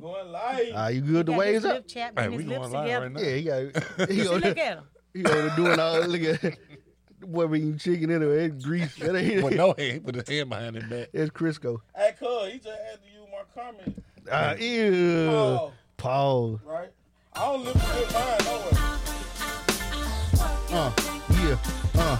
Going live. Ah, you good the Got his ways up? lip chapped and Hey, we his lips going live together. right now. Yeah, he got. He See, over look there, at him. he over there doing all. Look at the boy eating chicken anyway. It's grease. That ain't With no hand, with his hand behind his back. It's Crisco. Hey, cool. He just had to use my comment. Uh, ew. Oh, Paul. right. I don't live a good mind, no way. Uh, yeah. Uh.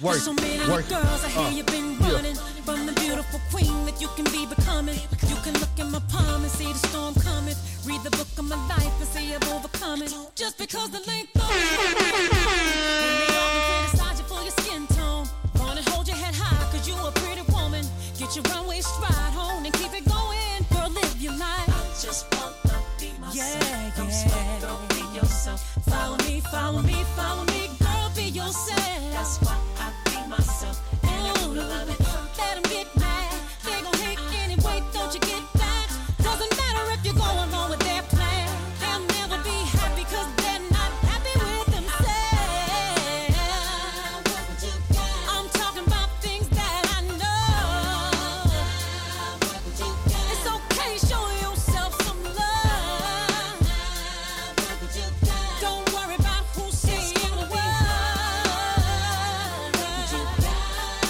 Work. So many Work. Uh, girls, I hear you've been running from the beautiful queen that you can be becoming. You can look in my palm and see the storm coming. Read the book of my life and see I've overcome it. Just because the length of and they all can criticize you for your skin tone. Wanna hold your head high, cause you a pretty woman. Get your runway stride home and keep it going. Girl, live your life. just want to be myself. Yeah, yeah. don't be yourself. Follow me, follow me, follow me. Girl, be yourself. That's why I be myself. Ooh, love it. Let 'em get mad. They gon' hate anyway, don't you get that? Doesn't matter if you're going along with their plan. They'll never be happy cause they're not happy with themselves. I'm talking about things that I know. It's okay, show yourself some love. Don't worry about who's saying what. Work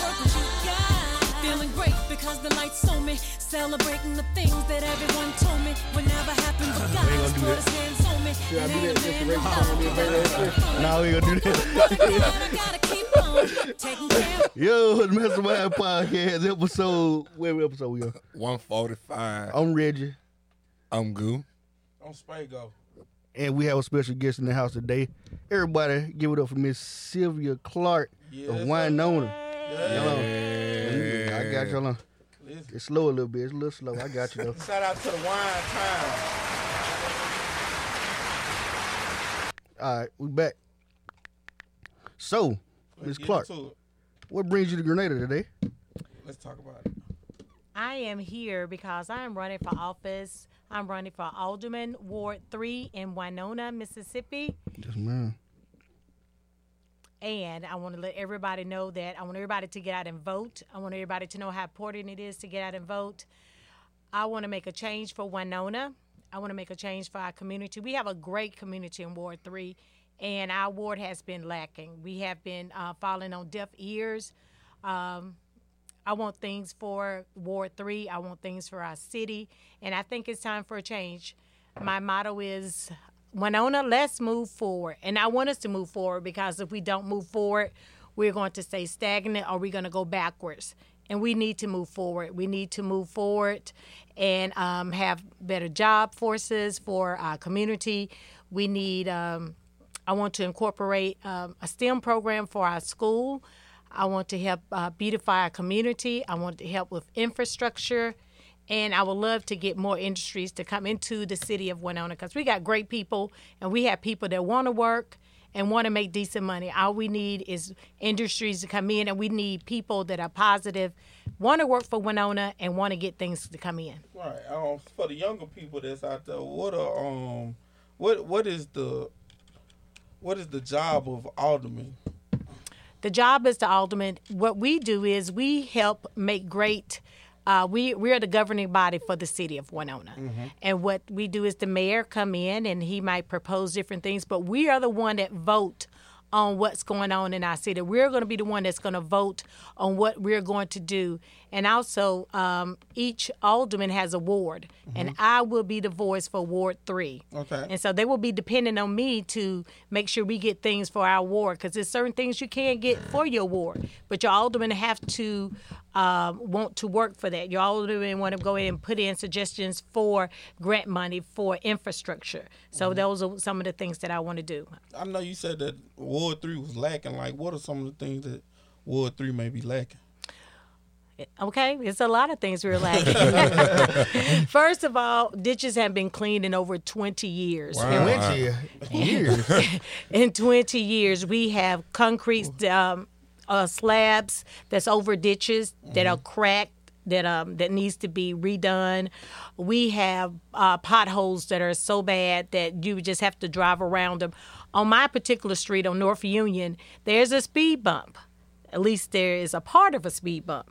what you got. Feeling great because the lights on me. Celebrating the things that everyone told me would never happen. But God has put his hands on me. It ain't a man problem. Now we gonna do that. Never gotta keep on taking care of Yo, the Mr. Wild Podcast episode. Where episode we on? 145. I'm Reggie, I'm goo. I'm Spago. and we have a special guest in the house today. Everybody, give it up for Miss Sylvia Clark Yes, of Winona. Yeah. Hello. I got you. Hold on. Listen. It's slow a little bit. It's a little slow. I got you though. Shout out to the wine time. All right, we back. So, Miss Let's get Clark, into it. what brings you to Grenada today? Let's talk about it. I am here because I am running for office. I'm running for Alderman Ward 3 in Winona, Mississippi. Just man. And I want to let everybody know that I want everybody to get out and vote. I want everybody to know how important it is to get out and vote. I want to make a change for Winona. I want to make a change for our community. We have a great community in Ward 3, and our ward has been lacking. We have been uh, falling on deaf ears. Um, I want things for Ward 3. I want things for our city. And I think it's time for a change. My motto is Winona, let's move forward. And I want us to move forward because if we don't move forward, we're going to stay stagnant or we're going to go backwards. And we need to move forward. We need to move forward and um, have better job forces for our community. We need, um, I want to incorporate um, a STEM program for our school. I want to help uh, beautify our community. I want to help with infrastructure. And I would love to get more industries to come into the city of Winona because we got great people and we have people that want to work and want to make decent money. All we need is industries to come in and we need people that are positive, want to work for Winona, and want to get things to come in. Right. Um, for the younger people that's out there, what are um, what what is the what is the job of alderman? the job is the alderman. What we do is we help make great. Uh, we we are the governing body for the city of Winona, and what we do is the mayor come in and he might propose different things, but we are the one that vote on what's going on in our city. We're going to be the one that's going to vote on what we're going to do, and also um, each alderman has a ward, and I will be the voice for Ward Three. Okay. And so they will be dependent on me to make sure we get things for our ward because there's certain things you can't get for your ward, but your aldermen have to um, want to work for that. Your aldermen want to go in and put in suggestions for grant money for infrastructure. So those are some of the things that I want to do. I know you said that Ward Three was lacking. Like, what are some of the things that Ward Three may be lacking? Okay, it's a lot of things we're lacking. First of all, ditches have been cleaned in over 20 years. And went here years. in 20 years we have concrete um, uh, slabs that's over ditches that are cracked that um that needs to be redone we have uh, potholes that are so bad that you just have to drive around them on my particular street on north union there's a speed bump at least there is a part of a speed bump.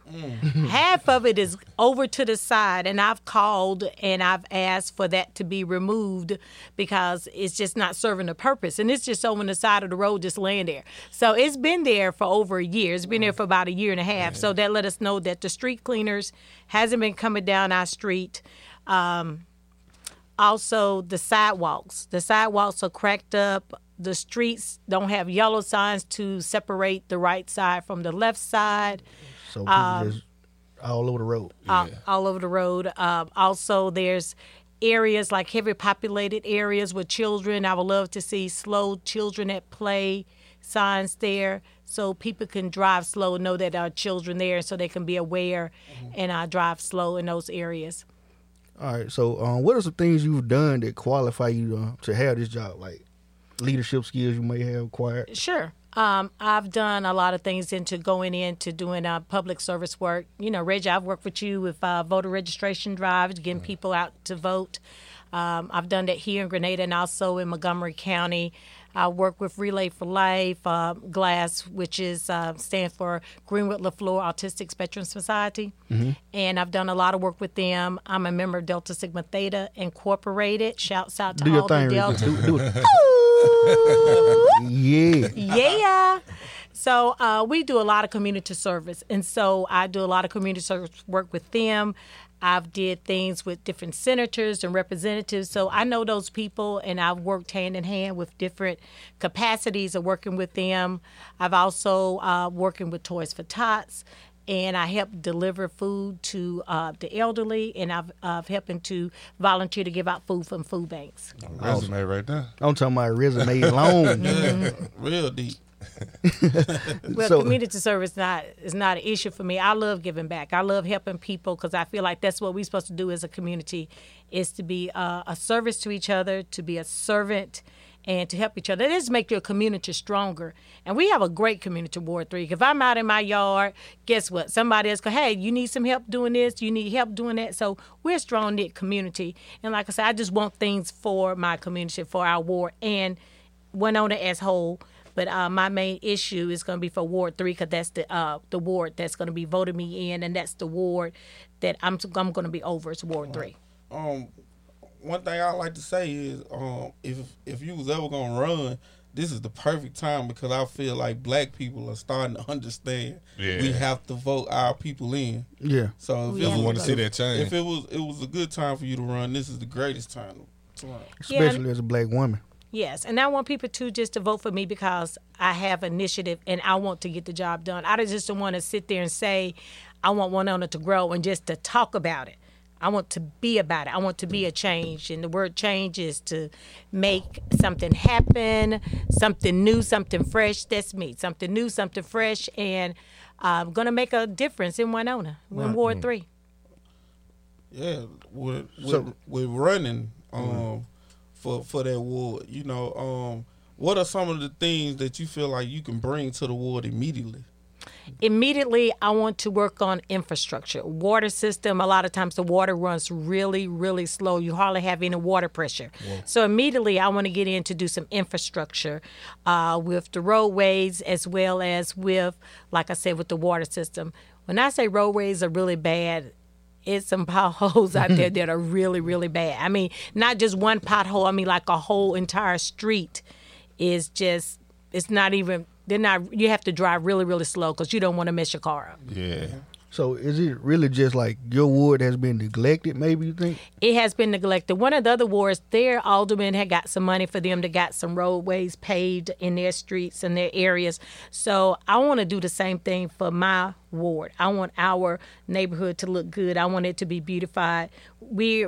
Half of it is over to the side, and I've called and I've asked for that to be removed because it's just not serving the purpose. And it's just over the side of the road, just laying there. So it's been there for over a year. It's been there for about a year and a half. So that let us know that the street cleaners hasn't been coming down our street Um, also the sidewalks. The sidewalks are cracked up. The streets don't have yellow signs to separate the right side from the left side. So people Um, just all over the road. uh, all over the road. Um, also, there's areas like heavy populated areas with children. I would love to see slow children at play signs there so people can drive slow, know that there are children there, so they can be aware and uh, drive slow in those areas. All right. So, um, what are some things you've done that qualify you uh, to have this job? Like leadership skills you may have acquired. Sure. Um, I've done a lot of things into going into doing uh, public service work. You know, Reggie, I've worked with you with uh, voter registration drives, getting people out to vote. Um, I've done that here in Grenada and also in Montgomery County. I work with Relay for Life, uh, GLASS, which is uh, stands for Greenwood LaFleur Autistic Spectrum Society. Mm-hmm. And I've done a lot of work with them. I'm a member of Delta Sigma Theta Incorporated. Shouts out to Do your all thing. Ricky. the Delta. Do, do it. Ooh yeah. yeah. So uh, we do a lot of community service, and so I do a lot of community service work with them. I've did things with different senators and representatives, so I know those people, and I've worked hand in hand with different capacities of working with them. I've also uh, working with Toys for Tots, and I help deliver food to uh, the elderly, and I've, I've helping to volunteer to give out food from food banks. Resume right there. I'm talking about resume long. Real deep. Well, So- community service not is not an issue for me. I love giving back. I love helping people because I feel like that's what we're supposed to do as a community, is to be uh, a service to each other, to be a servant, and to help each other. It is make your community stronger. And we have a great community, Ward Three. If I'm out in my yard, guess what? Somebody else go, hey, you need some help doing this. You need help doing that. So we're a strong knit community. And like I said, I just want things for my community, for our ward, and went on it as whole. But uh, my main issue is going to be for Ward Three because that's the uh, the ward that's going to be voting me in, and that's the ward that I'm I'm going to be over. It's Ward Three. um one thing I like to say is um if if you was ever gonna run, this is the perfect time because I feel like black people are starting to understand Yeah. we have to vote our people in. Yeah. So if Yeah. it We was, wanna see that change. If it was it was a good time for you to run, this is the greatest time to run. Especially as a black woman. Yes, and I want people to just to vote for me because I have initiative and I want to get the job done. I just don't want to sit there and say I want Winona to grow and just to talk about it. I want to be about it. I want to be a change, and the word change is to make something happen, something new, something fresh. That's me. Something new, something fresh, and I'm gonna make a difference in Winona, in Ward Three. Yeah, with with, So- Mm-hmm. with running um for for that ward, you know, um what are some of the things that you feel like you can bring to the ward immediately? immediately i want to work on infrastructure water system a lot of times the water runs really really slow you hardly have any water pressure so immediately i want to get in to do some infrastructure uh, with the roadways as well as with like i said with the water system when i say roadways are really bad it's some potholes out there that are really, really bad. I mean, not just one pothole. I mean, like a whole entire street is just. It's not even. They're not. You have to drive really, really slow because you don't want to mess your car up. Yeah. So is it really just like your ward has been neglected? Maybe you think? It has been neglected. One of the other wards, their aldermen had got some money for them to got some roadways paved in their streets and their areas. So I want to do the same thing for my ward. I want our neighborhood to look good. I want it to be beautified. We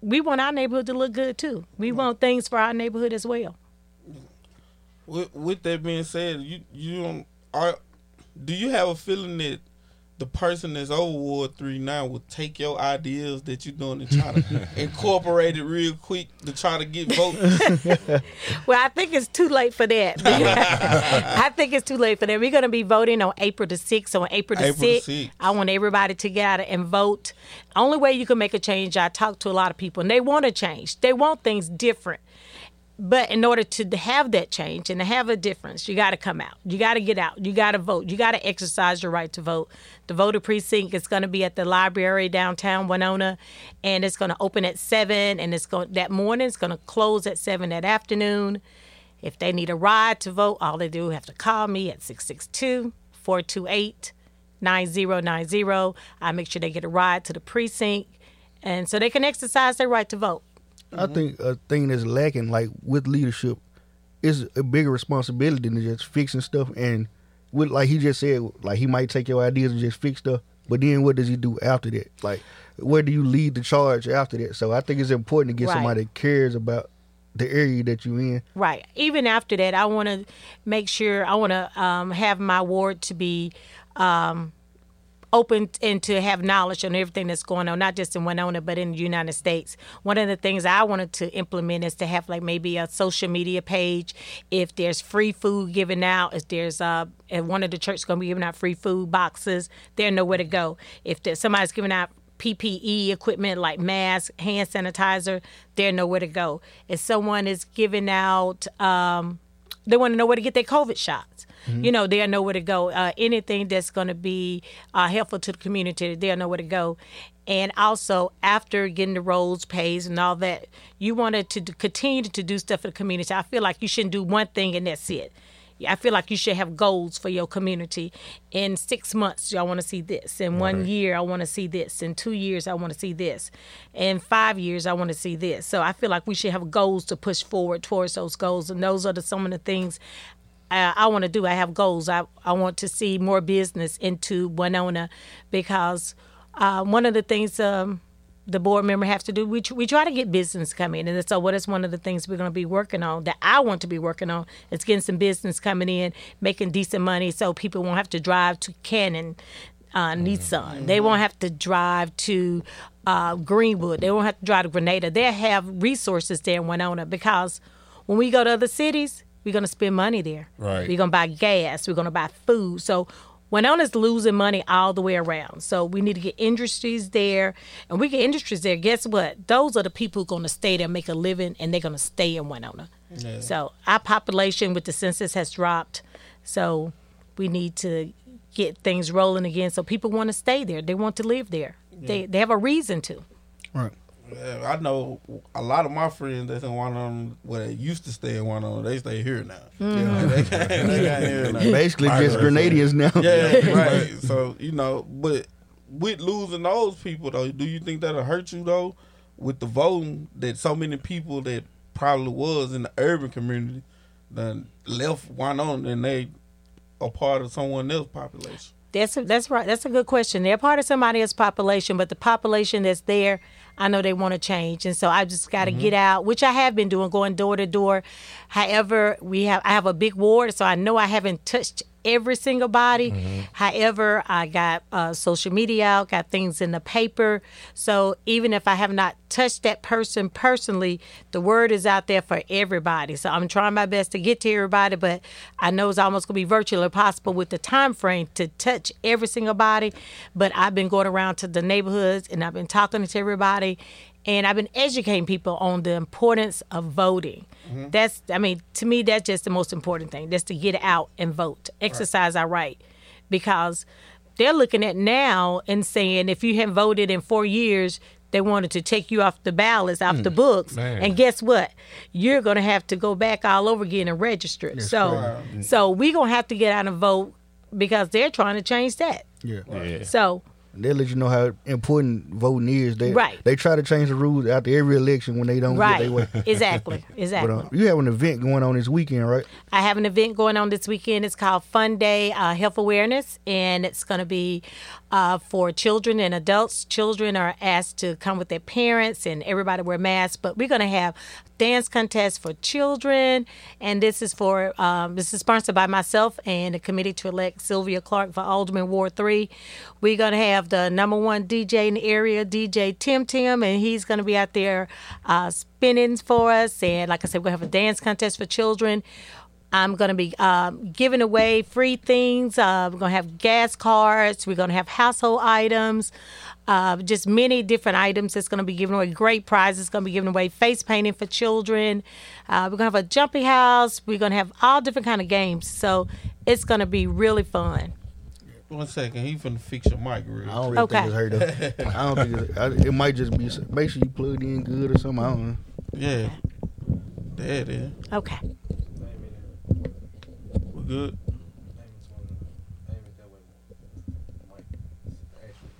we want our neighborhood to look good too. We want things for our neighborhood as well. With, with that being said, you you don't are do you have a feeling that the person that's over Ward Three now will take your ideas that you're doing and try to incorporate it real quick to try to get votes? Well, I think it's too late for that. I think it's too late for that. We're going to be voting on April the 6th. So on April the April the 6th, 6th. I want everybody to get out and vote. Only way you can make a change, I talk to a lot of people, and they want to change. They want things different. But in order to have that change and to have a difference, you got to come out. You got to get out. You got to vote. You got to exercise your right to vote. The voter precinct is going to be at the library downtown Winona, and it's going to open at seven. And it's going that morning. It's going to close at seven that afternoon. If they need a ride to vote, all they do have to call me at 662 428 9090. I make sure they get a ride to the precinct and so they can exercise their right to vote. I Mm-hmm. think a thing that's lacking, like with leadership, is a bigger responsibility than just fixing stuff. And with like he just said, like he might take your ideas and just fix stuff, but then what does he do after that? Like, where do you lead the charge after that? So I think it's important to get Right. somebody that cares about the area that you're in. Right. Even after that, I want to make sure I want to um, have my ward to be um, open and to have knowledge on everything that's going on, not just in Winona, but in the United States. One of the things I wanted to implement is to have like maybe a social media page. If there's free food given out, if there's uh, if one of the church going to be giving out free food boxes, they know where to go. If there's somebody's giving out PPE equipment like masks, hand sanitizer, they know where to go. If someone is giving out, um, they want to know where to get their COVID shots. You know, they'll know where to go. Uh, anything that's going to be uh, helpful to the community, they'll know where to go. And also, after getting the roles pays and all that, you wanted to d- continue to do stuff for the community. I feel like you shouldn't do one thing and that's it. I feel like you should have goals for your community. In six months, I want to see this. In one year, I want to see this. In two years, I want to see this. In five years, I want to see this. So I feel like we should have goals to push forward towards those goals. And those are the, some of the things uh, I want to do. I have goals. I, I want to see more business into Winona because uh, one of the things um, the board member have to do, we, tr- we try to get business coming in. And so, what is one of the things we're going to be working on that I want to be working on is getting some business coming in, making decent money so people won't have to drive to Cannon. Uh, Nissan. They won't have to drive to uh, Greenwood. They won't have to drive to Grenada. They'll have resources there in Winona because when we go to other cities, we're gonna spend money there. Right. We're gonna buy gas. We're gonna buy food. So Winona's losing money all the way around. So we need to get industries there, and we get industries there. Guess what? Those are the people who gonna stay there, make a living, and they're gonna stay in Winona. So our population with the census has dropped. So we need to get things rolling again. So people want to stay there. They want to live there. They they have a reason to. Right. Yeah, I know a lot of my friends that's in one of them. Well, they used to stay in one of them. They stay here now. Yeah, they, got- they got here now. Basically, just Grenadians now. Yeah, right. So you know, but with losing those people though, do you think that'll hurt you though? With the voting that so many people that probably was in the urban community, then left one on and they are part of someone else's population. That's that's right. That's a good question. They're part of somebody else's population, but the population that's there, I know they want to change, and so I just got to get out, which I have been doing, going door to door. However, we have I have a big ward, so I know I haven't touched every single body. However, I got uh, social media out, got things in the paper, so even if I have not touched that person personally, the word is out there for everybody. So I'm trying my best to get to everybody, but I know it's almost gonna be virtually impossible with the time frame to touch every single body. But I've been going around to the neighborhoods and I've been talking to everybody and I've been educating people on the importance of voting. That's I mean, to me that's just the most important thing. That's to get out and vote. Exercise our right. Because they're looking at now and saying if you haven't voted in four years, they wanted to take you off the ballots, off the books. And guess what? You're gonna have to go back all over again and register. so so we're gonna have to get out and vote because they're trying to change that. Yeah. So They let you know how important voting is. They Right. they try to change the rules after every election when they don't get right. their way. exactly. Exactly. But uh, you have an event going on this weekend, right? I have an event going on this weekend. It's called Fun Day uh, Health Awareness, and it's going to be uh, for children and adults. Children are asked to come with their parents, and everybody wear masks. But we're going to have dance contests for children, and this is for um, this is sponsored by myself and the committee to elect Sylvia Clark for Alderman Ward Three. We're going to have the number one DJ in the area, DJ Tim Tim, and he's going to be out there uh, spinning for us. And like I said, we're going to have a dance contest for children. I'm going to be um, giving away free things. Uh, we're going to have gas cards. We're going to have household items. Uh, just many different items that's going to be giving away great prizes. going to be giving away face painting for children. Uh, we're going to have a jumpy house. We're going to have all different kind of games. So it's going to be really fun. One second, he finna fix your mic real. I don't quick. really Okay. think it's hurt though. I don't think it's, I, it might just be. some- Make sure you plugged in good or something. I don't know. Yeah, there it is. Okay. We're good.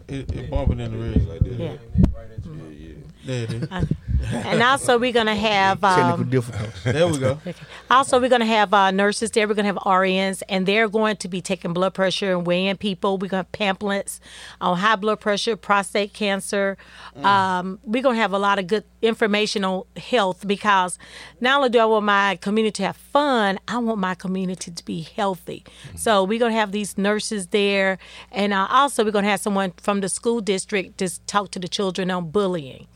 It, it bumping in the ridge like this. Yeah. There it is. And also, we're going to have. Technical Um, difficulties. There we go. Also, we're going to have uh, nurses there. We're going to have RNs, and they're going to be taking blood pressure and weighing people. We're going to have pamphlets on high blood pressure, prostate cancer. Um, we're going to have a lot of good information on health because not only do I want my community to have fun, I want my community to be healthy. So we're going to have these nurses there, and uh, also we're going to have someone from the school district just talk to the children on bullying.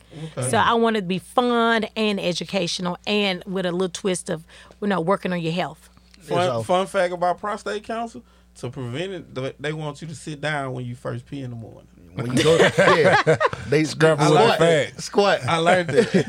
So I want it to be fun and educational and with a little twist of, you know, working on your health. Fun, all. fun fact about prostate cancer: to prevent it, th- they want you to sit down when you first pee in the morning. When you go, yeah, they Scrap I with like the it. facts. Squat. I learned that.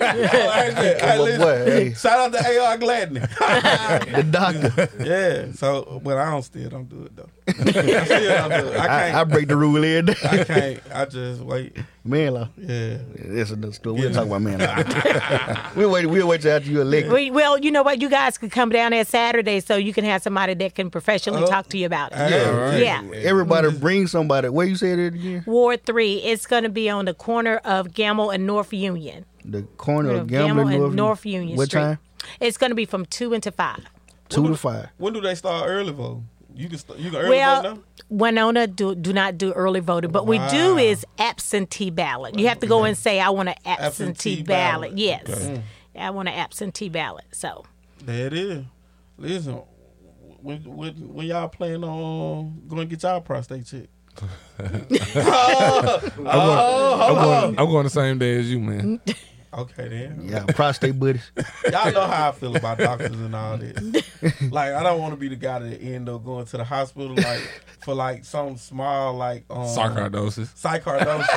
I learned that. I My listen- boy, hey. Shout out to AR Gladney. The doctor. yeah. So, but I don't still don't do it though. I still don't do it. I I, can't. I break the rule every I, day. can't. I just wait. Man law. Yeah. That's another story. We'll talk about man law. we'll wait. We'll wait till after you elect. We, well, you know what? You guys could come down there Saturday so you can have somebody that can professionally Oh. talk to you about it. Yeah. Yeah. Everybody bring somebody. Where you said it again? Ward 3, it's going to be on the corner of Gamble and North Union. The corner Corner of Gambler Gamble Oh, North, and North Union What Street. time? It's going to be from 2 into 5. Two to five. When do they start early vote? You can st- you can early vote Well, now. Winona do do not do early voting, but we do is absentee ballot. You have to go and say I want an absentee, Absentee ballot. ballot. Mm. Yes, I want an absentee ballot. So There it is. Listen, when when, when y'all plan on going to get y'all prostate check? I'm, going, I'm going the same day as you, man. Mm-hmm. Okay then. Yeah, prostate buddies. Y'all know how I feel about doctors and all this. Like I don't want to be the guy that end up going to the hospital like for like some small like um, Sarcoidosis. psychosis,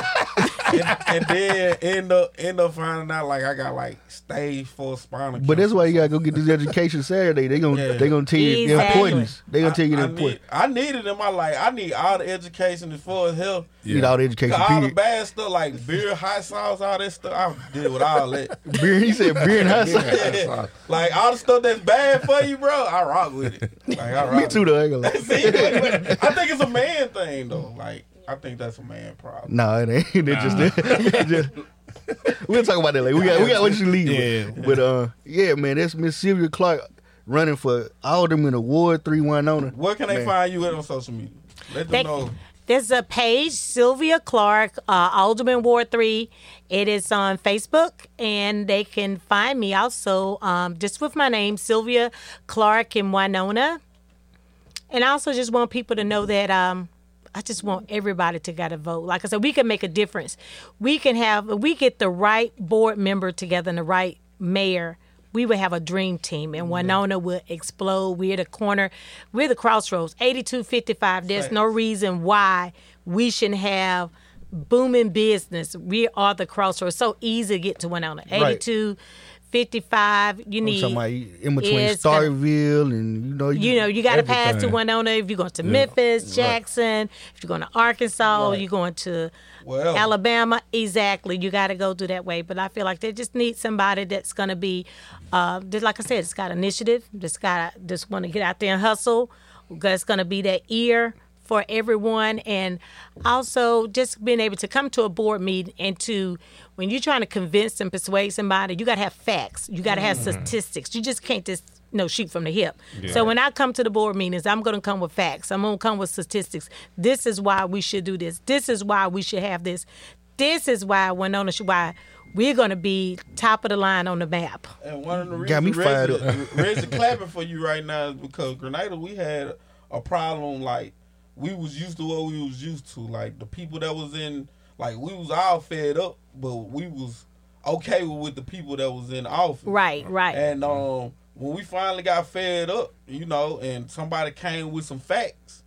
and, and then end up end up finding out like I got like stage four spinal. But that's cancer. why you gotta go get this education Saturday. They gonna Yeah. they gonna tell you the Exactly. importance. They gonna tell you the I importance. need, I need it in my life. I need all the education as far as health. You Need all the education. All the Period. bad stuff like beer, hot sauce, all that stuff. I deal with all that. Beer, he said beer and hot sauce. Yeah. Like all the stuff that's bad for you, bro. I rock with it. Like I rock. Me too, though. I ain't gonna lie. See, like, like, I think it's a man thing though. Like I think that's a man problem. No, it ain't. It just, it just we'll talk about that later. We got we got what you leave. with. But uh, yeah, man, that's Miss Sylvia Clark running for alderman of Ward Three Winona. Where can they find you at on social media? Let them Thank- know. there's a page Sylvia Clark, uh, Alderman Ward Three. It is on Facebook, and they can find me also um, just with my name Sylvia Clark in Winona. And I also just want people to know that um, I just want everybody to got to vote. Like I said, we can make a difference. We can have we get the right board member together and the right mayor. We would have a dream team, and Mm-hmm. Winona would explode. We're the corner, we're the crossroads. Eighty-two fifty-five. There's no reason why we shouldn't have booming business. We are the crossroads. So easy to get to Winona. Right. Eighty-two fifty-five. You need Talking about in between It's gonna- Starville and you know you know, you got to pass to Everything. Winona if you're going to Memphis, Jackson, if you're going to Arkansas, you're going to Well. Alabama. Exactly. You got to go do that way. But I feel like they just need somebody that's going to be, uh, just like I said, it's got initiative, just got just want to get out there and hustle. That's going to be that ear for everyone and also just being able to come to a board meeting and to when you're trying to convince and persuade somebody you got to have facts you got to have Mm-hmm. statistics you just can't just you know shoot from the hip so when i come to the board meetings i'm going to come with facts i'm going to come with statistics this is why we should do this this is why we should have this this is why winona should why we're going to be top of the line on the map And one of the Got me reasons fired Reggie, Reggie clapping for you right now is because Grenada, we had a problem like we was used to what we was used to. Like the people that was in, like we was all fed up, but we was okay with the people that was in office. right right And um, when we finally got fed up, you know, and somebody came with some facts,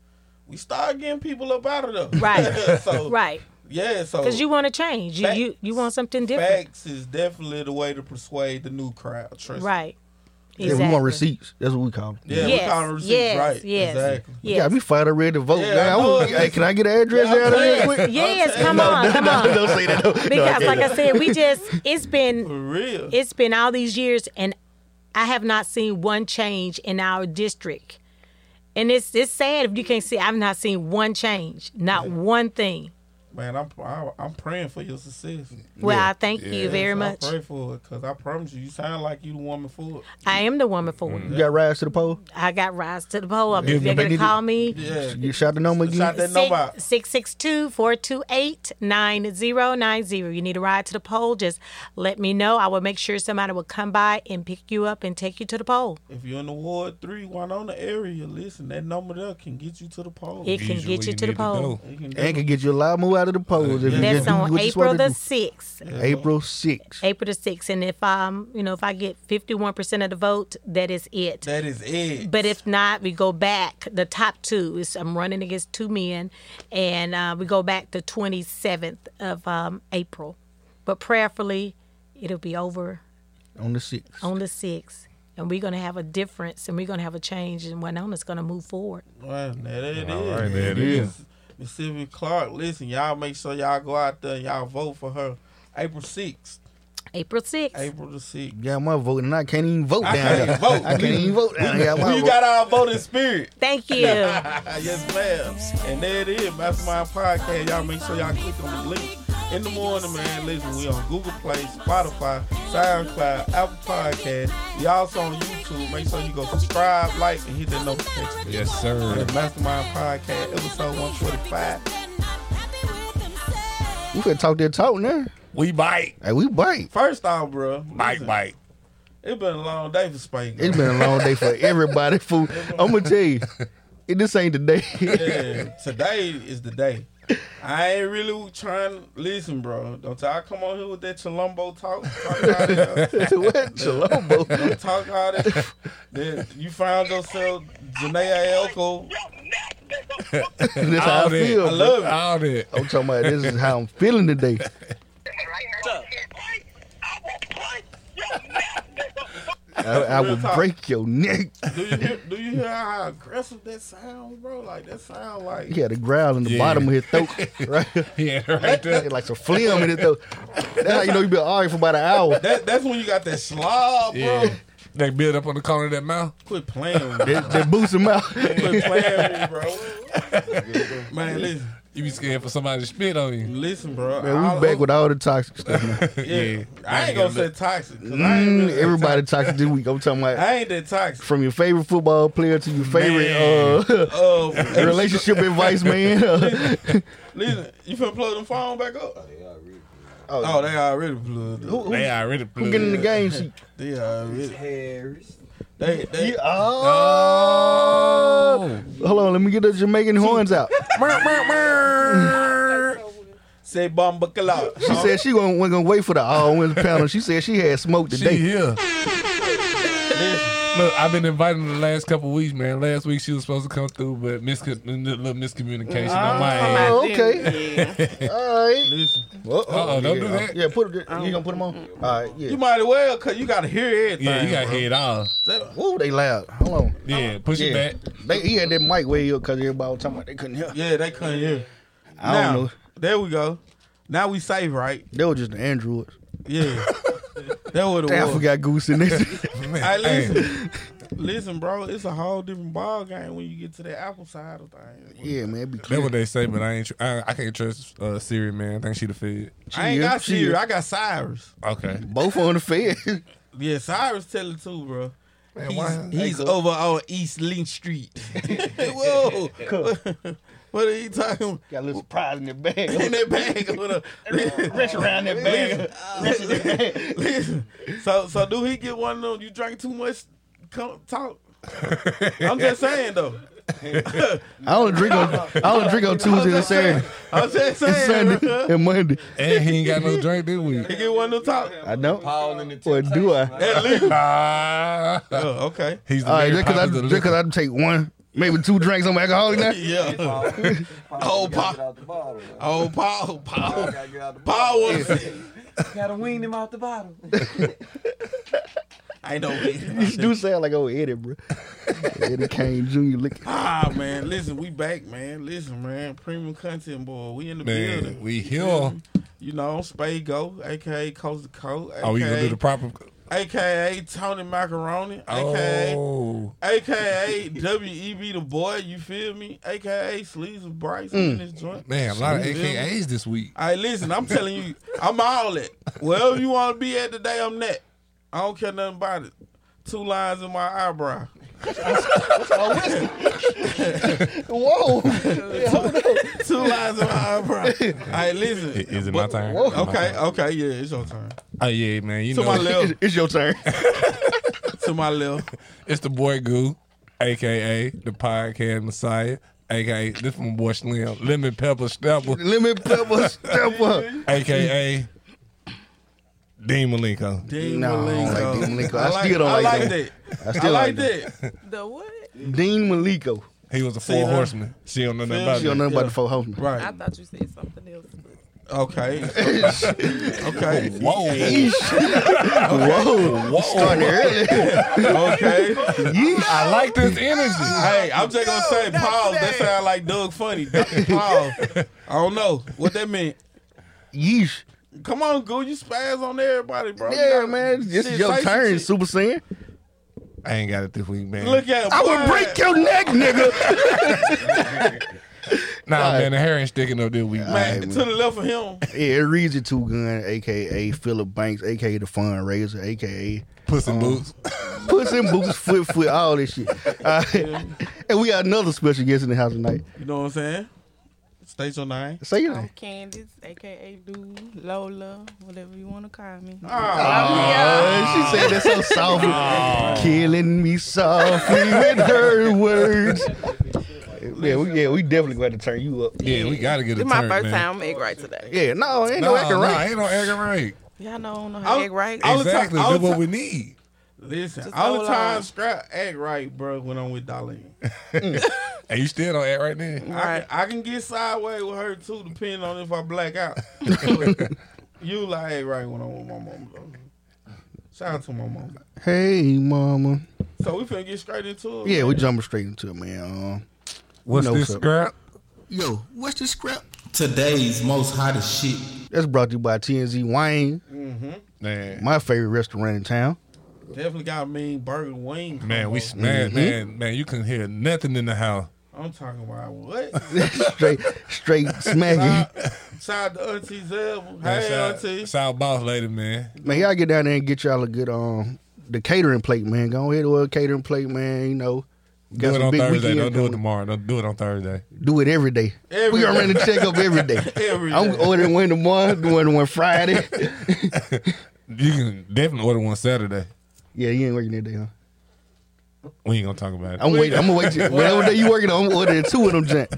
we started getting people up out of there. Right. oh, so, Right. Yeah. So Because you want to change. You, you you want something different. facts is definitely the way to persuade the new crowd. Trust me. Right. Yeah, we want receipts. That's what we call them. Yeah, Yes, we call them receipts, yes, right? yes. Exactly. Yes. Yeah, we fired up ready to vote. Yeah, man. I I know. was- hey, can I get an address Yeah, I'm down there saying. real quick? Yes, come on, come on. Don't say that. No, Because no, like I said, we just it's been For real. it's been all these years and I have not seen one change in our district. And it's it's sad if you can't see I've not seen one change. Not one thing. Man, I'm I, I'm praying for your success. Well, I thank you very Yes, much. I pray for it because I promise you, you sound like you the woman for it. I am the woman for it. Mm-hmm. you got rides to the poll. I got rise to the pole. If If they they're gonna need call to- me, Yeah. You shot the number again. Shot that number out. 662 428 9090. You need a ride to the pole, just let me know. I will make sure somebody will come by and pick you up and take you to the pole. If you're in the Ward 3, Winona area, listen, that number there can get you to the poll. It can get you to the pole. It can And definitely- can get you a lot more out of the polls. If you That's just do on what you April supposed the to do. 6th. April 6th. April the 6th. And if um, you know, if I get 51% of the vote, that is it. that is it. But if not, we go back. The top two is I'm running against two men, and uh, we go back the 27th of um, April. But prayerfully, it'll be over On the 6th. on the sixth, and we're gonna have a difference, and we're gonna have a change, and Winona's gonna move forward. Well, now there it All is. right, there it is. Miss Sylvia Clark, listen, y'all make sure y'all go out there and y'all vote for her. April 6th. April sixth. April the 6th. Got my vote, and I can't even vote down can't there. vote. I can't even vote down there. I got my You vote. got our voting spirit. Thank you. yes, ma'am. And there it is, Mastermind Podcast. Y'all make sure y'all click on the link in the morning, man. Listen, we on Google Play, Spotify, SoundCloud, Apple Podcast. We also on YouTube. Make sure you go subscribe, like, and hit that notification. Yes, sir. The Mastermind Podcast, episode 145. We finna talk that talk now. We bite. Hey, we bite. First off, bro, Bite, bite. it's been a long day for Spank. It's been a long day for everybody. Fool, I'm gonna tell you, it, this ain't the day. Yeah, today is the day. I ain't really trying to listen, bro. Don't y'all come on here with that Chalumbo talk. Talk out of here. what, Chalombo? Don't talk all that. Then you found yourself Janae Elko. That's how I All that. feel. I love it. All that. I'm talking about this is how I'm feeling today. I, I Real will talk. break your neck. Do you hear, do you hear how aggressive that sound, bro? Like that sound like He had a growl in the Yeah. bottom of his throat, right? Yeah, right there. like some phlegm in his throat. That's how you know you been arguing for about an hour. that. That's when you got that slob, bro. Yeah. They build up on the corner of that mouth. Quit playing with me. That, that boosts him out. Quit playing with me, bro. Man, listen, You be scared for somebody to spit on you. listen, bro. Man, All- we back with all the toxic stuff. Man. yeah. Yeah. I ain't gonna say toxic. 'cause I ain't Mm, really everybody toxic this week. I'm talking about I ain't that toxic. from your favorite football player to your favorite uh, Uh, relationship advice man. Uh, listen, you finna plug them phone back up? Oh, they already plugged. Up. who, who, They already who getting in the plugged. game sheet? They already. They, they, Yeah, oh. Oh. Hold on, let me get the Jamaican horns out. say bomba clout. She Oh. said she wasn't, wasn't gonna wait for the all wins panel. She said she had smoke She today. here. Look, I've been inviting her the last couple weeks, man. Last week she was supposed to come through, but mis- little miscommunication on my end. Oh, okay. All right. Oh, Listen, Oh, Uh-oh, don't do that. Yeah, put you gonna put them on. All right. Yeah. you might as well, cause you gotta hear everything. Yeah, you got bro. head off. Woo, they loud. Hold on. Yeah, push Yeah. it They, he had that mic way up because everybody was talking about they couldn't hear. Yeah, they couldn't hear. I don't now, know. There we go. Now we safe, right? They were just the androids. Yeah. that would Damn, I have. forgot Goose in this. back. Hey, Man, hey, listen, listen, bro. It's a whole different ball game when you get to that apple side of things. yeah, man, it be that's clear. what they say, but I ain't. Tr- I, I can't trust uh, Siri, man. I think she the fed. I ain't Chill, got Siri. chill. I got Cyrus. Okay. Both on the fed. Yeah, Cyrus telling too, bro. why- he's he's over on East Link Street. Whoa. what are you talking Got a little surprise in their in bag. that bag? over there? Rich around that bag. Rich in their bag. Listen, so so do he get one of them? You drink too much, come talk. I'm just saying though. I only drink on I only drink on Tuesday and Saturday. I'm just And saying. Sunday bruh. and Monday. And he ain't got no drink this week. You get one of them talk. I don't. Paul in the Or do I? That legal. Ah. Oh, okay. He's the All right, Mary just cause I Poppins of just cause I take one, maybe two drinks, I'm alcoholic now. Yeah. Paul. Paul. Oh, gotta Paul. get out the bottle. Oh, Paul. Paul. Gotta get out the Paul bottle. was. Gotta wean him out the bottle. I know. You do sound like old Eddie, bro. Eddie Kane Jr. Look, Ah man, listen, we back, man. Listen, man, premium content boy, we in the Man, building. we here. You know, Spade Go, aka Coast to Coast, aka, Oh, we gonna do the proper. aka Tony Macaroni, aka Oh, aka WEB E the boy. You feel me? Aka Sleeves of Bryce I'm in this joint. Mm. man, a lot of You feel me? AKAs this week. All right, listen, I'm telling you, I'm all it. Wherever you want to be at today, I'm that. I don't care nothing about it. Two lines in my eyebrow. whoa, Two lines in my eyebrow. All right, listen. Is it my turn? Is it my Okay, turn? okay, yeah, it's your turn. Oh yeah, man. You To know, my left, it's your turn. to my left. It's the boy Goo, aka the podcast Messiah, aka this from boy Slim, Lemon Pepper Stepper, Lemon pepper step up. aka Dean Malenko. Dean No, I don't Malenko. like Dean Malenko. I still don't like that. that. I I still like like that. The what? Dean Malenko. He was a See four her? horseman. She don't know nothing about She don't it. know about Yeah. the four horsemen. I Right. thought you said something else. Okay. okay. Whoa, Oh, Whoa, whoa! starting early. Okay. I like this energy. Hey, I'm just gonna say, pause. That sound like Doug Funny. Pause. I don't know what that meant. Yeesh. Come on, Goo, you spaz on everybody, bro. You Yeah, gotta- man, this shit, is your say some turn, shit. Super Saiyan. I ain't got it this week, man. Look at him. I boy. will break your neck, nigga. nah, Alright. man, the hair ain't sticking up this week, Man, man. to the left of him. yeah, it reads it two gun, aka Philip Banks, aka the fundraiser, aka Puss Oh. in boots. Puss in Boots, Foot Foot, all this shit. Uh, and we got another special guest in the house tonight. You know what I'm saying? Station nine. Say your I'm name. Candace, aka Dude, Lola, whatever you want to call me. Uh, she said that so softly. Oh. Killing me softly with her words. Yeah, we, yeah, we definitely going to turn you up. Yeah, we gotta get a This my turn, first man. time egg right today. Yeah, no, ain't no, Nah, acting nah, right. ain't no acting right. Y'all know I don't know I'll- how egg right. I'll- All the time- Exactly, all that's the what time- we need. Listen, Just all the hold time, on. scrap act right, bro. When I'm with Darlene, And you still don't act right now. I, Right. can, I can get sideways with her too, depending on if I black out. you like act right when I'm with my mama. Though. Shout out to my mama. Hey, mama. So we finna get straight into it. Yeah, man. we jumping straight into it, man. Um, What's No, this sir. scrap? Yo, what's the scrap? Today's most hottest shit. That's brought to you by TNZ Wayne, Man, my favorite restaurant in town. definitely got a mean burger wing. man, we combo. man, man, man. You can hear nothing in the house. I'm talking about what? straight, straight smacking. Shout out to Auntie Zelma. Man, Hey, shout- Auntie. shout out boss lady, man. Man, y'all get down there and get y'all a good um the catering plate, man. Go ahead with a catering plate, man. You know, got do it some on big Thursday. weekend Don't do it coming. tomorrow. Don't do it on Thursday. Do it every day. Every we gonna day. run the check up every day. Every I'm day. ordering one tomorrow, doing one Friday. You can definitely order one Saturday. yeah, you ain't working that day, huh? We ain't gonna talk about it. I'm waiting. I'm gonna wait. till- Whatever day you working on, I'm ordering two of them, Jack.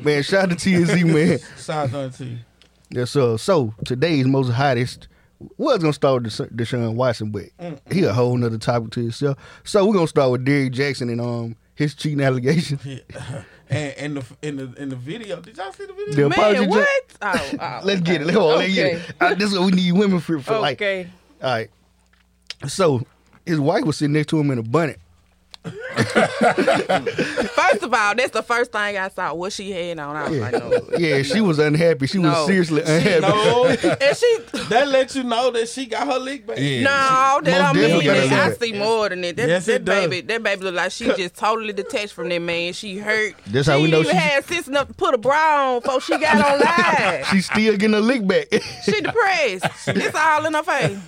Man, shout out to TNZ, man. Shout out to Auntie. Yes, sir. So today's most hottest was gonna start with Desha- Deshaun Watson, but he a whole nother topic to himself. So we're gonna start with Derrick Jackson and um his cheating allegations. And and the in the in the video. Did y'all see the video? The apology Man, ju- what? Oh, oh, Let's get it. Let's, hold on, let's get Okay. it. Uh, this is what we need women for. for Like, all okay. right. So his wife was sitting next to him in a bonnet. First of all, that's the first thing I saw. What she had on, I was like, oh. no. Yeah, she was unhappy. She No. was seriously unhappy. No, And she, that let you know that she got her lick back. Yeah. no, that don't definitely mean gotta that. I look. see more than that. That, Yes, that it does. baby, that baby look like she just totally detached from that man. She hurt. That's she how we know even she- had sense enough to put a bra on before she got on live. She's still getting her lick back. this She depressed. It's all in her face.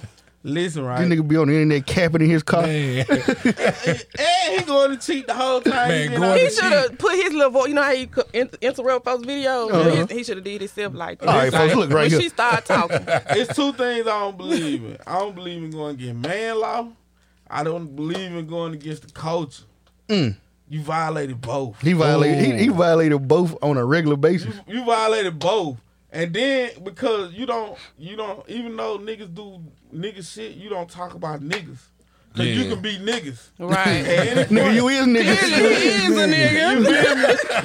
Listen, right? nigga be on the internet capping in his car. Man, And he going to cheat the whole time. Man, He been going out- He should have put his little voice. You know how you co- in- interrupt folks' videos. Uh-huh. He, should have did himself like that. All right, folks, look right when here. she started talking, It's two things I don't believe in. I don't believe in going to get man law. I don't believe in going against the culture. You violated both. Mm. He violated. He, he oh. violated both on a regular basis. You, you violated both. And then because you don't you don't even though niggas do nigga shit, you don't talk about niggas. Cause you Yeah. can be niggas. At Right. any Nigga, point. you is nigga. he is a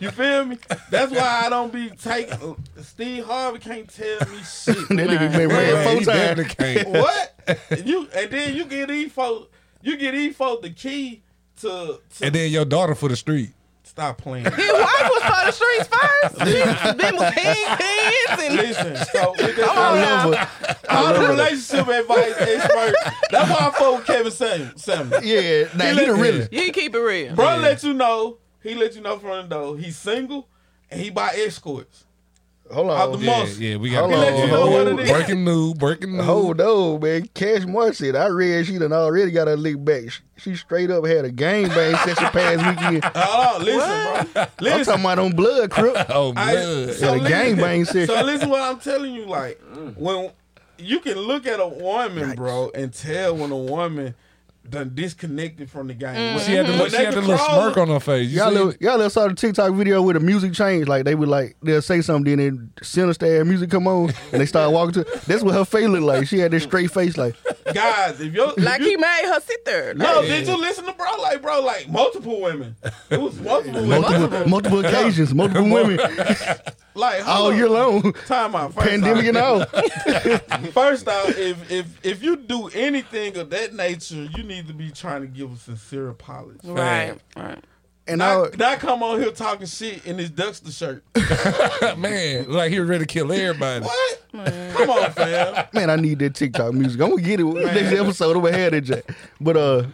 You feel me? you feel me? That's why I don't be taking. Steve Harvey can't tell me that shit. nigga been ran Man, four he damn times. near can't. what? You and then you get these folk. You get these folk the key to. to And then your daughter for the street. stop playing. His wife was on the streets first. She been with him, his and Listen, so with that, I love her. all the relationship advice experts. That's why I fuck with Kevin Sam. Samuel. Yeah, nah, he done really. he keep it real. Bro, let you know. He let you know from the door. He's single and he buy escorts. Hold Out the on. Yeah, Monster. yeah, we Hold got He let you know what it on. is. breaking news, breaking news. Mm-hmm. Hold on, Oh, man. Cash Mark said, I read she done already got her lick back. She- She straight up had a game bang since the past weekend. Hold on, listen, bro. I'm Listen. talking about on blood, crook. Oh, I- Yeah, blood. the listen- gangbang shit. So listen, what I'm telling you, like when you can look at a woman, bro, and tell when a woman done disconnected from the game. When- Mm-hmm. she had the, when little- she they had the can little crawl- smirk on her face. You Y'all seen little, it? y'all little saw the TikTok video where the music changed. Like they would like they'll say something, then the center stage music come on, and they start walking to. That's what her face looked like. She had this straight face, like Guys, if you're Like he made her sit there. No, did you listen to bro? Like bro, like multiple women. It was multiple women. multiple, multiple occasions, multiple women Like hold all up. year long, Time out. First Oh, pandemic and off, all. First off, if if if you do anything of that nature, you need to be trying to give a sincere apology. Right, right. And I, Not, not come on here talking shit in his Duxter shirt. man, like he was ready to kill everybody. What? Come on, fam. man, I need that TikTok music. I'm gonna get it next episode. I'm gonna have that, Jack. But uh,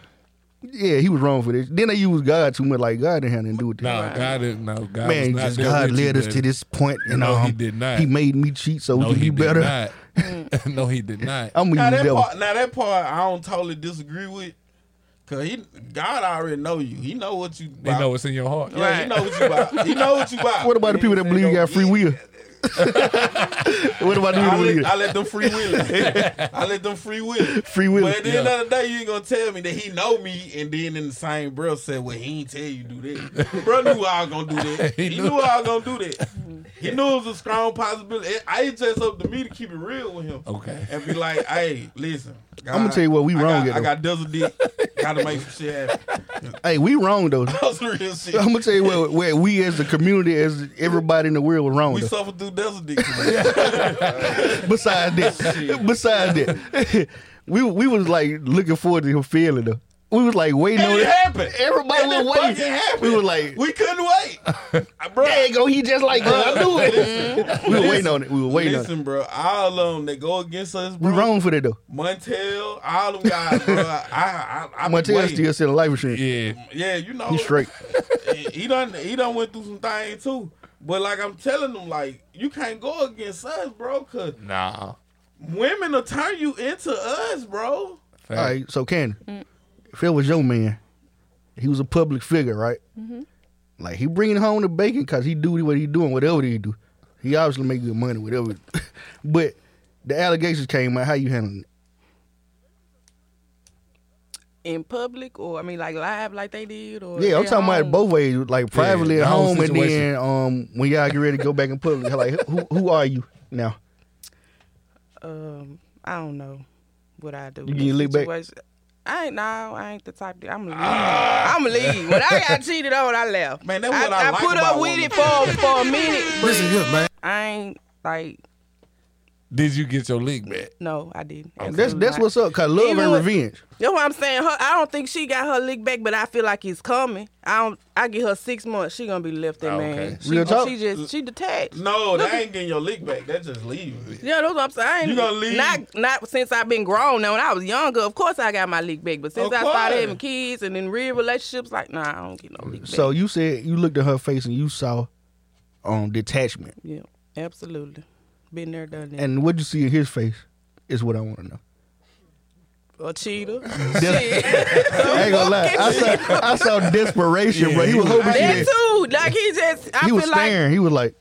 yeah, he was wrong for this. Then they used God too much. Like God didn't have nothing to do with this. No, God didn't. No, God Man, was not just there God with you, led us baby. to this point, and No, he um, did not. He made me cheat so No, we he could be did better. not. no, he did not. I'm Now gonna that use that one. part, now that part, I don't totally disagree with. Cause he, God already know you. He know what you. They About. know what's in your heart. Yeah, he know what you about. He know what you about. What about the people that believe you got free will? what about the I people that let, believe I let them free will. it. I let them free will. it. free will? But at the end of the day, you ain't gonna tell me that he know me, and then in the same breath said, "Well, he ain't tell you do that." Bro knew I was gonna do that. He he, knew. knew I was gonna do that. He knew it was a strong possibility. It- I it's just up to me to keep it real with him. Okay. and be like, "Hey, listen, God, I'ma tell you what we I wrong Got, at, I got Dizzle Dick. got to make some shit happen. Hey, we wrong though. That's the real shit. I'm gonna tell you where, where we as the community, as everybody in the world, was wrong. we though. suffered through Dizzle Dick. today. Besides that, besides that, we we was like looking forward to him feeling though. We was like waiting And on it happened. Everybody And it was fucking waiting. happened. We were like, we couldn't wait, Uh, bro. there you go. He just like that. I knew it. we were waiting on it. We were waiting on it. Listen, bro, all of them that go against us, We bro. wrong for that though. Montel, all them guys, bro. I, I, I My tail waiting. still selling life insurance. Yeah. Yeah, you know, He straight. He, he done, he done went through some things too. But like I'm telling them, like you can't go against us, bro, cause Nah. women will turn you into us, bro. Fact. All right, so Candy, if it was your man, he was a public figure, right? Like he bringing home the bacon because he do what he doing, whatever he do. He obviously make good money, whatever. but the allegations came out. How you handling it? In public, or I mean, like live, like they did, or Yeah, I'm at talking about home. it both ways, like privately the at whole home, and then situation. um when y'all get ready to go back in public. Like who who are you now? Um, I don't know what I do. You getting in licked back? situation. I ain't no, I ain't the type. That, I'm leave. I'm leave. When I got cheated on, I left. Man, that's what I like put about up with women. it for for a minute. But Listen here, man. I ain't like Did you get your lick back? no, I didn't. That's Absolutely that's not. what's up. Cause love Even and with- revenge. That's what I'm saying. Her, I don't think she got her lick back, but I feel like it's coming. I don't. I give her six months. She gonna be left that Oh, man. okay. She, Real talk? she just she detached. No, that ain't getting your lick back. That just leaving. Yeah, that's what I'm saying. I ain't- You gonna leave? Not not since I've been grown. Now, when I was younger, of course I got my lick back. But Of since I started course. having kids and in real relationships, like nah, I don't get no lick back. So you said you looked at her face and you saw um detachment. yeah, absolutely, been there, done that. And what you see in his face is what I want to know. a cheater. Des- I ain't gonna lie. I saw, I saw desperation, bro. He was hoping she that did. too. Like he just, I He feel was like staring. He was like,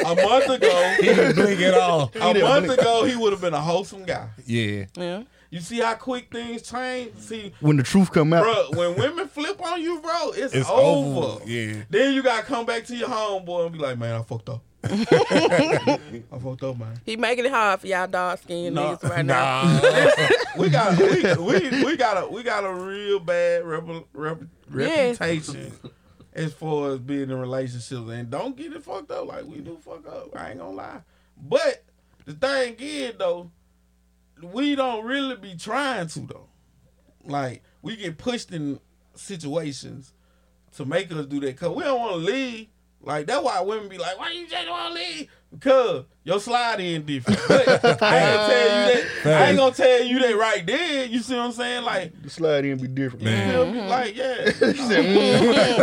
a month He ago, didn't blink at all. a month ago, he would have been a wholesome guy. Yeah. Yeah. You see how quick things change? See, When the truth come out, bro, when women flip on you, bro, it's, It's over. over, yeah. Then you gotta come back to your homeboy and be like, man, I fucked up. I fucked up, man. He making it hard for y'all dark skinned Nah. niggas right now. Nah. We got we, we we got a we got a real bad rep, rep, Yes. reputation as far as being in relationships, and don't get it fucked up like we do fuck up. I ain't gonna lie, but the thing is though, we don't really be trying to though. Like we get pushed in situations to make us do that because we don't want to leave. Like that's why women be like, "Why you just want to leave?" Because your slide in different. But I ain't gonna tell you that. I ain't gonna tell you that right then. You see what I'm saying? Like, the slide in be different. you feel me? Like, yeah.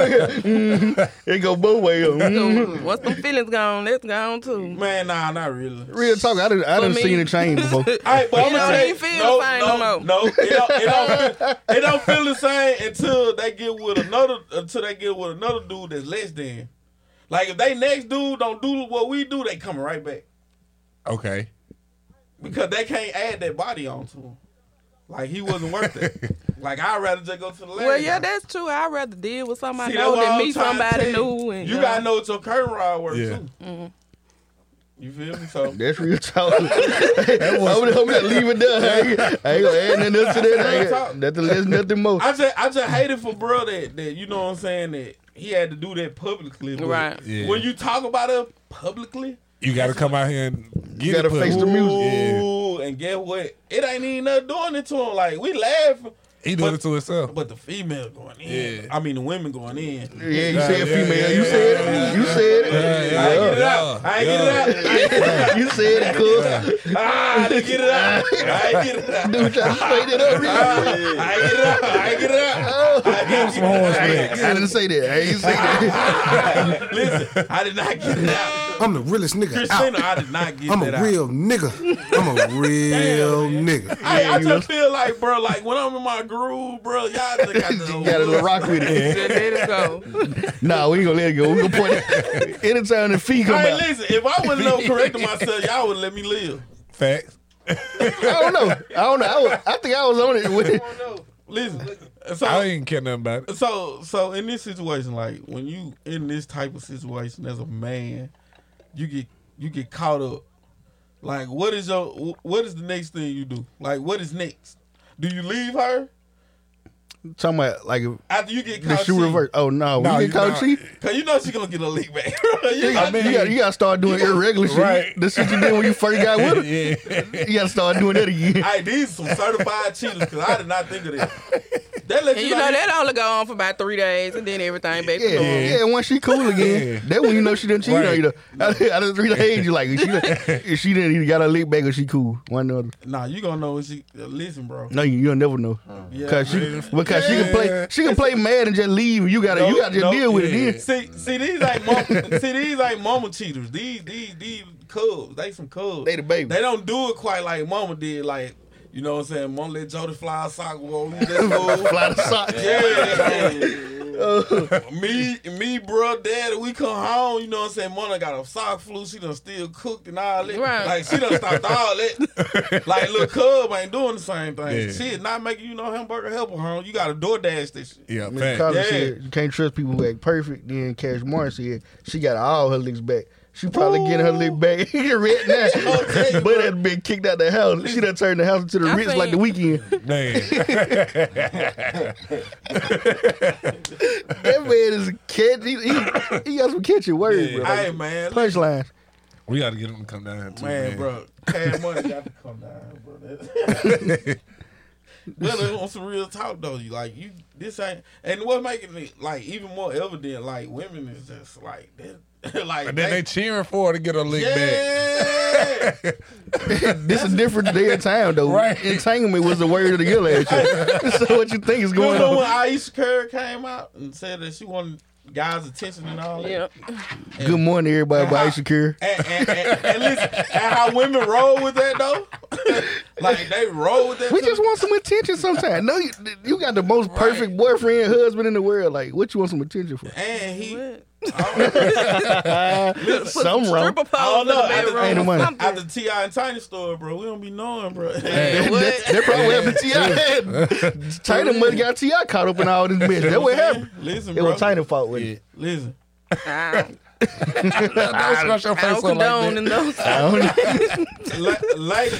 It go both ways. Mm. So once them feelings gone, that's gone too. Man, nah, not really. Real talk, I done, I For done me. seen it change before. All right, but I'm don't gonna tell you, even feel no, the same no, no more. no, it don't, it don't, feel, it don't feel the same until they get with another, until they get with another dude that's less than. Like if they next dude don't do what we do, they coming right back. Okay. because they can't add that body onto him. Like he wasn't worth it. like I'd rather just go to the last. Well, yeah, guy. that's true. I'd rather deal with somebody See, I that's know what than I'm meet trying to somebody tell you. new. And, Mm-hmm. You gotta know what your current rod worth Yeah. too. You feel me? So That's real talk. I'm gonna I'm gonna leave it there. I ain't, I ain't gonna add nothing else to that. I ain't, Real talk. nothing less, nothing more. I just I just hated for bro that, that you know what I'm saying that he had to do that publicly. but Right. Yeah. When you talk about it publicly, You got to come out here and get gotta it put- face the music. Yeah. ooh, and guess what? It ain't even nothing doing it to him. Like we laughing, He doing it to himself. but the female going in. Yeah. I mean the women going in. Yeah, you said yeah, female. yeah, you yeah, said it. You said it. I ain't get it out. I ain't get it out. I ain't get it out. You said it, cuz. Ah, I didn't get it out. I didn't get it out. Dude, trying to straight it up. Ah, Real I didn't get it out. I didn't get it out. quick. Give him some horns, I ain't- Oh. I didn't say that. I ain't say that. Listen, I did not get it out. I'm the realest nigga out. Christina, I did not get I'm that a real nigga. I'm a real nigga. out. I, I just feel like, bro, like when I'm in my groove, bro, y'all just got this You got a little rock with it. Just let it go. Nah, we ain't gonna let it go. We gonna point it. Anytime the feet come Hey, out. listen, if I wouldn't know correcting myself, y'all would let me live. Facts. I don't know. I don't know. I, was, I think I was on it with it. Listen, I so, didn't care nothing about it. so, so in this situation, like when you in this type of situation as a man, you get you get caught up. Like, what is your wh- what is the next thing you do? Like, what is next? Do you leave her Talking about like if after you get the caught? shoe cheating? reverse. Oh no, Nah, we you get caught not- cheating. Cause you know she gonna get a leak back. you, You gotta, you, gotta, you gotta start doing irregular shit. Right. The shit you did when you first got with her. Yeah. You gotta start doing that again. I these some certified cheaters. Cause I did not think of that. That let And you, you know know that only go on for about three days, and then everything back to Yeah, normal. yeah. Once she cool again, Yeah. that when you know she done cheated on Right. you. Though. Out of- Out of three days, you like if she done, if she done either got her lick back or she cool. One or the other. Nah, you gonna know when she uh, listen, bro. No, you, you'll never know. Yeah. Cause she because she can play Yeah. she can play mad and just leave. You gotta you Nope, gotta just nope, deal with yeah. it then. See, see these ain't mama, see these ain't mama cheaters. These these these cubs, they some cubs. They the baby. They don't do it quite like mama did. Like you know what I'm saying. Mama let Jody fly a sock while we just go. Fly the sock. Yeah. me, me, bro, daddy, we come home, you know what I'm saying? Mona got a sock flu, she done still cooked and all that. Right. Like, she done stopped all that. like, little cub ain't doing the same thing. Yeah. She is not making you no hamburger helper, home. You got to door dash this shit. Yeah. Miss Facts. Collins Yeah. said you can't trust people who act perfect. Then Cash Martin said she got all her licks back. She probably getting her lick back right now. but had been kicked out the house. She done turned the house into the I Ritz like the seen- weekend. Man. that man is a cat. He, he, he got some catchy words, bro. Like, Hey, man. look- punchlines. We got to get him to come down too, man. Man, bro, cash money got to come down, bro. That- Well, on some real talk though, you like you this ain't and what making it like even more evident, like women is just like that, like And then they cheering for her to get her lick back. yeah. This is different day and time, though. Right. Entanglement was the word of the year last year. so what you think is going Remember when on? Aisha Curry came out and said that she wanted guys' attention and all that? Yeah. Good morning, everybody. By Aisha Curry. And, and, and, and listen, and how women roll with that though? like they roll with that. We to just the- want some attention sometimes. No, you, you got the most perfect boyfriend, husband in the world. Like, what you want some attention for? and he What? Something wrong. Stripper I don't pole in know. the I bedroom. think- Ain't no or money. something. After Ti and Tiny story, bro, we don't be knowing, bro. Hey, That, that probably what happened to T.I. China must got T.I. caught up in all this mess. That what happened. Listen, It bro. was China fault with it. Listen, I don't- don't scratch your I face up like don't condone that. in those. I don't know. like, like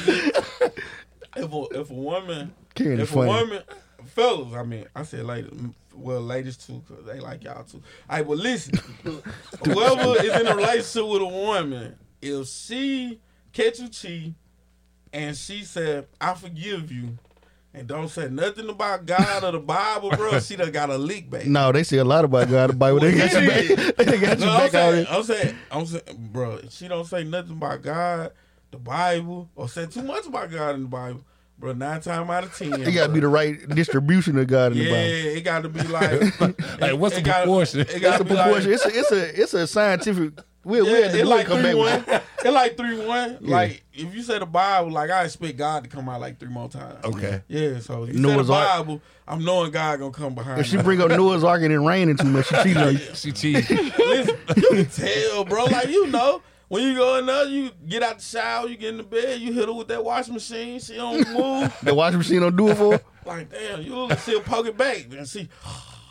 if a if a woman, Karen if a funny. woman, fellas, I mean, I said ladies, mm, well, ladies too, cause they like y'all too. All right, well, listen, whoever is in a relationship with a woman, if she catch you cheat, and she said, "I forgive you." And don't say nothing about God or the Bible, bro. She done got a leak back. No, they say a lot about God. About they got you back. They got you No, I'm back out saying, there. I'm saying, I'm saying, bro, she don't say nothing about God, the Bible, or say too much about God in the Bible, bro. Nine times out of ten, It got to be the right distribution of God in yeah, the Bible. it got to be like, Like, what's the it gotta- proportion? It It's got a to be like, proportion. it's a it's a it's a scientific. We we yeah, had to it do it like come three back one, with. it like three one. Like if you say the Bible, like I expect God to come out like three more times. Okay. yeah. So if you say Noah's the Ark. Bible, I'm knowing God gonna come behind. If she me. bring up Noah's Ark and it raining too much, she cheated on you. She cheated. Listen, you can tell, bro. Like you know, when you go in there, you get out the shower, you get in the bed, you hit her with that washing machine. She don't move. The washing machine don't do it for her. like damn, you look she'll poke it back and she.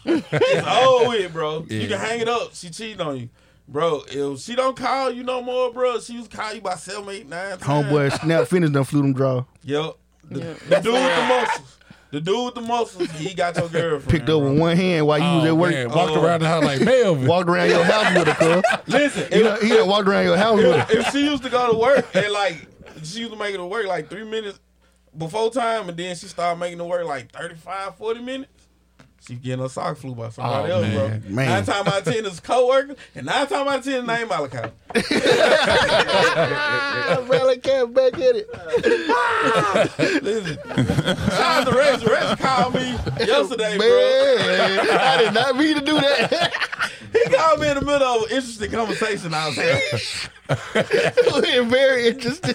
it's all with, bro. You can hang it up. She cheating on you, bro. If she don't call you no more, bro, she was call you by seven, eight, nine. times. Homeboy, snap, finish done flew them draw. Yep. The, the dude with the muscles. The dude with the muscles. He got your girlfriend. Picked up bro. with one hand while you was Oh, at work. man, Walked Oh. around the house like Melvin. Walked around your house with her, cuz. Listen, He done, he done walked around your house with her. if she used to go to work and like she used to make it to work like three minutes before time and then she started making it work like 35, 40 minutes. She getting her sock flew by somebody Oh, else, man. bro. Man. Nine times out of ten is coworker, and nine times out of ten name Malachi. Rally came back at it. Listen, shout out to Rex. Rex called me yesterday, bro. Man, I did not mean to do that. He called me in the middle of an interesting conversation. I was like, We're very interesting.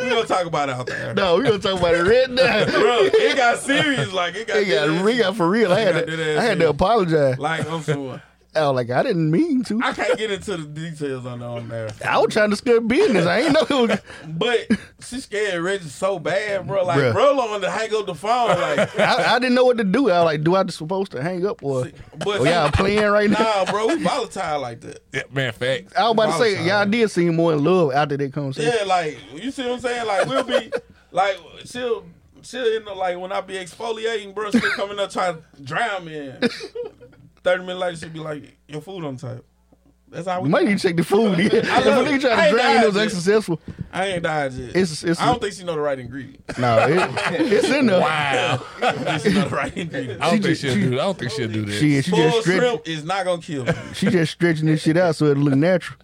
we gonna talk about it out there, No, we gonna talk about it right now. bro. It got serious, like it got, It got, serious. it got for real. I had You got to, that I had shit. to apologize. Like I'm sure. I was like, I didn't mean to. I can't get into the details on on there. I was trying to discuss business. I ain't know. It was, But she scared Reggie so bad, bro. Like, Bruh. bro, on to hang up the phone. Like, I, I didn't know what to do. I was like, do I just supposed to hang up or? but Oh, y'all playing right now? nah, bro, we volatile like that. Yeah, man, facts. I was about to say, Volatile. y'all did seem more in love after that conversation. Yeah, like you see what I'm saying? Like we'll be like she'll she'll end up like when I be exfoliating, bro, she'll coming up trying to drown me in. Thirty minutes later she'll be like, Your food on type. That's how we You might need to check the food. Yeah. If a love nigga it. try I to ain't drain dying, those dude. unsuccessful, I ain't died yet. It's- it's- I don't think she know the right ingredient. no, it, it's in there. Wow. I I don't think she know the right ingredient. don't She think just- she'll she- do that. I don't think she'll do that. She, she Full just shrimp stretch, is not gonna kill me. she just stretching this shit out so it look natural.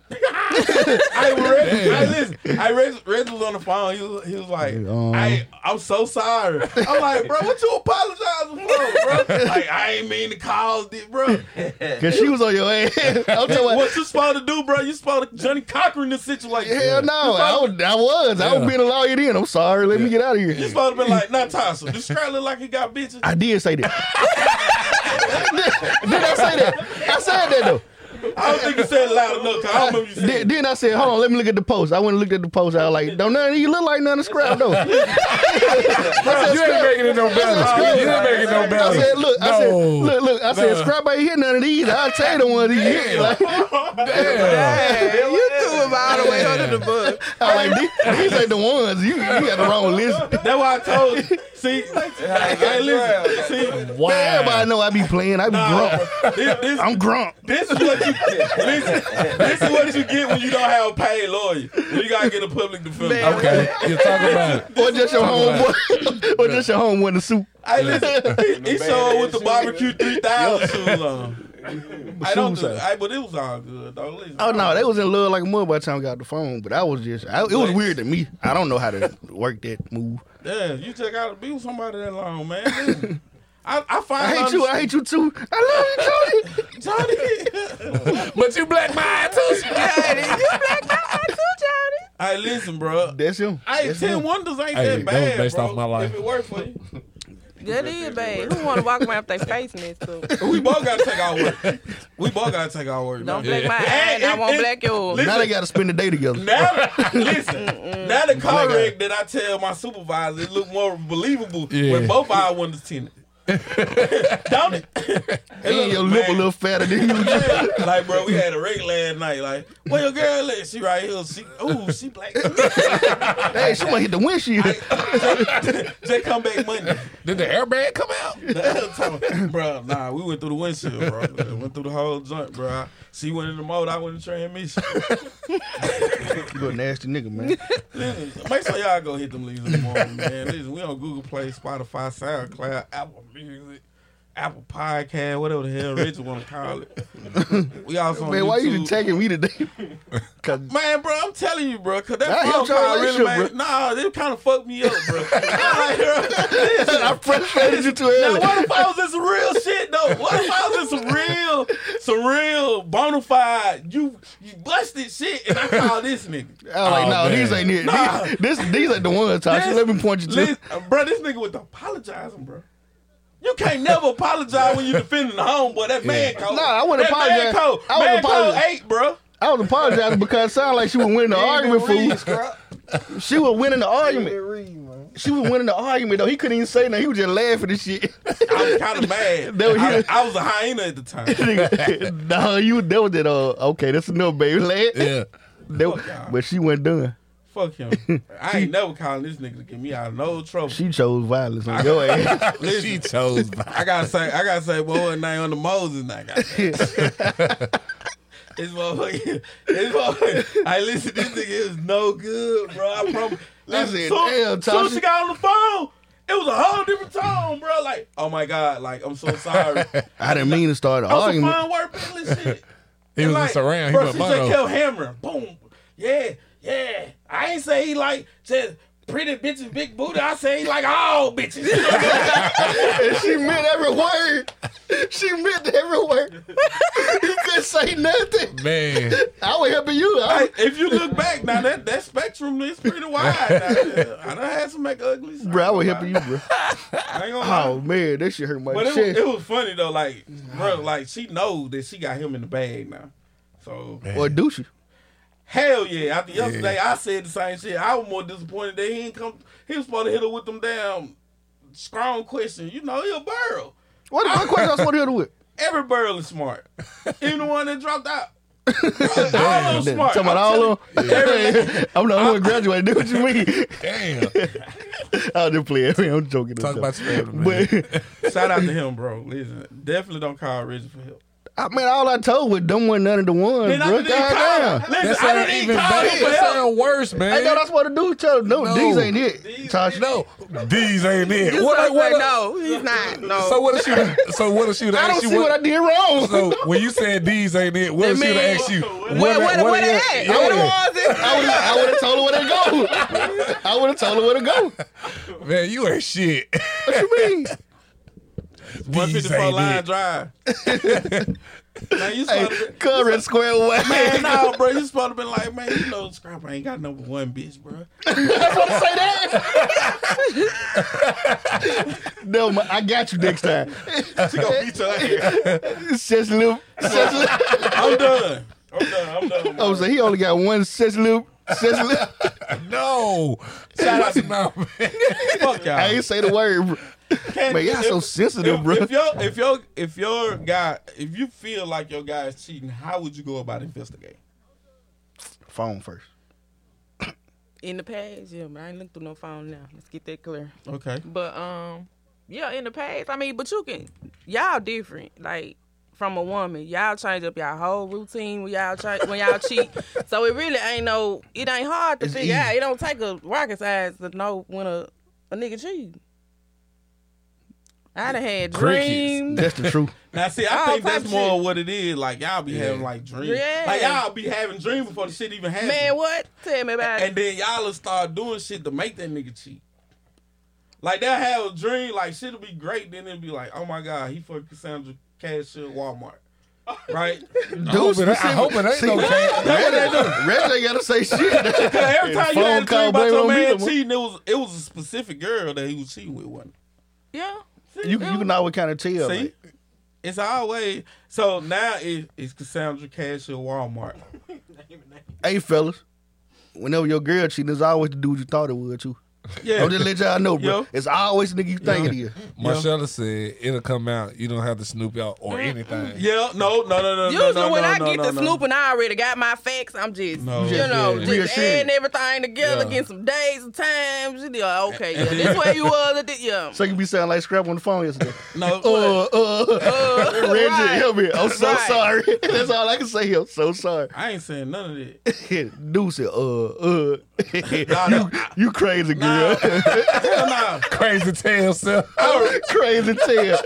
I read, I listen. I read, Reg was on the phone. He was, he was like, Um. I, I'm so sorry. I'm like, bro, what you apologizing for, bro? Like, I ain't mean to cause this, bro. Cause she was on your ass. I'm talking about, What you supposed to do, bro? You supposed to Johnny Cochran this situation. hell no, I was, I was, I Yeah. was being a lawyer then. I'm sorry, let me get out of You here. supposed to be like, not Tasha. This girl look like he got bitches. I did say that. did, did I say that? I said that though. I don't think you said it loud enough. 'cause I don't remember you saying. Then, then I said, hold on, let me look at the post. I went and looked at the post. I was like, don't none of you look like none of scrap though. you ain't making it no better. You ain't making it no I better. said, look, I said, No. look, look. I said, No. scrap ain't hit none of these. I'll tell you the one of these. hit. Like, Damn. Hey, you threw him all the way under the bus. I was like, these, these ain't the ones. You, you got the wrong list. That's why I told you. See, hey, listen. See, Wow. Everybody know I be playing. I be nah, drunk. bro. this, this, I'm drunk. This is what you listen, this is what you get when you don't have a paid lawyer. You gotta get a public defender. Okay. You're talking about it. Or just your homeboy. or just your homeboy in the suit. Hey, listen, he, he showed up with the barbecue three thousand shoes on. I don't, do, Shoes out. I, but it was all good though. Listen, Oh no, they was in love like a mother by the time we got the phone. But I was just, I, it was weird to me. I don't know how to work that move. yeah, you just gotta be with somebody that long, man. Listen, I, I I find hate you. I hate you too. I love you, Tony. Johnny. But you black mind too. Hey, listen, bro. That's him. Hey, That's ten him. wonders ain't Hey, that that was bad, based bro. off my life. If it worked for you, That is bad. Who want to walk around with their face messed up? We both gotta take our work. We both gotta take our work. Don't man. black my eye and I won't black yours. Now they got to spend the day together. Now, listen. Now the car wreck that I tell my supervisor it look more believable Yeah. when both our windows tinted. Don't it? It and look- your lip a man. little fatter than you. Yeah. like bro, we had a wreck last night. Like, where your girl at? She right here. She, ooh, she black. hey, someone hit the windshield. Just come back Monday. Did the airbag come out? The other time, bro, nah, we went through the windshield, bro. went through the whole joint, bro. I- She went in the motor, I went in the transmission. you a nasty nigga, man. Listen, make sure y'all go hit them leaves in the morning, man. Listen, we on Google Play, Spotify, SoundCloud, Apple Music, Apple Podcast, whatever the hell Richard want to call it. We also on Man, why you YouTube. attacking me today? Cause Man, bro, I'm telling you, bro, cause that That helps phone your call really, relationship, made, nah, it kind of fucked me up, bro. Nah, bro. I frustrated you too Now, early. what if I was in some real shit though? What if I was in some real, some real bona fide you you busted shit and I call this nigga? I was like, no, Oh, man. these ain't it. Nah. These, this, these ain't the ones, Tasha. This- Let me point you to. Listen, bro, this nigga was apologizing, bro. You can't never apologize when you defending the homeboy. That man code. Nah, I wouldn't that Man apologize. code. I man wouldn't code apologize. eight, bro. I was apologizing because it sounded like she was winning the argument. Fool. She was winning the argument. She was winning the argument though. He couldn't even say nothing. He was just laughing and shit. I was kind of mad. That was I, you. I was a hyena at the time. Nigga, no, you that was that. Uh, okay, that's enough, baby. Lad. Yeah. That, but she wasn't done. Fuck him. I ain't never calling this nigga to get me out of no trouble. She chose violence on your ass. She chose. violence. I gotta say, I gotta say, boy, night on the Moses night. Goddamn. this motherfucker, this motherfucker. I listen, this nigga is no good, bro. I promise. Listen, said, soon, "Damn, soon as Tasha." she got on the phone, it was a whole different tone, bro. Like, oh my god, like I'm so sorry. I didn't mean to start an I was a argument. fine word business shit. He And was like, just around. He Bro, was she just mono. kept hammering. Boom. Yeah, yeah. I ain't say he like just pretty bitches, big booty. I say he like all bitches. And she meant every word. She meant every word. you couldn't say nothing. Man, I was helping you. I, Hey, if you look back now, that, that spectrum is pretty wide. Now. I done had some make ugly. songs. bro, I was helping you, bro. I ain't gonna lie. Oh man, that shit hurt my but it, was- chest. it was funny though. Like, bro, like she knows that she got him in the bag now. So or douchey. hell yeah. After yesterday, I said the same shit. I was more disappointed that he didn't come. He was supposed to hit her with them damn strong questions. You know, he a burl. What the fuck question I was supposed to hit her with? Every burl is smart. Even the one that dropped out. Bro, all of them smart. Talking about I'm all of them. telling you, I'm the only one graduated. Do what you mean? damn. I'll just play it. I'm joking. Talk about your family, man. But every- Shout out to him, bro. Listen, definitely don't call Reggie for help. I mean, all I told was them wasn't none of the ones, Then I bro. didn't even call him. Goddamn. Listen, That I sound didn't even even call him better. for That help. sound worse, Ain't that man. what I'm supposed to do? Tell them, no, No. these ain't it. These Tasha. No, these ain't it. You What, supposed what, to say, what, no, he's not. No. So what if she? would- So what if she? would I ask don't you see what I did wrong. So when you said these ain't it, what if she would mean- ask you? what, what, what, what, if- at? yeah. What was it? I would I would have told her where to go. I would have told her where to go. Man, you ain't shit. What you mean? These 154 ain't line it. drive. now you Hey, supposed to current square away. Man, no, bro, you supposed to be like, man, you know, Scrapper ain't got number one bitch, bro. say that. no, ma- I got you next time. She gonna beat your ass. Sex loop. Sex loop. I'm done. I'm done. I'm done. Oh, so he only got one sex loop. Sex loop. No, shout out to my man. Fuck y'all. I ain't say the word. Bro. Can't- Man, y'all if- so sensitive, if, bro. If your if your if your guy if you feel like your guy is cheating, how would you go about investigating? Phone first. In the past, yeah, but I ain't looked through no phone now. Let's get that clear. Okay. But um, yeah, in the past, I mean, but you can, y'all different. Like from a woman, y'all change up y'all whole routine when y'all try, when y'all cheat. So it really ain't no, it ain't hard to It's figure out. easy. It don't take a rocket science to know when a a nigga cheat. I done had Crickets. dreams. That's the truth. Now see, I All think type that's of more shit. what it is. Like y'all be having like dreams. Yeah. Like y'all be having dreams before the shit even happens. Man, what? Tell me about And it. then y'all will start doing shit to make that nigga cheat. Like they'll have a dream, like shit'll be great, then it'll be like, oh my god, he fucked Cassandra Cashier at Walmart. Right? Dude, hope it ain't- I hope it ain't no cat. That's what they do. Reg ain't gotta say shit. Cause every time you Phone had a call, dream about blame your on me man the mo- cheating, it was it was a specific girl that he was cheating with, wasn't it? Yeah. You you can always kind of tell. See, like, it's always so. Now it, it's Cassandra Cash at Walmart. hey fellas, whenever your girl cheating, it's always the dude you thought it would too. Yeah, I'm just let y'all know, bro. Yo. It's always the nigga you think it is. Marcella said it'll come out. You don't have to snoop out or anything. yeah. No, no, no, no. no, Usually no, when no, I no, get no, to no. snooping, I already got my facts. I'm just, No. you Yeah, know, yeah. just Reassuring. adding everything together, Yeah. getting some days and times. You know, okay, yeah, this way you was. at the- Yeah. So you be sounding like Scrap on the phone yesterday. No, uh, uh, Reggie, right. help me. I'm so Right. sorry. That's all I can say. I'm so sorry. I ain't saying none of that. Dude said, uh, uh. Nah, nah. you, you crazy girl. Hell no. Crazy tail sir. crazy tail.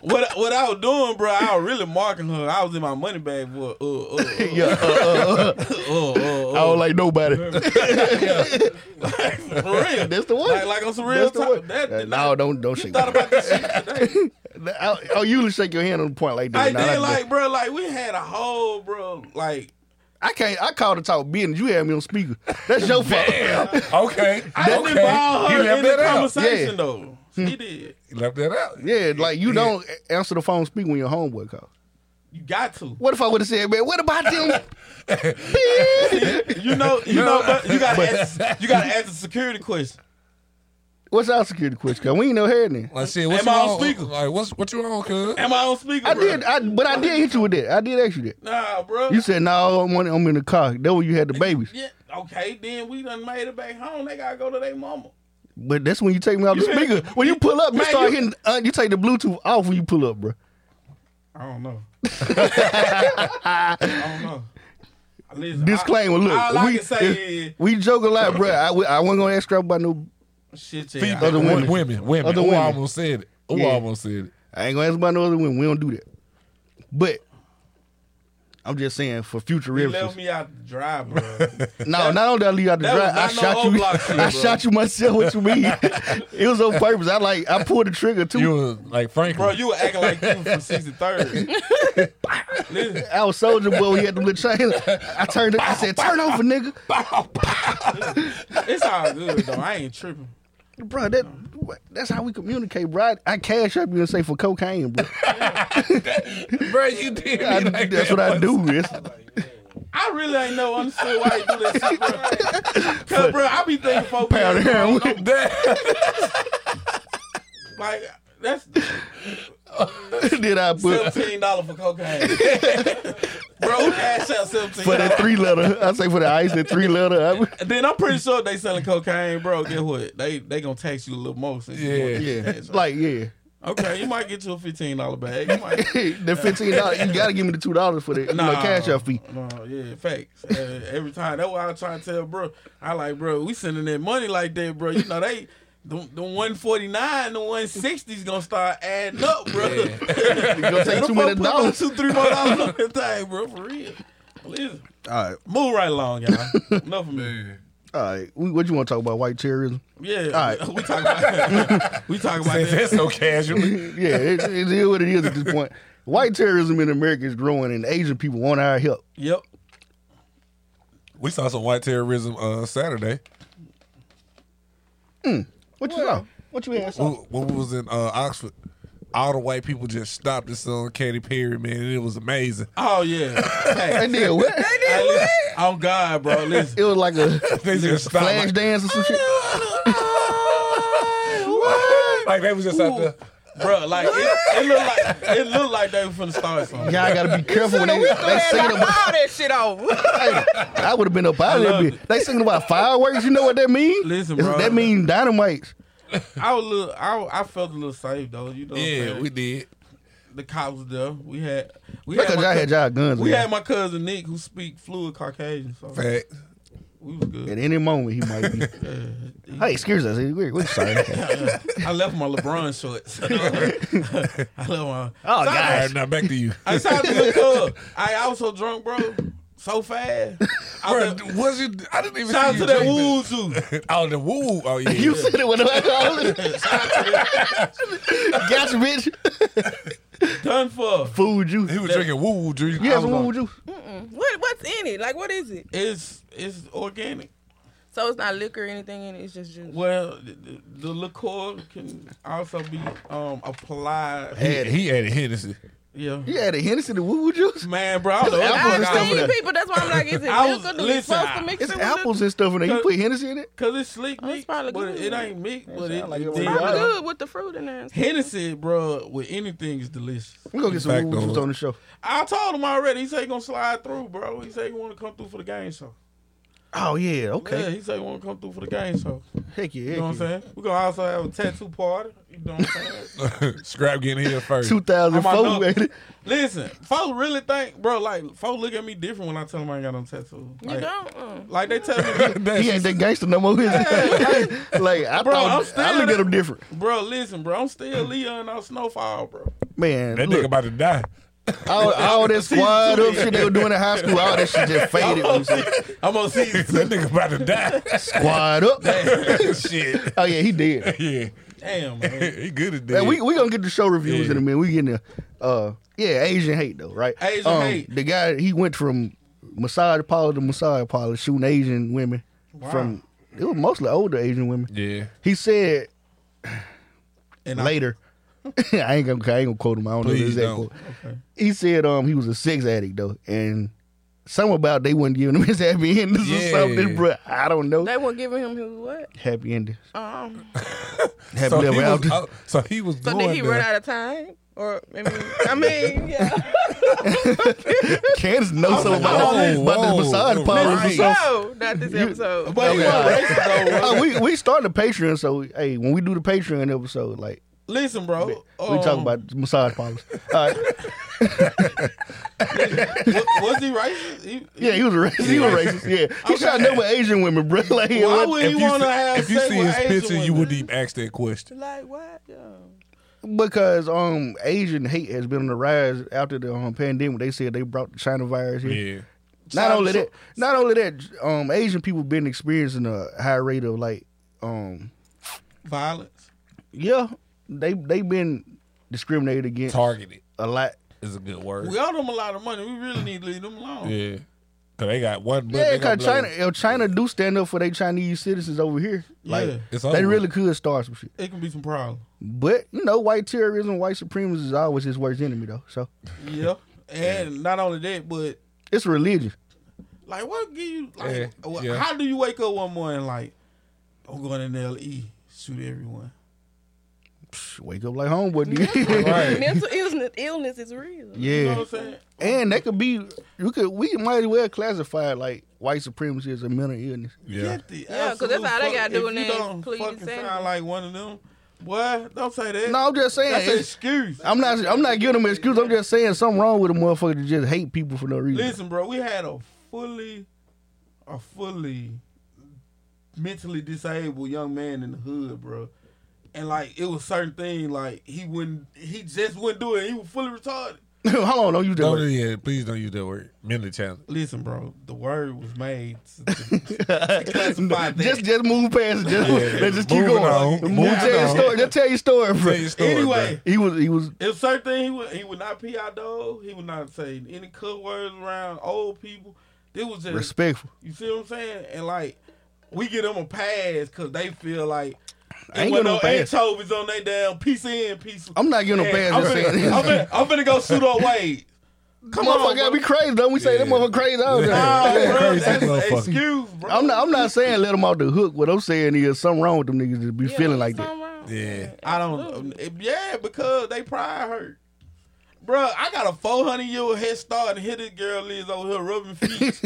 What what I was doing, bro? I was really marking her. I was in my money bag for uh uh uh, yeah, uh, uh, uh, uh, uh. I uh, don't like nobody. for real. That's the one. Like, like on some real That's the talk. one. That, that, no, don't don't you shake. thought my about this shit today. hand. I, I'll usually shake your hand on the point like that. I Nah, did, I- like, bro, like we had a whole, bro, like I can't. I called to talk business. You had me on speaker. That's your fault. Okay. I didn't okay. involve you her left in the that out. conversation Yeah. Hmm. though. She did. You left that out. Yeah, like you don't answer the phone speak when your homeboy calls. You got to. What if I would have said, man, what about them? You know, you know, but you gotta ask, you gotta ask the security question. What's our security question? Cause we ain't no hair then. Like shit, what's Am I on wrong? speaker? Like what's what you on, cuz? Am I on speaker? I bro? did, I, but I did hit you with that. I did ask you that. Nah, bro. You said, no, I'm, on, I'm in the car. That when you had the babies. yeah. Okay, then we done made it back home. They gotta go to their mama. But that's when you take me off the You hit- speaker. When you pull up, you Man, start you- hitting, uh, you take the Bluetooth off when you pull up, bro. I don't know. I don't know. Listen, Disclaimer, I, look. all I we, can say is we joke a lot, bro. I, I wasn't going to ask you about no, shit. Fe- Yeah, I- Other women. women, women. Other Ooh, women. I almost said it. Ooh, Yeah. I almost said it. I ain't going to ask about no other women. We don't do that. But I'm just saying for future he references. left me out to dry, bro. No, not only did I leave out the that was drive, I not no shot old you. block shit, I bro. shot you myself. What you mean? it was on purpose. I like I pulled the trigger too. You were like Frank. Bro, you were acting like you were from 63rd. Listen, I was soldier boy. We had the little chain. I turned. it- I said, "Turn over, nigga." it's all good, though. I ain't tripping. Bro, that that's how we communicate, bro. I, I cash up you and say for cocaine, bro. bro, you did. me I- like that's that what I once. do. It's, I really ain't no understood why you do that shit, bro. Cause, bro, I be thinking folk Pound be of heroin. like, That- like that's then I put seventeen dollar for cocaine, bro. Who cash out seventeen? for that three letter. I say for the ice, that three letter. I, then I'm pretty sure they selling cocaine, bro. Guess what? They they gonna tax you a little more. Since you Yeah. want to yeah, cash out. like yeah. okay, you might get you a fifteen dollar bag. You might, the fifteen dollars. You gotta give me the two dollars for the you know, Nah. cash out fee. No, yeah, facts. Uh, every time. That's why I try to tell bro. I like, bro, we sending that money like that, bro. You know, they the, the 149, the 160 is gonna start adding up, bro. You gonna take too many dollars. Two, three more dollars on that thing, bro, for real. Listen, All right, move right along, y'all. Enough of me. all right. We- What you want to talk about? White terrorism. Yeah, right. we talking about we talking about Since that's that. so casual. yeah, it, it is what it is at this point. White terrorism in America is growing, and Asian people want our help. Yep. We saw some white terrorism uh, Saturday What you saw? What you had when, saw? when we was in uh, Oxford. All the white people just stopped and sung Katy Perry, man, and it was amazing. Oh yeah. Facts. They did what? Hey, listen, oh God, bro. Listen. It was like a They just stopped. flash Like, dance or some shit. like, they was just out there. Bro, like it, it looked like it looked like they were finna start something. Y'all gotta be careful when they, they singing about. all that shit over. Hey, I would have been up out of love there. bitch. They singing about fireworks. You know what that means? Listen, It's- bro. That mean dynamite. I was a little, I, I felt a little safe though. You know, what I'm Yeah, saying? we did. the cops was there. We had we Because had, my y'all had cou- y'all guns. we with had y'all. my cousin Nick who speak fluid Caucasian, so Fact. we was good. At any moment he might be. hey, excuse us. We're, we're sorry. I left my LeBron shorts. I left my. Oh All right, gosh. now back to you. I tried to look up. I, I was so drunk, bro, so fast. I Bro, was- was you? I didn't even shout out see to you that drink woo zoo. Oh, the woo. Oh, yeah. You said it with a Gotcha, bitch. Done for. Fooled you. he was drinking woo woo juice. You had I was some like, wood juice? What, what's in it? Like, what is it? It's it's organic. So it's not liquor or anything in it. It's just juice. Well, the, the liqueur can also be um applied. He, he added Hennessy. Yeah, You added Hennessy to woo woo juice. man, bro. I, don't That's know apple what stuff I'm in saying. I've seen that. people. That's why I'm like, is it I was- liquor? Do we listen, supposed to mix It's it with apples and stuff in there. You put Hennessy in it? Cause it's slick it's mixed, probably but good. it ain't mixed. But it, sound like it it did- The, Yeah. probably good with the fruit in there. and stuff. Hennessy, bro, with anything is delicious. We're gonna get some Back woo woo juice door. on the show. I told him already. He said he gonna slide through, bro. He said he want to come through for the game show. Oh yeah, Yeah, okay. he said he want to come through for the game show. Heck yeah. You know what I'm saying? We gonna also have a tattoo party. You know what I'm saying? Scrap getting here first. Two thousand I'm four, out. man. Listen, folks really think, bro. Like folks look at me different when I tell them I ain't got no tattoo. You Like, don't. Mm. like they tell me, He ain't that gangster no more, is he? like I Bro, I'm thought still I look at that- him different. bro. Listen, bro. I'm still Leon on Snowfall, bro. Man, That nigga look, about to die. all, all that squad up shit they were doing in high school, all that shit just faded. when you said I'm on season that nigga about to die. Squad up. Shit. Oh yeah, he did. Yeah. Damn, man. he good at Man, that. we we gonna get the show reviews Yeah. in a minute. We getting the uh yeah Asian hate though, right? Um, Asian hate. The guy he went from massage parlor to massage parlor shooting Asian women from it was mostly older Asian women. yeah. He said And later. I ain't gonna I ain't gonna quote him. I don't know the Please exact don't. quote. He said um he was a sex addict though, and something about they wasn't giving him his happy endings Yeah. or something, bro. I don't know. They weren't giving him his what? happy endings. Um, Happy So he, ever was, after. oh, so he was so going did he there. run out of time? Or I mean, I mean, yeah. Candace knows something about, Whoa, about whoa. this massage parlor. Right. So- No, not this episode. But he wasn't Okay. racist though, bro. Uh, we we started a Patreon, so hey, when we do the Patreon episode, like Listen, bro. we um, Oh. talk about massage parlors. All right. wa- was he racist? He, yeah, he was a racist. He was racist. Yeah, he shot number Asian women, bro. Like, he Why wasn't- would he If you want to see- have If you sex see with his Asian picture, you women? wouldn't even ask that question. like what? Yeah. because um Asian hate has been on the rise after the um, pandemic. They said they brought the China virus here. Yeah. Not China- only that, not only that, um Asian people been experiencing a high rate of like um Violence. yeah they they been discriminated against Targeted a lot. is a good word. We owe them a lot of money. We really need to leave them alone. Yeah. Cause they got one but Yeah, they gonna because blow- China, if China do stand up for their Chinese citizens over here, like Yeah. It's they over. really could start some shit. It can be some problem. But you know, white terrorism, white supremacy is always his worst enemy, though. So Yeah. And not only that, but it's a religion. like, what give you? Like, Yeah, wh- yeah. how do you wake up one morning like, I'm going in the LE, shoot everyone? Psh, wake up like homeboy, dude. Mental illness, illness is You know real. yeah. what I'm saying? And that could be you could we might as well classify like white supremacy as a mental illness. Yeah. Get the Yeah, 'cause that's how absolute they gotta do fuck- if it now, You don't please fucking send sound it. like one of them. Boy, don't say that. No, I'm just saying. that's an it's- excuse. I'm not. I'm not giving them an excuse. I'm just saying something wrong with a motherfucker to just hate people for no reason. Listen, bro, we had a fully, a fully mentally disabled young man in the hood, bro. And like it was certain thing, like he wouldn't, he just wouldn't do it. He was fully retarded. Hold on, don't use that. Don't, word. yeah, please don't use that word. Mentally challenged. Listen, bro, the word was made. To, to classify that. Just just move past it. Just, let's just keep Moving going. on. Just Moving tell your on. story. Just tell your story, bro. Tell your story, Anyway. bruh. He was he was If certain thing, he would he would not pee out dog. He would not say any cut words around old people. This was just respectful. You see what I'm saying? And like, we get them a pass because they feel like I ain't when gonna no pass. anchovies on they damn piece in piece. I'm not giving a Yeah, pass. Just I'm, saying finna, I'm, finna, I'm finna go shoot on Wade. Come on, motherfucker bro. gotta be crazy. Don't we say that Yeah. motherfucker crazy all the Nah, time? Yeah, bro, crazy that's an motherfucker. excuse, bro. I'm not. I'm not saying let them off the hook. What I'm saying is something wrong with them niggas to be Yeah, feeling like that. something wrong. Yeah. I don't. Yeah, because they pride hurt. Bro, I got a 400 year old head start, and here this girl is over here rubbing feet.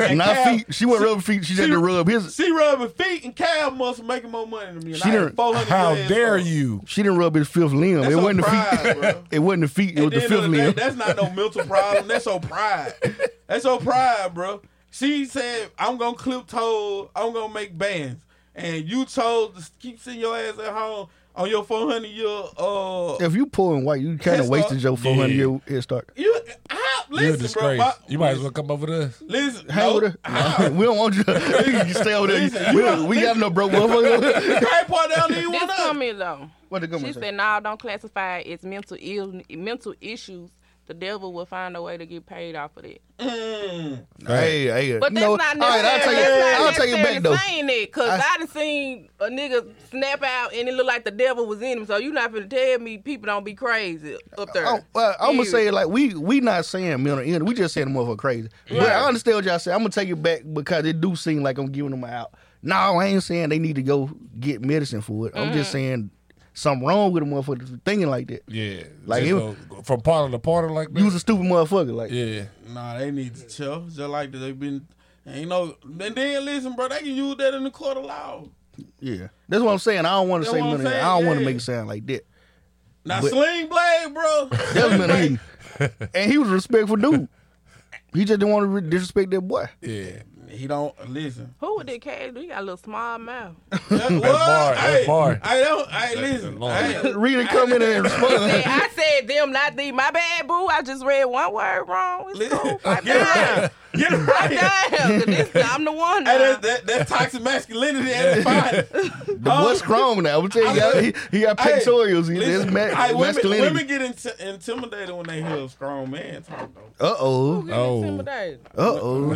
And Not Cal- feet. She wasn't rubbing feet. She had she- to rub his. She rubbing feet and calf muscle making more money than me. And She I had done- 400 How years dare old. you? She didn't rub his fifth limb. That's it her wasn't the pride, feet. bro. It wasn't the feet. It was At the the end of fifth the day, limb. That's not no mental problem. That's her pride. That's her pride, bro. She said, "I'm gonna clip toe. I'm gonna make bands." And you chose to keep sitting your ass at home on your 400 year. Uh, If you pulling white, you kind Head of wasted Start. your 400 Yeah. year head start. you how, You're a listen, bro. disgrace. My, you might as well come over to us. listen. Hang no, with her. how- we don't want you. you can stay over there. Listen, we you don't- don't- we got no broke motherfucker. Craig Pardell didn't This want us. coming though. what the She government say? said, "No, don't classify it as mental ill, mental issues the devil will find a way to get paid off of that. Mm, Hey, hey. But you that's know, not all right, I'll necessarily. take that's it. not I'll take it necessarily back though. Saying that, cause I, done seen a nigga snap out and it looked like the devil was in him. So you not finna tell me people don't be crazy up there. I'm, Oh, well, I'm gonna Period. uh, say it like we we not saying mental illness. We just saying the motherfucker crazy. But I understand what y'all say. I'm gonna take it back because it do seem like I'm giving them out. No, I ain't saying they need to go get medicine for it. I'm Mm. just saying something wrong with a motherfucker for thinking like that. Yeah, Like, like it it, was- from part of part of like You was that. a stupid motherfucker. Like Yeah, Nah, they need to chill. Just like they've been, ain't no. And then listen, bro, they can use that in the court of law. yeah, that's what I'm saying. I don't want to That's say what I'm mental. illness. saying, I don't want to yeah. make it sound like that. Now But- sling blade, bro. That was mental illness. and he was a respectful dude. He just didn't want to re- disrespect that boy. yeah. he don't listen. Who would that cash? He got a little small mouth. That's what? bar, that Hey, bar. I don't. I listen. long. Hey, Read and come in and respond. Hey, I said them, not thee. My bad, boo. I just read one word wrong. It's listen. cool. Get it right. Get it right. Hey, Damn, 'cause this, I'm the one. Now. that, that, that toxic masculinity at its finest. The Oh. boy's grown now. I'm telling you, he, he got pectorials. He, that's Listen, ma- hey, women, masculinity. women get inti- intimidated when they hear a strong man talk though. Uh oh. Oh, Uh oh.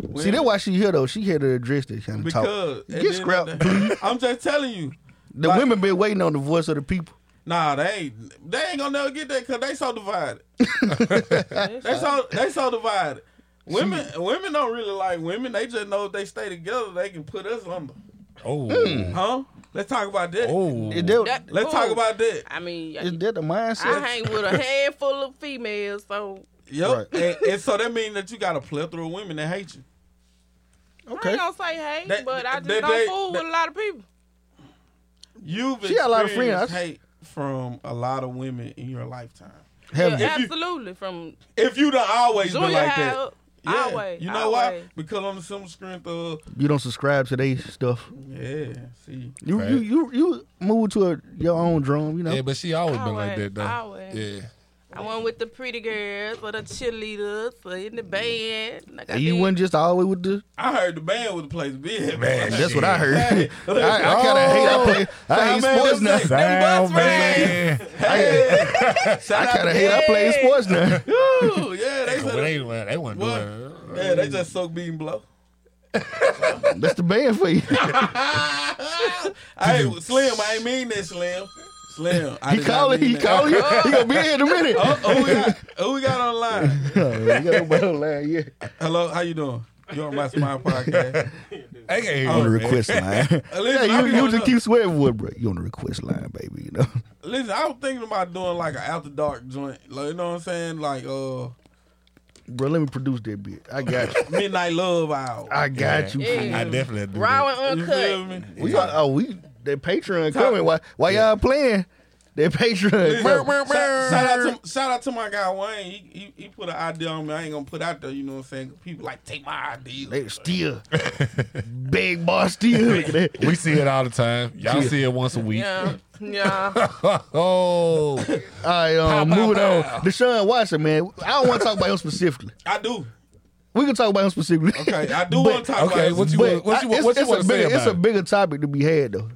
Women, See, that's why she here though. She here to address this kind of talk. because at the Get end of scrapped. the day- please. I'm just telling you. The like- women been waiting on the voice of the people. Nah, they ain't. They ain't gonna never get that because they so divided. they so they so divided. Women women don't really like women. They just know if they stay together, they can put us under. oh, Huh? Let's talk about that. oh. Is that, That- Let's ooh. talk about that. I mean, is that the I mindset? hang with a handful of females, so Yep. Right. And, and so that means that you got a plethora of women that hate you. I ain't gonna say hey, That- but I just that- don't that- fool with a lot of people. You've She got a lot of friends. experienced hate from a lot of women in your lifetime. Have Yeah, you- you- absolutely. From If you done always junior been like high that. up, Yeah. always. you know why? always. Because I'm the simple strength of you don't subscribe to they stuff. yeah. See, You you you you move to a, your own drum. You know. Yeah, but she always been like Always, that though. always. Yeah. I went with the pretty girls, or the cheerleaders, or in the band. Like I and you did. wasn't just always with the. I heard the band was the place to be. at, Man, That's what I heard. I, I kind of hate. I Oh. play. I hate Sound man, sports now. them say- Sound bus rides. man. I kind of hate. I play Hey. sports now. Ooh, yeah, they Well, said they, well, they wasn't What? doing it. yeah, they just suck beat and blow. That's the band for you. Hey, Slim, I ain't mean that, Slim. Slim, I He did not calling. mean He that. calling. you. He gonna be here in a minute. Oh, who we got? Who we got on the line? Oh, you got nobody on line yet. Hello, how you doing? You on my smile podcast? They can't hear on the you, man. request line. Uh, yeah, listen, I you, be you on just the- keep swearing wood, bro. You on the request line, baby. You know. Listen, I was thinking about doing like an after dark joint. Like, you know what I'm saying? Like uh, Bro, let me produce that bit. I got you. midnight love hour. I got you. Yeah. I definitely do. raw that. and You feel uncut. me? We got, oh we that Patreon coming. Why why y'all playing? That Patreon. coming. Shout, shout out to shout out to my guy Wayne. He, he he put an idea on me. I ain't gonna put out there. You know what I'm saying? People like take my idea. They still big boss still. We see it all the time. Y'all see it once a week. Yeah, yeah. All oh, right, um, moving on. Deshaun Watson, man. I don't want to talk about him specifically. I do. We can talk about him specifically. Okay, I do But- want to talk okay. about. What you But want- what you I- want- what it's, you it's, want to a say bigger, it's a about it? bigger topic to be had though.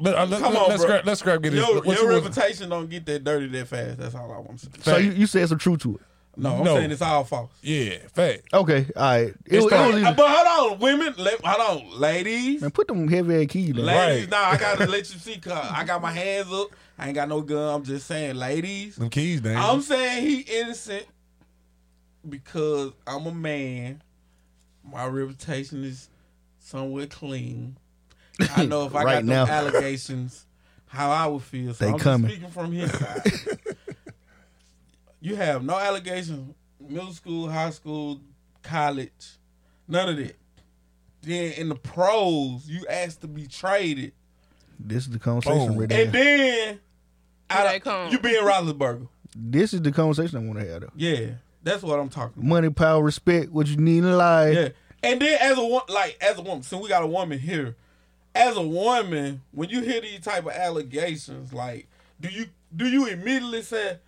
But, uh, let, Come on, let's bro. scrap. Let's scrap. Get this. Your, What you your want- reputation don't get that dirty that fast. That's all I want to say. So you, you said some truth to it. No, I'm No. saying it's all false. Yeah, fact. Okay, all right. It, It's was- it was fine. Uh, either- But hold on, women. Let, hold on, ladies. man, put them heavy ass keys. down. Ladies, Right. now I gotta let you see. Cause I got my hands up. I ain't got no gun. I'm just saying, ladies. Them keys, man. Mm-hmm. I'm saying he innocent because I'm a man. My reputation is somewhere clean. I know if I Right got now. no allegations, how I would feel. So They I'm coming. just speaking from his side. you have no allegations. Middle school, high school, college, none of that. Then in the pros, you asked to be traded, This is the conversation Boom. right and there. then Here out they come. of, you being Roethlisberger. This is the conversation I want to have though. Yeah, that's what I'm talking. about. Money, power, respect, what you need in life. Yeah. And then as a wo- like as a woman, since we got a woman here, as a woman, when you hear these type of allegations, like do you do you immediately say,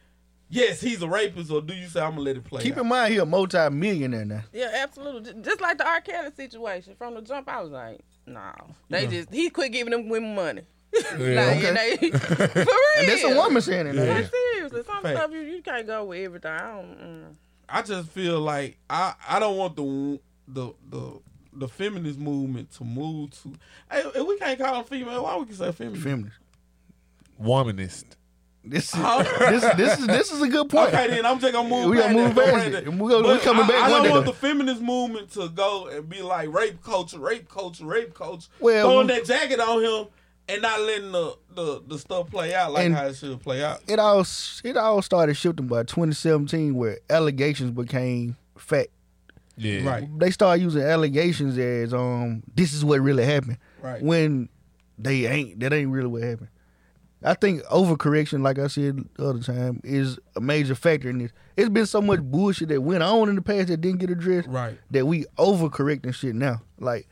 yes, he's a rapist, or do you say I'm gonna let it play? Keep out? in mind, he a multi-millionaire now. Yeah, absolutely. Ju- Just Mm. like the R. Kelly situation from the jump, I was like, no. They just he quit giving them women money. Like, Yeah. you know, for real. That's a woman saying it. now. Yeah. Seriously, some Fact. stuff you, you can't go with everything. I don't, mm. I just feel like I I don't want the the the the feminist movement to move to. Hey, if we can't call them female, why we can say feminist? Feminist. Womanist. This is, Oh. this, this is this is a good point. Okay, then I'm just gonna move. We gonna back move and go past right it. there. We gonna- we But coming I, back I one don't day, want though. the feminist movement to go and be like rape culture, rape culture, rape culture. Well, throwing we- that jacket on him and not letting the the, the stuff play out like And- how it should play out. It all it all started shifting by 2017, where allegations became fact. Yeah. Right. They started using allegations as um this is what really happened. Right. When they ain't that ain't really what happened. I think overcorrection, like I said the other time, is a major factor in this. It's been so much bullshit that went on in the past that didn't get addressed. Right. That we overcorrecting shit now. Like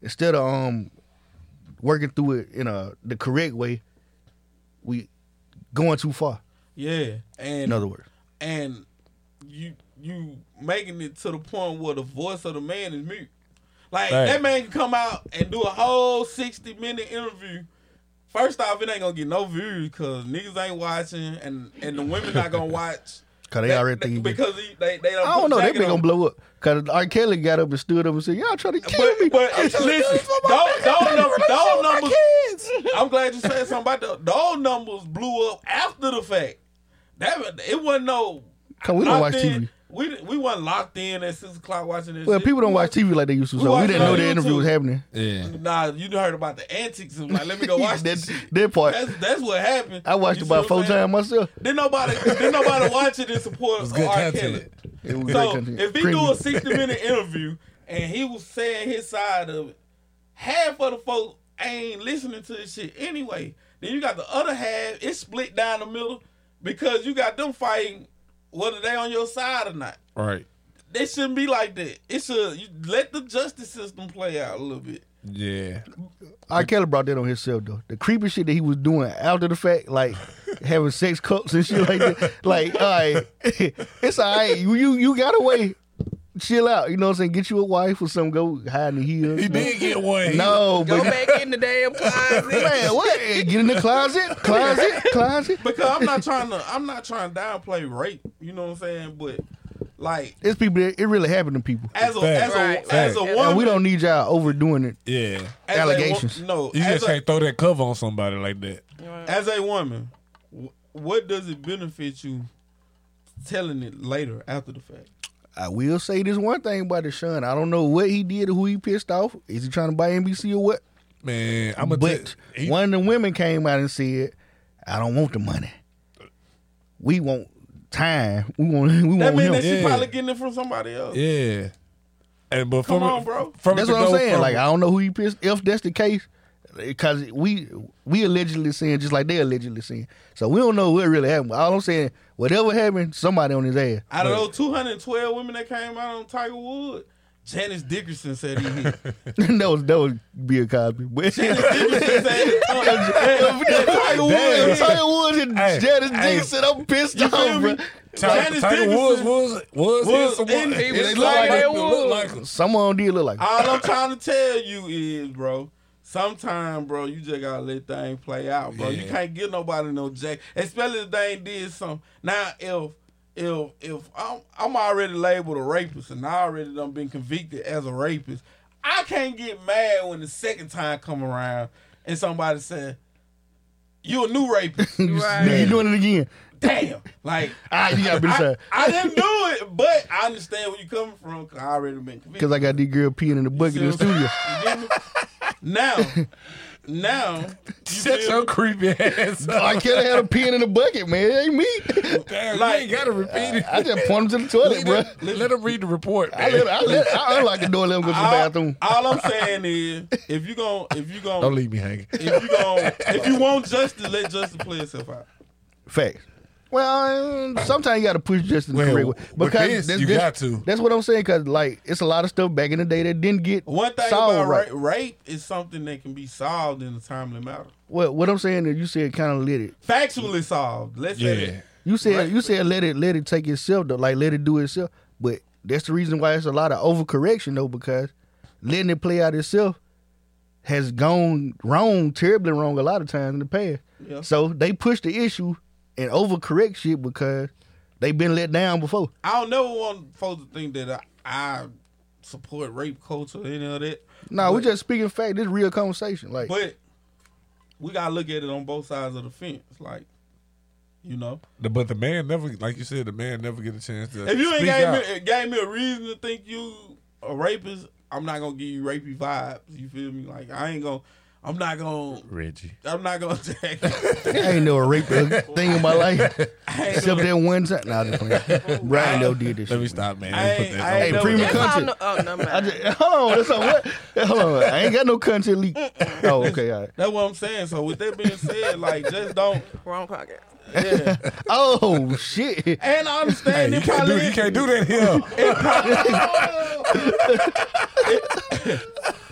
instead of um working through it in a the correct way, we going too far. Yeah, and In other words. and you you making it to the point where the voice of the man is mute. Like Right. that man can come out and do a whole sixty minute interview. First off, it ain't gonna get no views because niggas ain't watching, and and the women not gonna watch. Cause they That- already that- think he- because he, they they don't. I put don't the know. They jacket been on. gonna blow up. Cause R. Kelly got up and stood up and said, "Y'all trying to kill me." But, but I'm trying to do listen, this for my those, those, numbers, those numbers, kids. I'm glad you said something about those. Those numbers blew up after the fact. That it wasn't no. Cause we don't locked watch in- TV. We we wasn't locked in at six o'clock watching this. Well, shit. people don't watch TV like they used to, We so watch we it didn't know on the interview YouTube. was happening. Yeah. Nah, you done heard about the antics. And like, let me go watch that, this. shit. that part. That's that's what happened. I watched You see about what four I'm saying? times myself. Then nobody, then nobody watch it and support It's R. good Kelly. content. It was great So content. if he do Premium. a sixty minute interview and he was saying his side of it, half of the folk ain't listening to this shit anyway. Then you got the other half, it's split down the middle because you got them fighting whether they on your side or not. Right. They shouldn't be like that. It should you let the justice system play out a little bit. Yeah. R. Kelly brought that on himself though. The creepy shit that he was doing after the fact, like having sex cups and shit like that. Like, all right, it's all right. You you, you got away. Chill out. You know what I'm saying? Get you a wife or something. Go hide in the hills. He did get one. No, Go but back in the damn closet. man, what? Get in the closet, closet, closet. Because I'm not trying to I'm not trying to downplay rape, you know what I'm saying? But like It's people. That, it really happened to people, as a Fact. as a Right. as a Fact. woman and we don't need y'all overdoing it. Yeah. as a wo- allegations. no, You as just a- can't throw that cover on somebody like that. as a woman, wh- what does it benefit you telling it later after the fact? Oh, I will say this one thing about the Sean. I don't know what he did or who he pissed off. Is he trying to buy NBC or what? Man, I'm a but he- one of the women came out and said, "I don't want the money. We want time. We want. We That want means him." that she Yeah. probably getting it from somebody else. Yeah. And but Come from on, bro. From That's it to what I'm go saying. from- Like I don't know who he pissed. If that's the case, because we we allegedly saying just like they allegedly saying, so we don't know what really happened. All I'm saying, whatever happened, somebody on his ass. Out of those 212 women that came out on Tiger Wood, Janice Dickerson said he hit. that was that would be a copy. But Janice Dickerson said oh, that- that Tiger Damn. Woods. hit. Tiger Woods and Hey, Janice hey. Dickinson, I'm pissed off, feel me? bruh. Janice Oh, Tiger Tiger Woods Dickerson. was was was was someone. in- he It was looked like like they it looked was. like him. Someone did look like. All I'm trying to tell you is, bro. Sometimes, bro, you just gotta let things play out, bro. You Yeah. can't give nobody no jack, especially if they ain't did something. Now, if if if I'm I'm already labeled a rapist and I already done been convicted as a rapist, I can't get mad when the second time come around and somebody said, "You a new rapist." Nigga, you right. doing it again? Damn, like Ah, you gotta be I, the I didn't do it, but I understand where you coming from because I already been convicted. Because I got this girl peeing in the bucket in the studio. Now, now, you Shut feel- your creepy ass up. R. Kelly had a peeing in the bucket, man. It ain't me. Damn, like- you ain't gotta repeat it. I just point him to the toilet, Leave bro. it- Let him read the report. I, let, I, let, I unlock the door and let him go to the all, bathroom. all I'm saying is, if you gon' if you Don't gon' leave me hanging. if you gon' if you want justice, let justice play itself out. Facts. Well, um, sometimes you got to push justice the Well, correct way. with this, you got to. That's what I'm saying. Because like, it's a lot of stuff back in the day that didn't get One thing solved about right. ra- rape is something that can be solved in a timely manner, Well, what I'm saying is, you said kind of let it. factually solved. Let's say Yeah. that. You said Right. you said let it let it take itself though, like let it do itself. But that's the reason why it's a lot of overcorrection though, because letting it play out itself has gone wrong, terribly wrong, a lot of times in the past. Yeah. So they push the issue and overcorrect shit because they've been let down before. I don't never want folks to think that I, I support rape culture or any of that. No, we're But- just speaking fact. This real conversation. Like, But we gotta look at it on both sides of the fence. Like, you know, The- But the man never, like you said, the man never get a chance to. if you ain't speak gave out. me, gave me a reason to think you a rapist, I'm not gonna give you rapey vibes. You feel me? Like, I ain't gonna. I'm not gonna. Reggie. I'm not gonna take. I ain't never raped a thing in my life I ain't except gonna, that one time. Nah, just playing. Brian no did this. Let me Shit. stop, man. I Let me ain't- put I that ain't on. Hey, never- premium That's all. content. No, oh, no, I man. just, hold on, that's on what? Hold on, I ain't got no content leak. Oh, okay, all right. that's what I'm saying. So with that being said, like, just don't. Wrong pocket. Yeah. Oh shit! And I understand You it can't, probably. do, you can't do that here.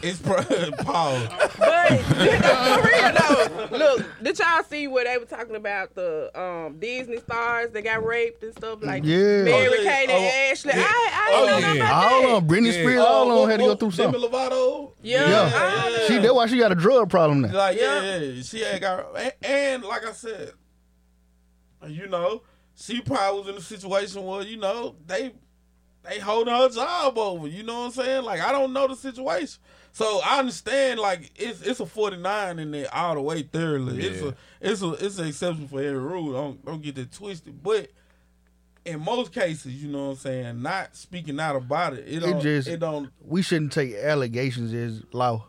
It's pro- Paul. But for real though, look, did y'all see where they were talking about the um, Disney stars that got raped and stuff like Yeah. Mary Oh, yeah. Kate and Oh, Ashley? I, Oh, I didn't know nothing yeah. about All that. on Britney Yeah. Spears, all Oh, on had to go what- through what- Demi something. Lovato. Yeah, Yeah. I didn't She know. that's why she got a drug problem now. Like yeah, yeah, yeah. she had got and, and like I said, you know, she probably was in a situation where you know they they holding her job over. You know what I'm saying? Like I don't know the situation, so I understand. Like it's it's a 49 in there all the way thoroughly. It's a it's a it's an exception for every rule. Don't don't get that twisted, but. In most cases, you know what I'm saying, not speaking out about it, it don't, it, just- don't, We shouldn't take allegations as law.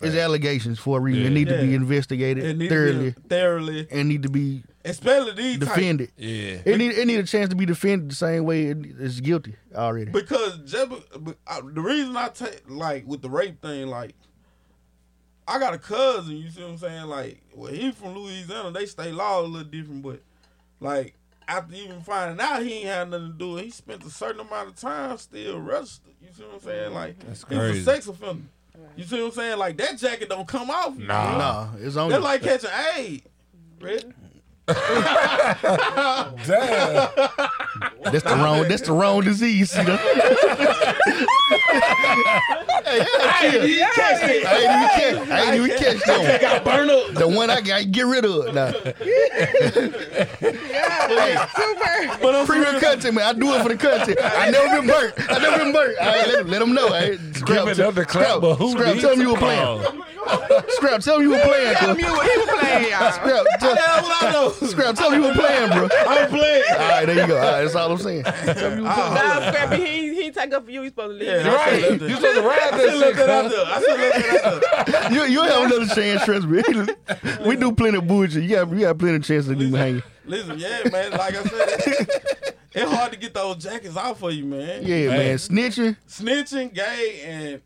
It's allegations for a reason. They need to be Yeah. it investigated need thoroughly to be thoroughly, and need to be especially these type defended. Yeah. It need it need a chance to be defended the same way it is guilty already. Because Jeb, but, uh, the reason I take like with the rape thing, like I got a cousin. You see what I'm saying? Like, well, he from Louisiana. They state law a little different, but like after even finding out he ain't had nothing to do, it, he spent a certain amount of time still registered. You see what I'm saying? Like, he was a crazy. sex offender. You see what I'm saying? Like that jacket don't come off. Nah, nah, it's on. That's you. like catching AIDS. Right? Damn. That's the wrong. That's the wrong disease. You know? hey, I ain't even catch it. I ain't even catch. I ain't even catch that one. Got burned up. The one I got, get rid of. Nah, But I'm premium content, man. I do it for the content. I never been burnt. I never been burnt. I ain't let, 'em- let them know. I ain't- Give it up the clap, Scrap, but who Scrap, needs tell 'em you a were playing. call? Scrap, tell me you were playing. Tell him cuz. you were- he was playing y'all. Scrap, tell, That's what I know. Scrap, tell me you were playing, bro. I'm playing. All right, there you go. All right, that's all I'm saying. Nah, Scrappy, he he take up for you. He supposed to leave. Yeah, you. I Right. said You let that- supposed to ride I said let that that out shit. there. I said let that out there. You you have another chance, trust me. we do plenty of bullshit. You got you got plenty of chances to leave me hanging. Listen, yeah, man. Like I said, it's hard to get those jackets off for you, man. Yeah, man. Snitching. Snitching, gay, and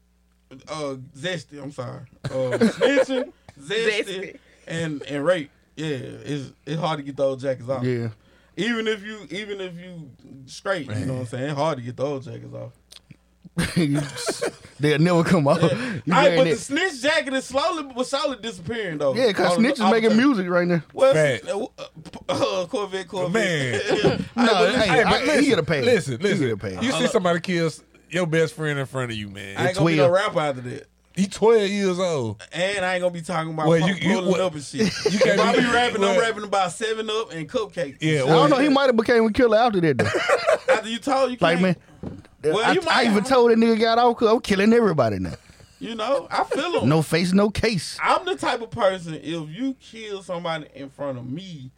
uh, zesty. I'm sorry. Uh, snitching, zesty, Zesty. and and rape. Yeah, it's it's hard to get those jackets off. Yeah. Even if you even if you straight, you know what I'm saying. It's hard to get those jackets off. They'll never come off. You All right, wearing but the that. snitch jacket is slowly but solidly disappearing though. yeah, cause On the- snitches on the making tape. music right now. Well, Fact. uh, uh, Corvette, Corvette. Man. All right, No, well, it ain't. listen, Hey, but I- he get a pass. Listen, He listen. get a pass. You see somebody kill your best friend in front of you, man. I ain't gonna be no 12. rapper after that. He 12 years old. And I ain't gonna be talking about Well, pu- you- you- pulling what- up and shit. you can't if I be- be rapping, well- I'm rapping about seven up and cupcakes. Yeah, I well- don't know. He might have became a killer after that though. after you told you Like can't, man, Well, I, you I might, even told that nigga got off. 'cause I'm killing everybody now. you know, I feel him. No face, no case. I'm the type of person if you kill somebody in front of me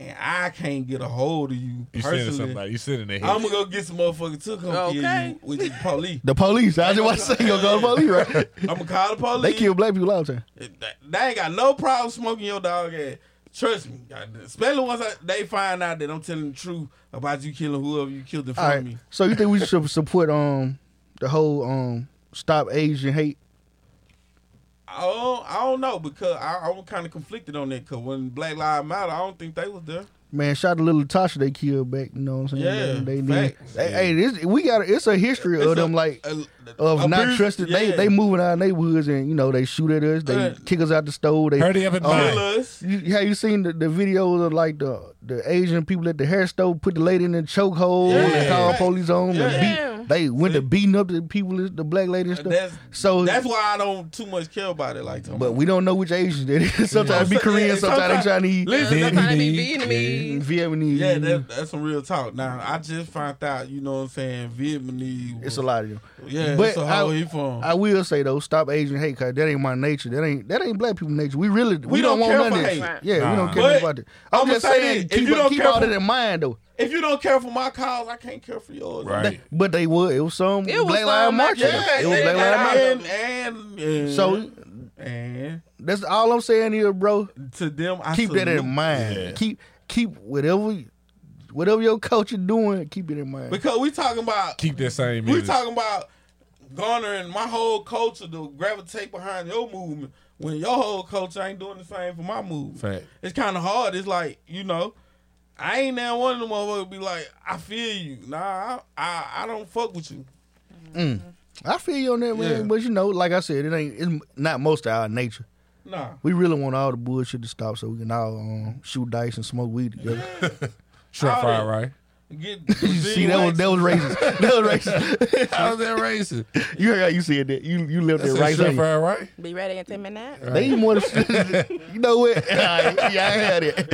and I can't get a hold of you You sending personally, somebody. You sitting there. I'm gonna go get some motherfucker to come kill Okay. you with the police. The police. I just want to say, yo, go to the police, right? I'm gonna call the police. They kill black people all the time. That- They ain't got no problem smoking your dog ass. Trust me, goddamn. especially once I, they find out that I'm telling the truth about you killing whoever you killed in All front of right. me. So you think we should support um the whole um stop Asian hate? Oh, I don't know because I, I was kind of conflicted on that. Cause when Black Lives Matter, I don't think they was there. Man, shout out to little Tasha they killed back. You know what I'm saying? Yeah, they, facts. Hey, hey, this, we got it's a history It's of them a- like a- of a not bruise- trusted. They yeah. they moving our neighborhoods and you know they shoot at us. They Uh, kick us out the store. They Hurry up and buy. kill us. You, have you seen the, the videos of like the the Asian people at the hair store put the lady in the chokehold and Yeah. call police on them Yeah. and beat? They went to beating up the people, the black lady and stuff. That's so that's why I don't too much care about it like that. But we don't know which Asians that is. Sometimes it be Yeah, Korean, sometimes- sometimes, they Chinese, Listen, Vietnamese. sometimes they be Vietnamese. Vietnamese. yeah, that, that's some real talk. Now I just found out, you know what I'm saying? Vietnamese. it's a lot of them. Yeah, But so how I- he from? I will say though, stop Asian hate, cause that ain't my nature. That ain't that ain't black people nature. We really we, don't don't, care want for none of this. hate. Yeah, we don't care But about it. I'm, I'ma just say saying, this, if keep, you don't keep care all for- that in mind though. if you don't care for my cause, I can't care for yours. Right. But they would. It was some It was Black Lives some Matter. Black Yeah, it was and, Black Lives Matter. and, and, and- So and that's all I'm saying here, bro. to them, I keep that salute. in mind. Yeah. Keep keep whatever whatever your culture doing, keep it in mind. because we talking about Keep that same we energy. talking about garnering my whole culture to gravitate behind your movement when your whole culture ain't doing the same for my movement. Fact. It's kind of hard. It's like you know, I ain't now one of them motherfuckers be like, I feel you. Nah, I I, I don't fuck with you. I feel you on that, man. Yeah. But you know, like I said, it ain't it's not most of our nature. Nah. We really want all the bullshit to stop so we can all um, shoot dice and smoke weed together. Shrimp all fried that- rice. Get See, that was that was racist. that was racist. How's that racist? you heard how you said that. You you left That's it a right shrimp there. fried rice. Be ready in 10 minutes. They even want to. you know what? All right, yeah, I had it.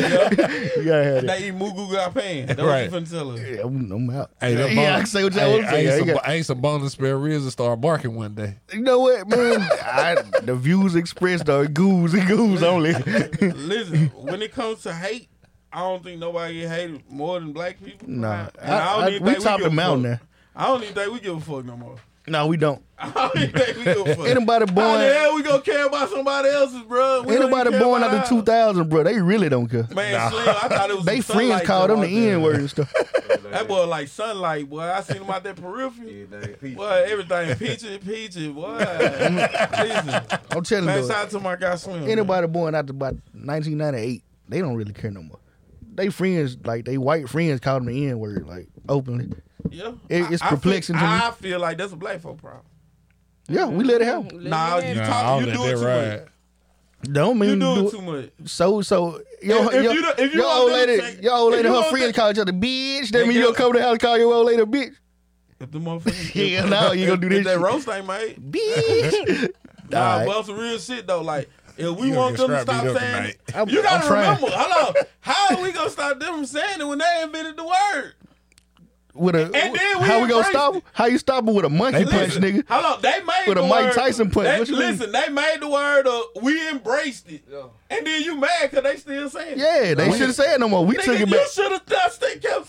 Yeah, I had it. They eat mugu got pan. That's Right. what you finna tell us. Yeah, I'm, I'm out. Hey, that yeah, bone- I can say what y'all hey, want to I say. ate I ain't some- got- I ate some boneless spare ribs and started barking one day. You know what, man? I, the views expressed are goos and goos only. Listen, when it comes to hate, I don't think nobody get hated more than black people. Nah. And I, don't I- I- even we think topped give a them out fuck. now. I don't even think we give a fuck no more. no, we don't. I don't even think Oh, we give a fuck. Anybody How the born, hell we gonna care about somebody else's, bro? Oh, We don't even anybody care born about after ours. two thousand, bro, they really don't care. Man, Slim, I thought it was They some friends sunlight called them though the out there. N word and stuff. That boy like sunlight, boy. I seen him out there periphery. Boy, everything peachy, peachy, boy. Listen, I'm telling man, you, shout though, out to my guy Slim. man. anybody born after about 1998, they don't really care no more. They friends, like they white friends, called them the N word, like openly. yeah, It- it's I- I perplexing feel- to me. I feel like that's a black folk problem. Yeah, we let it happen. Nah, you Nah, talk, I'll you let do that it too much. ride. Don't mean You do do it. it too much. So so your If- if your, you don't- if you your don't old do lady, it, your old if lady, you and her don't friends do- call each other bitch. That They mean you do- don't come to the house and call your old lady a bitch. If the motherfucker, Yeah, no, you gonna do if this. that shit. roast ain't made. bitch. Nah, Alright. but on some real shit though. Like if we You gonna want get them to strapped stop beat up saying, it, tonight. you I'm- I'm gotta trying. remember. Hold on, how are we gonna stop them from saying it when they invented the word? with a then we how we gonna embraced stop? it. How you stop her with a monkey They punch, listen. nigga? Hold on, they made With the a Mike word- Tyson punch, They, what you mean? listen, they made the word. Uh, we embraced it, and then you mad because they still saying, it. Yeah, they should have said no more. We took Nigga, it you back. should have kept.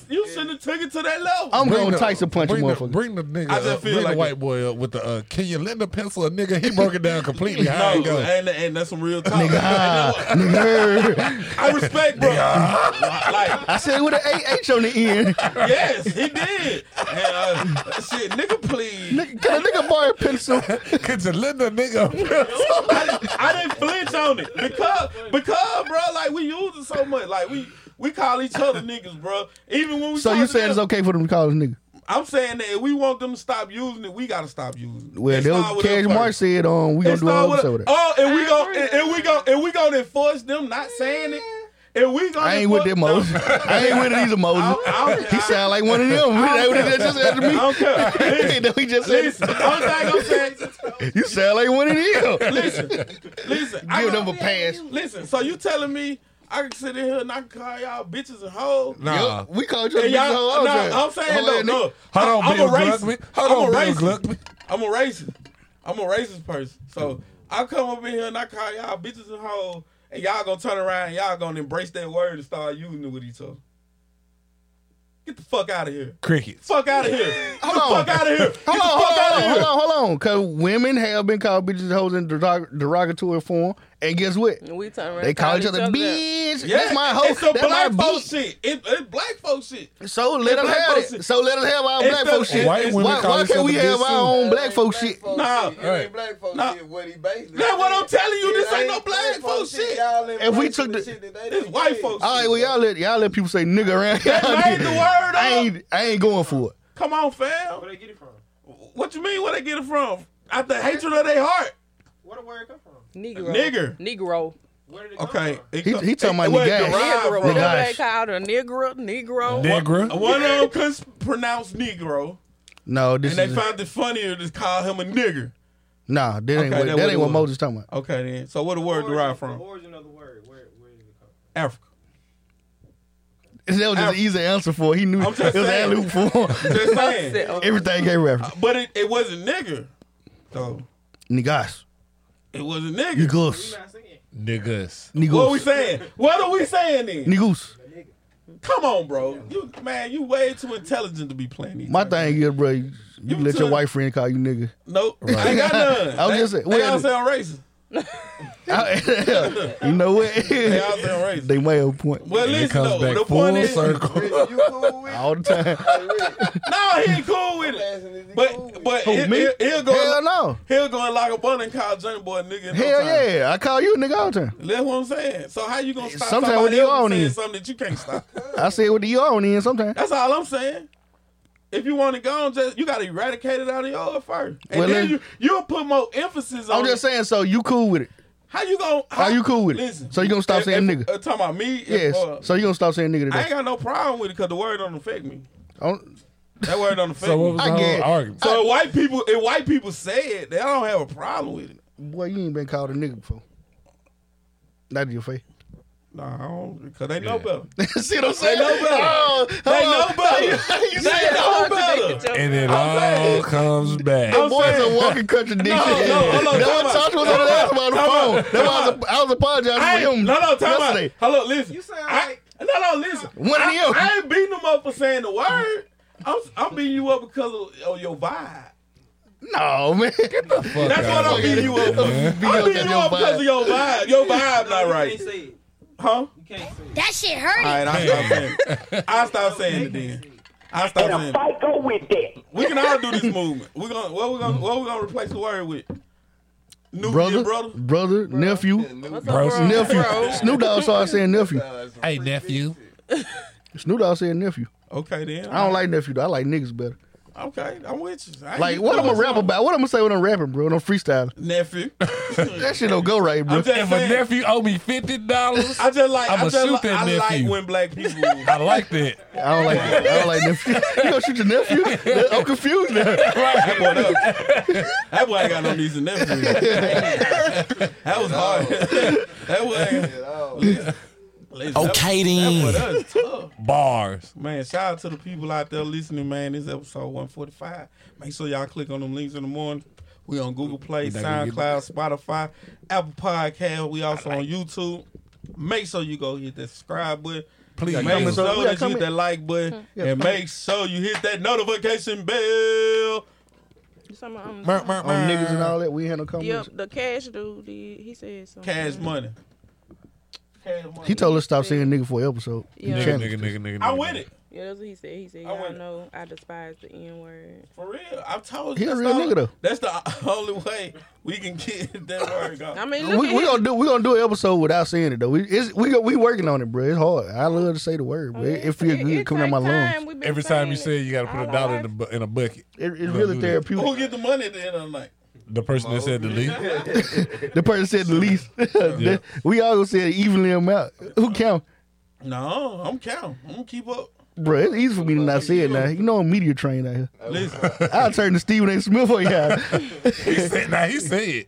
You should have took it to that level. I'm Bring going the- Tyson punch a bring the, motherfucker. Bring the nigga, I just uh, feel bring the like white it- boy up with the. Uh, can you lend a pencil a nigga? He broke it down completely. How it no, go? and, and that's some real talk. Ah, nigga. I respect, bro. like I said with an AH on the end. Yes, he did. And, uh, shit, nigga, please. Nigga, Can a nigga borrow a pencil? Could you lend a nigga? a pencil? I, didn't- I didn't flinch on it because, because, bro, like we use it so much, like we we call each other niggas, bro. Even when we So talk you to saying it's them, okay for them to call us nigga? I'm saying that if we want them to stop using it, we gotta stop using it. Well, It that start was with them Cash first. Mark said um we It gonna do start an with- episode with that. Oh, and we go and, and we go and we gonna enforce them not saying it. And we gonna I ain't with enforce- them Moses. I ain't with these I Moses. don't- I don't- He sound like one of them. That what he just said to I me. don't care. Listen, That he just listen. said, The only thing I'm saying, you sound like one of them. Listen, listen. I Give can- them a pass. Listen, so you telling me I can sit in here and I can call y'all bitches and hoes? Nah. Yup, we called you And the y'all, whole all no, time. I'm saying Hold though, on, no. Hold on, I- I'm Bill a racist. Gluckman. I'm Hold a on, Bill racist. Gluckman. I'm a racist. I'm a racist person. So I come up in here and I call y'all bitches and hoes, and y'all gonna turn around and y'all gonna embrace that word and start using it with each other. Get the fuck out of here. Crickets. Fuck out of here. Get the Hold on. fuck out of here. Get the Hold on, fuck out of hold on, here. hold on, hold on, because women have been called bitches and hoes in derog- derogatory form, and guess what? We turn around They and call call each other that. bitch. Yeah, That's my hoe. It's some That's my black folk beat. shit. It, it's black folk shit. So let It's us black have folks it. shit. So let us have our It's black the- folk shit. White women Why, call why each can't we other have bitch our too? own black folk shit? Nah. It ain't black folks Nah. shit what he basing. That's what I'm telling you. It This ain't no black folks shit. Y'all If we embracing took the- shit that they This done white did. folks. All right, well y'all let y'all let people say nigga around. That made the word I up. ain't I ain't going for it. Come on, fam. Where they get it from? What you mean? Where they get it from? Out the hatred of their heart. Where the word come from? Negro. Nigger. Negro. Where did it Okay. It He- co- he talking about it wasn't niggas. derived Negro. from- Niggas. Whatever they called a nigger, negro. Negra. One of them could pronounce Negro, No, this And they is found it funnier to call him a nigger. nah. That ain't Okay, what, that that, what it ain't what was. Moses talking about. Okay, then. So where the word derived from? origin of the word. Where, where did it come Africa. That was just an easy answer for. it. He knew it I'm was just an saying. alley for. him. Just saying. Everything came after. But it, it wasn't nigger. So Niggas. it wasn't nigger. Niggas. Niggas. What are we Niggas. saying? What are we saying then? Niggas. Come on, bro. You man, you way too intelligent to be playing these. My type of- thing is, bro, you, you You let your took- white friend call you nigga. Nope. I ain't got none. I was they, just saying, they well- all sound racist. I- you know what? They all sound racist. they may have a point Well, And it listen comes though. back The full point is, circle. from? You cool with all the time. no, he ain't cool with it. it? But but Who, he, Oh, me? will he'll go Hell no. he'll go and lock a bun and call Johnny Boy a nigga. in no Hell time. yeah. I call you a nigga all the time. That's what I'm saying. So how you gonna stop Sometimes somebody when you else from on saying it. something that you can't stop? I say what the you on in sometimes. That's all I'm saying. If you want to go on, just you gotta eradicate it out of your first, and Well, then then- you you'll put more emphasis on. I'm just it. saying, so you cool with it. How you gonna? How, you cool with it? Listen, So you gonna stop if- saying if- nigga? Uh, talking about me? if, Yes. uh, so you gonna stop saying nigga I ain't today. got no problem with it because the word don't affect me. I don't- That word don't affect So me. what was I the get- whole argument? so if white people, if white people say it, they don't have a problem with it. Boy, you ain't been called a nigga before. Not in your face. Nah, I don't, because they know better. See what I'm They saying? know better. Oh, they hold know on. better. You they said know Contradicted better. your- And it I'm all saying- comes back. I'm Boy, it's saying- a walking contradiction. No, no, hold on, That's time what out. Tasha was on the last about Time out, the phone. That's why I time was, I was apologizing I for ain't, him. no, no, time out. yesterday. Hello, listen. You sound I- like- no, no, listen. One of I, them. I ain't beating them up for saying the word. I'm, I'm beating you up because of, of your vibe. No, man. Fuck That's out what I'm of beating here, you up. for. man. I'm beating you up because of your vibe. Your vibe not You right, can't say it. huh? You can't say it. That shit hurt. All right, I'll stop saying it. I'll stop saying it then. I'll stop saying it. Fight go with that. We can all do this movement. We're gonna what we gonna what we gonna replace the word with? New brother, brother, brother, brother. nephew, What's Bro, up, bro? nephew. Bro. Snoop Dogg started saying nephew. Hey, nephew. Snoop Dogg said nephew. Okay then. I don't like nephew. Though. I like niggas better. Okay, I'm with you. I ain't Like get what cool I'm gonna with rap something. about? What I'm gonna say when I'm rapping, bro? When I'm freestyling, nephew. that shit don't go right, bro. I'm just If a saying. nephew owe me fifty dollars, I just like. i I'ma just shoot like, that I like nephew. when black people. I like that. I don't like. That. I don't like nephew. You gonna shoot your nephew? I'm confused now. that boy, up. that boy ain't got no niece and nephew. that was hard. that boy. Ain't, listen, listen, Okay, That boy, then. that was tough. Bars. Man, shout out to the people out there listening, man. This episode 145. Make sure y'all click on them links in the morning. We on Google Play, not gonna get SoundCloud, Spotify, Apple Podcast. We also on YouTube. Make sure you go hit that subscribe button. Please. Make comment. sure Yeah, that you hit comment. that like button. And make sure you hit that notification bell. You talking about, um, Mer, mer, On niggas and mer. all that. We ain't had no Yep, comments. the cash dude did. He said something. Cash money. Cash money. He told us to stop saying nigga for an episode. Yeah. Nigga, Channel. nigga, nigga, nigga, nigga. I'm with it. Yeah, that's what he said. He said, I y'all went- know I despise the N word. For real. I've told He you. a that's real the- nigga, though. That's the only way we can get that word going. I mean, look We, at we him. gonna do we gonna do an episode without saying it though. We it's, we go- we working on it, bro. It's hard. I love to say the word, I bro. mean, It, it feels it- good it coming out take my time. lungs. We've been Every time saying you say it, you got to all put a our dollar in life. a, bu- in a bucket. It, it's gonna really do that. Who therapeutic. get the money at the end of the night? The person that said the least. The person said the least. That- we all gonna say it evenly amount. Who count, No, I'm counting. I'm gonna keep up. bro? It's easy for me to not say it now. You know I'm media trained out here. Listen, I'll turn to Stephen A. Smith on you. He said, now he said.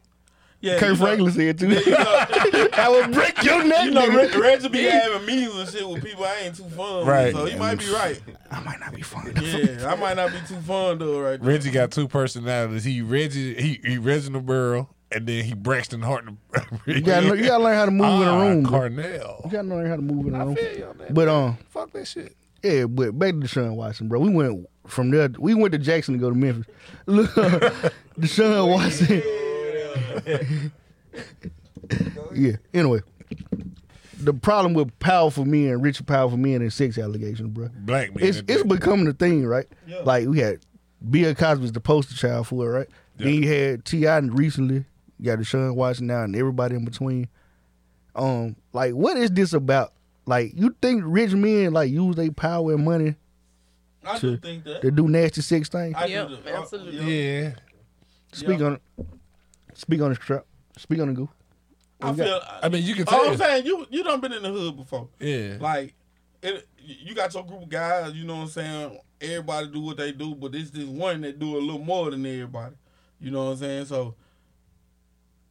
yeah, you Kurt know- Franklin said too. You know, I will break your neck. you know Reg- nigga. Reggie be having meetings and shit with people I ain't too fond. Right. Right. So he might be right. I might not be fun. Yeah, I might not be too fond though right there. Reggie got two personalities. He Reggie, he, he Reginald Burrow, and then he Braxton Hartnell. You gotta, know- you gotta learn how to move in Ah, a room. bro. Carnell. You gotta learn how to move in a room. feel you on that, But um, Fuck that shit. Yeah, but back to Deshaun Watson, bro. We went from there. We went to Jackson to go to Memphis. Look, Deshaun Watson. yeah. Anyway, the problem with powerful men, rich powerful men, and sex allegations, bro. Black man. It's it's becoming a thing, right? Yeah. Like we had Bill Cosby's the poster child for it, right? Then you had T.I. recently. You got Deshaun Watson now, and everybody in between. Um, like, what is this about? Like, you think rich men like use their power and money I do think that. to do nasty sex things? I Yep, do that. absolutely. I, yeah. yeah. Speak on it. Speak on the trap. Speak on the goo. I feel. I mean, you can Oh, I'm tell. saying you you done been in the hood before. Yeah. Like it, you got your group of guys, you know what I'm saying? Everybody do what they do, but it's this one that do a little more than everybody. You know what I'm saying? So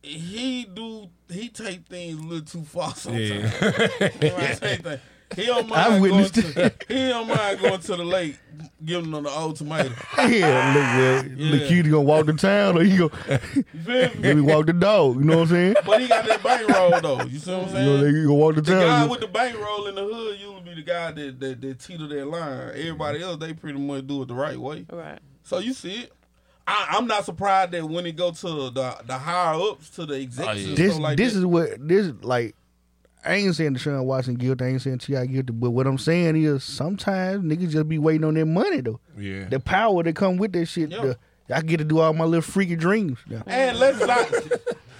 he do he take things a little too far sometimes. You know what I'm saying? He don't mind I going witnessed to, it. he don't mind going to the lake, giving them the old tomato. Yeah, look, well, Yeah. look, you gonna walk the town or you gonna You feel me? maybe walk the dog? You know what I'm saying? But he got that bankroll though. You see what I'm You know, saying? they- you gonna walk the The guy town. with the bankroll in the hood usually be the guy that that, that teeter that line. Everybody else, they pretty much do it the right way. Right. So you see it. I, I'm not surprised that when it go to the the higher ups to the executives, you- stuff this like this that. is what this like. I ain't saying Deshaun Watson guilty. I ain't saying Ti guilty. But what I'm saying is sometimes niggas just be waiting on their money though. Yeah. The power that come with that shit. Yeah. The, I get to do all my little freaky dreams. Now. And let's not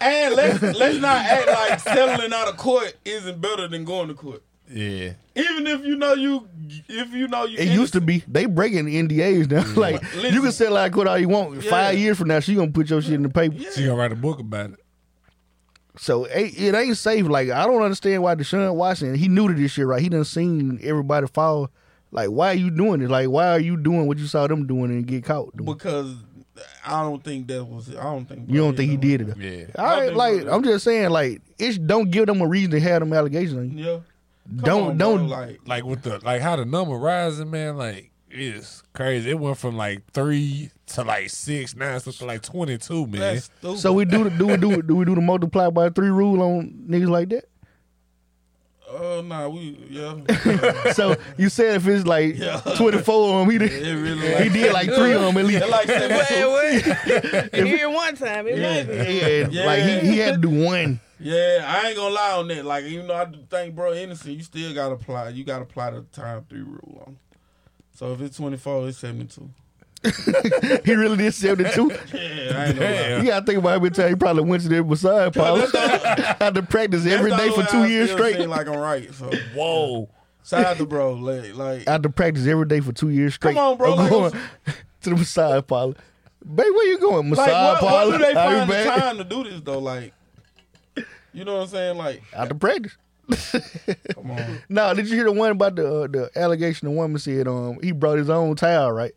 and let's let's not act like settling out of court isn't better than going to court. Yeah. Even if you know you if you know you It used to be they breaking NDAs now. like you can sell out court all you want. Five Yeah. years from now, she gonna put your shit in the paper. She gonna write a book about it. So it, it ain't safe. Like I don't understand why Deshaun Watson. He new to this shit, right? He done seen everybody fall. Like why are you doing this? Like why are you doing what you saw them doing and get caught? doing? because I don't think that was I don't think You don't think he did it? Yeah. All I right, think like so. I'm just saying, like it's don't give them a reason to have them allegations. on you. yeah. Come Don't- on, bro, don't- like Like with the like how the number rising, man, like it's crazy. It went from like three to like six, now it's up to like twenty two, man. that's stupid. So we do the do we do do we do the multiply by three rule on niggas like that? Oh nah, we yeah. So you said if it's like Yeah. 24 of them, he It did, really he like, did like three of them at least. it like seven, Wait, two. wait. You hear it one time. It Yeah. might be. Yeah, like he, he had to do one. Yeah, I ain't gonna lie on that. Like even though I do think bro innocent, you still gotta apply you gotta apply the time three rule on. it. So if it's twenty four, it's seventy two. He really did 72. Yeah, I ain't gonna lie. You gotta think about how many times he probably went to their massage parlor. had to practice every That's day the for only two way I years still straight. seem Like I'm right. So Whoa. shout out to bro. Like, like I had to practice every day for two years straight. on, bro, I'm like, going to the massage parlor. Babe, where you going? Massage like what, parlor. what do they Are you find the back? time to do this though? Like, you know what I'm saying? Like, Out to practice. come on. No, did you hear the one about the uh, the allegation? The woman said um he brought his own towel, right?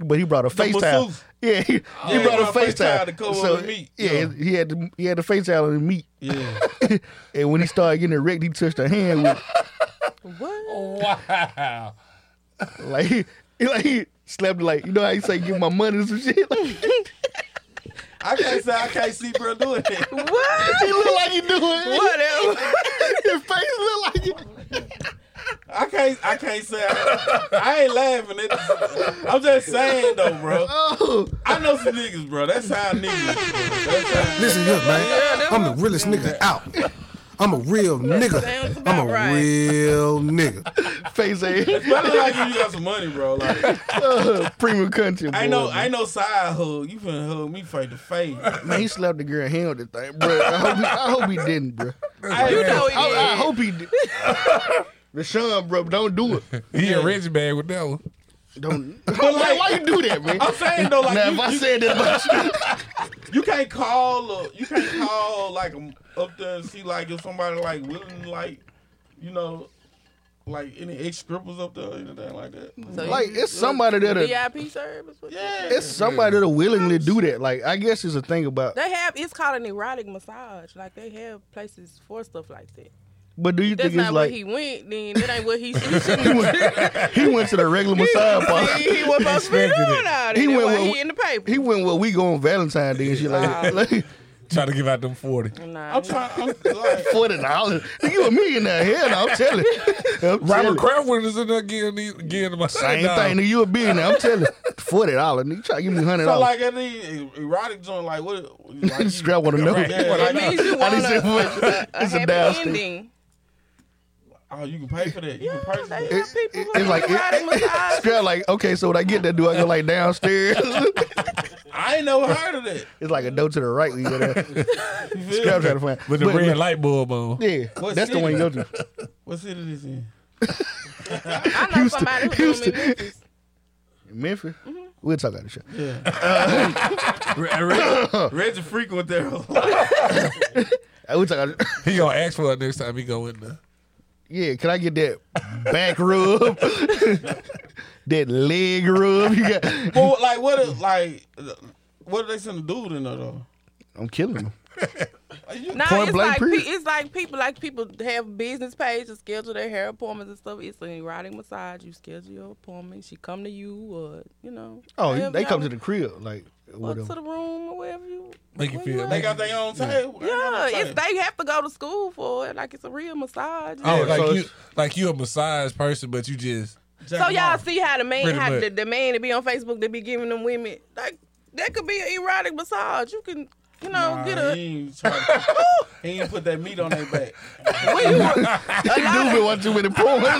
But he brought a face towel. Hmm? masseuse. Yeah, he, he Yeah, brought a brought a face face towel towel to cover the meat. Yeah, Yeah. he had the, he had the face towel on the meat, Yeah, and when he started getting erect, he touched her hand with What? Wow. it. like he, like he slapped it like you know how you say give my money or some shit. Like, I can't say I can't see bro doing it. he looked like he doing it. Whatever. His face looked like it. I can't. I can't say. I, I ain't laughing. It, I'm just saying though, bro. Oh, I know some niggas, bro. That's how niggas. That's how. Listen here, man. I'm the realest nigga out. I'm a real Sounds nigga. about I'm a right. real nigga. face ass. But I like if you got some money, bro. Like Uh, premium country. I boy, know, man. I know. Side hug. You finna hug me face to face. Man, he slapped the girl hand with the thing, bro. I hope he, I hope he didn't, bro. I- You know it I, I is. hope he did. Rashawn, bro, don't do it. He a rich bag with that one. Don't. But Why, like- why you do that, man? I'm saying though, like now, you, if I you- said that about you, You can't call uh, you can't call like um, up there and see like if somebody like willing like you know like any ex strippers up there or anything like that. So you- like it's somebody that'll VIP service. What you- Yeah, it's somebody that'll willingly do that. Like I guess it's a thing about. They have it's called an erotic massage. Like they have places for stuff like that. But do you That's think not it's like where he went. Then that ain't what he. He shouldn't. he went, he went to the regular massage parlor? he was supposed to be doing Expected all it. that. He He went went. with- he in the paper. He went where we go on Valentine's Day and shit like, like Try to give out them forty. nah, I'm trying. I'm like, forty dollars. You a millionaire? Hell, no, I'm telling. you. I'm telling. Robert Kraft is in there getting these- getting my Same thing, nigga. You a billionaire? I'm telling. you. Forty dollars, nigga. Try to give me hundred so dollars. like any erotic joint, like what? Like, you- Scrap want to know. Right. Yeah, like, it means you I want didn't say a, much. a It's a happy downstairs. ending. oh, you can pay for that. You can purchase They that. have people it- who it's like like it- erotic massage. Scrap like, okay, so when I get that, do I go like downstairs? I ain't never heard of that. it's like a door to the right when you go there. You feel Scrap me? trying to find. With the but- red but- light bulb on. Yeah, What that's the city? one you go to. What city this in? I know somebody who Houston. Houston. in Memphis. Memphis. We'll talk about the show. Re- re- Reggie freak with that. Uh, We'll talk about he gonna ask for it next time he go in there. yeah, can I get that back rub? that leg rub? You got, But like, what? If, like, what are they send a dude in there though? I'm killing him. No, Point blank it's like pe- period. it's like people like people have business pages, schedule their hair appointments and stuff. It's an erotic massage. You schedule your appointment. She come to you, or you know. Oh, you- have they come to y'all- the crib, like or whatever. to the room or wherever you. Make you feel. They Make you, got their own table. Yeah, it's they have to go to school for it. Like it's a real massage. oh, Yeah, like so you, it's- like you a massage person, but you just so y'all see how the man, Pretty how much. the, the man that be on Facebook that be giving them women like that could be an erotic massage. You can. You know, Nah, get a. he, ain't tryna- he ain't put that meat on their back. Well, you want- That dude been watching too many porns. that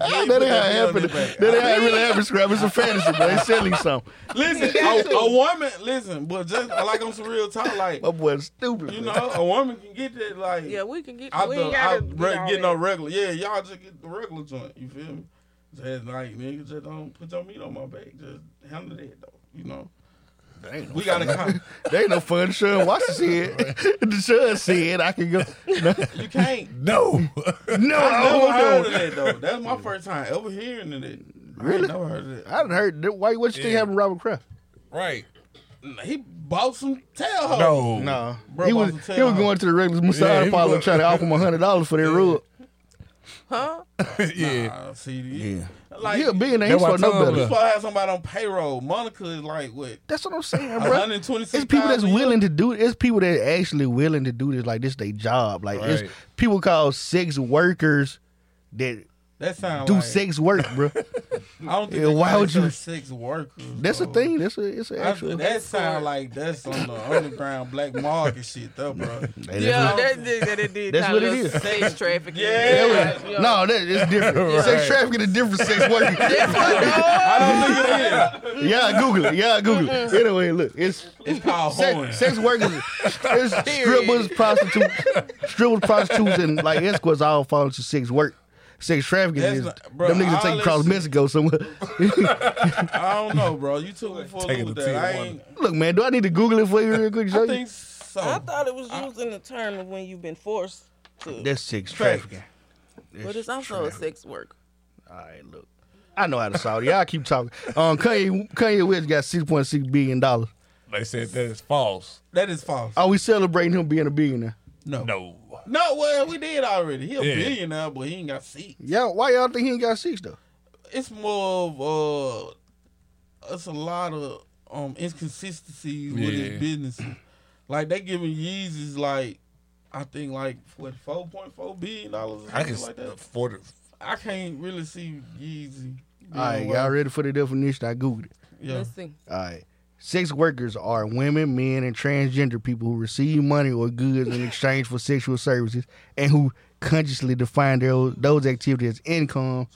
ain't how it happened. That ain't how it really happened, Scrap. It's a fantasy, but they selling something. Listen, a, a woman, listen, but just like on some real talk, like My boy's stupid. you man. know, a woman can get that like yeah, we can get. I we the, ain't I gotta re- get get, all no that. regular. Yeah, y'all just get the regular joint. You feel me? Just like nigga, just don't put your meat on my back. Just handle that though. You know, That ain't no we got a con- There ain't no fun. Sean Watson said. Sean said I can go. No, you can't. no. no I never I heard don't of that though. That's my first time ever hearing of it. I Really? ain't never heard of that. I done heard. that- Why? What you think Yeah. happened, to Robert Kraft? right. He bought some tailhoes. No. No, Bro, he about was to he was tell. going to the regular massage he parlor was- trying to offer him hundred dollars for that rug. Huh? yeah. Nah, Uh, see, yeah. Like He a billionaire. He That's why supposed to know Tom You better. was- supposed to have somebody on payroll. Monica is like what? That's what I'm saying, One bro. hundred twenty-six. It's people that's willing to do it. It's people that are actually willing to do this. Like this, they job. Like Right. it's people call sex workers that That sound do like, sex work, bro. I don't think Yeah, they why call would you- themselves sex workers. That's the bro. thing. That's a it's an I- actual. that sound like that's on the underground black market shit though, bro. Hey, that's Yeah, what- that, that, that, that did That's kinda what it look is. Sex trafficking. Yeah. No, that is different. Sex trafficking is different. Sex work. I don't think it yeah, Google it. Yeah, Google it. Anyway, look, it's is. It's called sex, hoeing. sex workers. It's strippers, prostitutes, strippers, prostitutes, and like escorts all fall into sex work. Sex trafficking That's is not- bro, them niggas all take you across this- Mexico somewhere. I don't know, bro. You took me for a Taking loop with that. the tea I and ain't. look, man, do I need to Google it for you real quick? I Show you? think so. I thought it was used in the term of when you've been forced to. That's sex Facts. trafficking. but it's also a sex work. All right, look, I know how to solve it. Y'all keep talking. Um, Kanye Kanye West got six point six billion dollars. They said that is false. that is false. Are we celebrating him being a billionaire? no. no. No. well, we did already. He a Yeah. billionaire, but he ain't got seat. Y'all, why y'all think he ain't got six though? It's more of uh, it's a lot of um inconsistencies with Yeah. his business. Like they giving Yeezys like I think like what four point four billion dollars or I can something like that. afford it. I can't really see Yeezy. All right, y'all ready for the definition? I googled it. Yeah. Let's see. All right. Sex workers are women, men, and transgender people who receive money or goods in exchange for sexual services and who consciously define their, those activities as income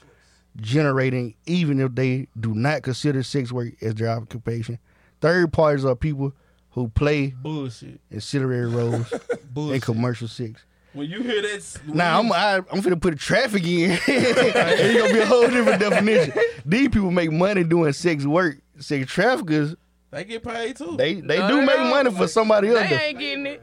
generating, even if they do not consider sex work as their occupation. Third parties are people who play Bullshit. ancillary roles in Bullshit. commercial sex. When you hear that, s- when Now you- I'm I, I'm finna put traffic in. it's gonna be a whole different definition. These people make money doing sex work. Sex traffickers they get paid too. They they No, do they make don't. money for somebody They else. though. ain't getting it.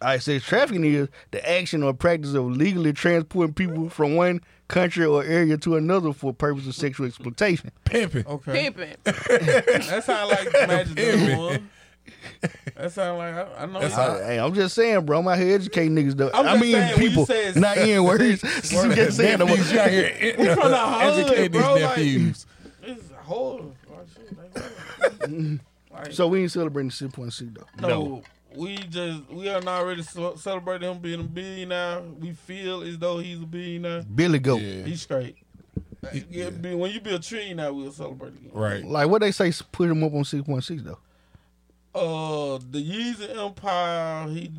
I say trafficking is the action or practice of legally transporting people from one country or area to another for purpose of sexual exploitation. Pimping. okay. Pimping. That sound like Magic Pimpin'. the one. That sound like I, I know. That's I, how- Hey, I'm just saying, bro. I'm out here educating niggas though. I'm I just mean saying, when you people, said not in words. I'm just saying. I'm Nephews, you out a, here We from the hood, educating these bro, like- nephews. it's horrible. Like, shit, like, so we ain't celebrating six point six though. no, we just we are not really ce- celebrating him being a billionaire. We feel as though he's a billionaire. Billy Goat. He's straight. Yeah, be- When you be a trillionaire, we'll celebrate again. Right. Like what they say, put him up on six point six though. Uh, the Yeezy Empire. He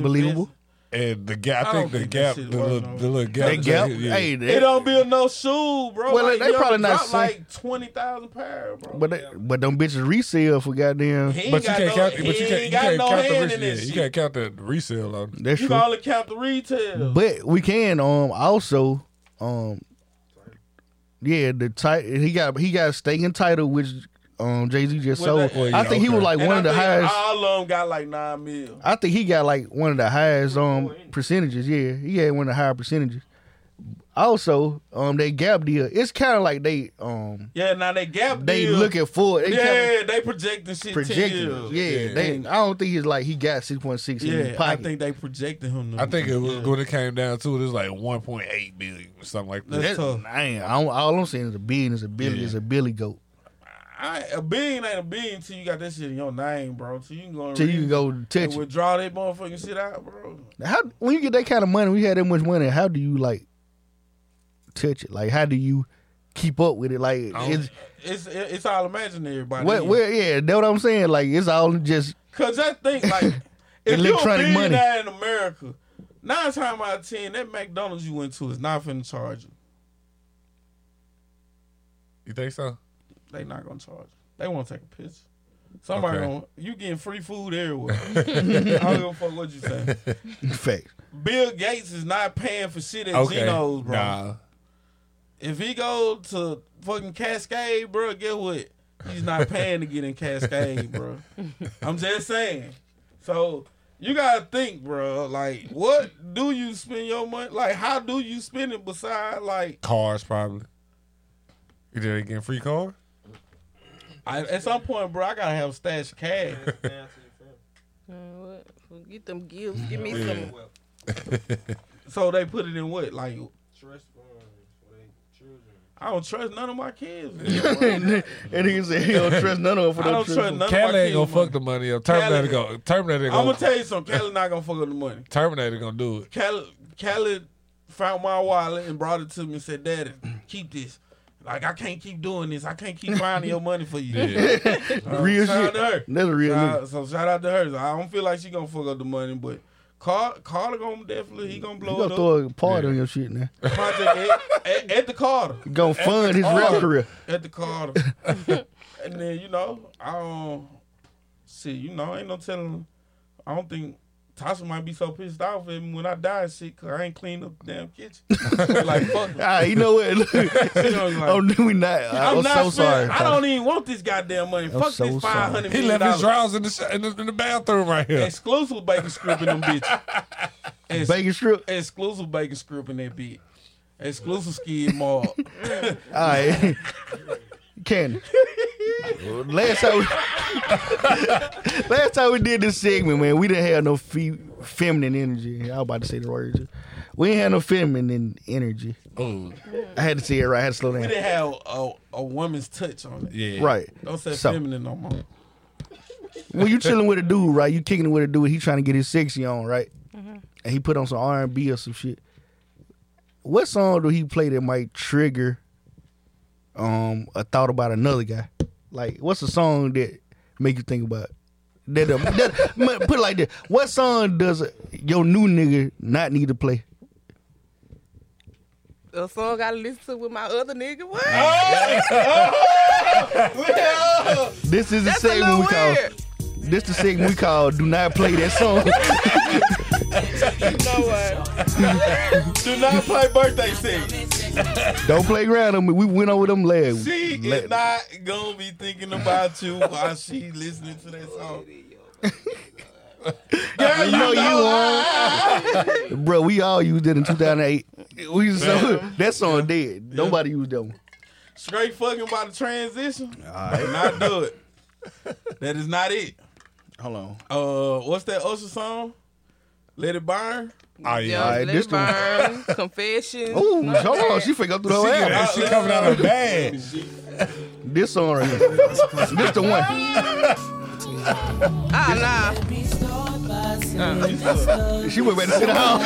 Believable? And the gap, I, I think don't the think gap, that the shit little, working. the little gap. That gap. yeah. Hey, that- It don't build no shoe, bro. Well, like, they he only probably not dropped, seen- like twenty thousand pair, bro. but they, but them bitches resell for goddamn. He ain't But you got can't no, count. he But you can't. ain't You got can't no count hand the in resale. this You shit. can't count the resale on. it. That's You true. can only count the retail. But we can um also um yeah the title he got he got a stake in title which um, Jay Z just Well, sold that- for. I think he was like And one I of the think highest. All of them got like nine mil. I think he got like one of the highest um percentages. Yeah, he had one of the higher percentages. Also, um, that gap deal. It's kind of like they um Yeah, now they gap. they deal. looking forward. They yeah, kinda they projecting shit. 10 years. projecting. Yeah, they. I don't think it's like he got six point six in his Yeah, I pocket. think they projected him. to- I think it was Yeah. when it came down to it, it was like 1.8 billion or something like that. That's tough. Man, I don't, all I'm saying is a billion is a billion is a billy goat. I, a bean ain't a bean till you got that shit in your name, bro. Till you can go and Till you read can go and touch it. withdraw that motherfucking shit out, bro. How when you get that kind of money, we had that much money. How do you like touch it? Like how do you keep up with it? Like it's, It's it's all imaginary, by what? Where? Yeah, that what I'm saying. Like it's all just Cause I think like if you're a Electronic money. billionaire in America, nine times out of ten, that McDonald's you went to is not finna charge you. You think so? They not gonna charge. you. They want to take a picture. Somebody Okay. gonna, you getting free food everywhere. I don't give a fuck what you say. fact. Bill Gates is not paying for shit at Okay. Geno's, bro. Nah. If he go to fucking Cascade, bro, guess what? He's not paying to get in Cascade, bro. I'm just saying. So you gotta think, bro. Like, what do you spend your money? Like, how do you spend it? Besides, like, Cars, probably. You did getting free car? I, at some point, bro, I gotta have stash cash. Man, what? Get them gifts. Give me Yeah. some. so they put it in what? Like, Trust funds for their children. I don't trust none of my kids. and he said he don't trust none of them for I no don't trust trust. none of Cali my ain't kids. gonna money. fuck the money up. Cali- Terminator go. Terminator I'm go. gonna tell you something. Kelly not gonna fuck up the money. Terminator gonna do it. Khaled, Khaled found my wallet and brought it to me and said, Daddy, keep this. Like, I can't keep doing this. I can't keep finding your money for you. Uh, Real shout Out shit. to her. That's a real Shout nigga. out- so shout out to her. I don't feel like she gonna fuck up the money, but Carter, Carter gonna definitely, he gonna You blow gonna it up. throw a part on your shit now. Project at, at, at the Carter. You gonna fund his oh. rap career. At the Carter. and then, you know, I don't, shit, you know, ain't no telling. I don't think Tasha might be so pissed off at me when I die and shit, cause I ain't cleaned up the damn kitchen. like, fuck. All right, you know what? Look, You know, like, oh, no, we not. I'm, I'm not so spend- sorry. I don't even want this goddamn money. Fuck so this sorry. five hundred He million left his dollars. drawers in the, sh- in the in the bathroom right here. Exclusive bacon script in them bitches. Ex- Bacon strip. exclusive bacon script in that bitch. Exclusive skid mark. All right, candy. last time, we, last time we did this segment, man, we didn't have no fe- feminine energy. I was about to say the word. We didn't have no feminine energy. Oh, I had to say it right. I had to slow we down. didn't have a, a woman's touch on it. yeah. Right. Don't say So- feminine no more. when you chilling with a dude, right? You kicking it with a dude. He trying to get his sexy on, right? Mm-hmm. And he put on some R and B or some shit. What song do he play that might trigger um a thought about another guy? Like, what's a song that make you think about? That, um, that ma- put it like this: What song does your new nigga not need to play? A song I listen to with my other nigga. What? This is the That's a segment little we call. weird. This the segment we call "Do Not Play That Song." No way. Do not play birthday singing. Don't play around with me. We went over them legs. She is not gonna be thinking about you while she listening to that song. Girl, you know know you I- Bro, we all used it in 2008. We used so, that song dead. Nobody used that one. Straight fucking by the transition. Do not do it. That is not it. Hold on. Uh, what's that Usher song? Let it burn. Oh yeah. right, Let this it the burn. Confession. Ooh, hold on. She figured through the whole album. she coming out of bag. This song right here. this the one. Ah, nah. She went back to sit down.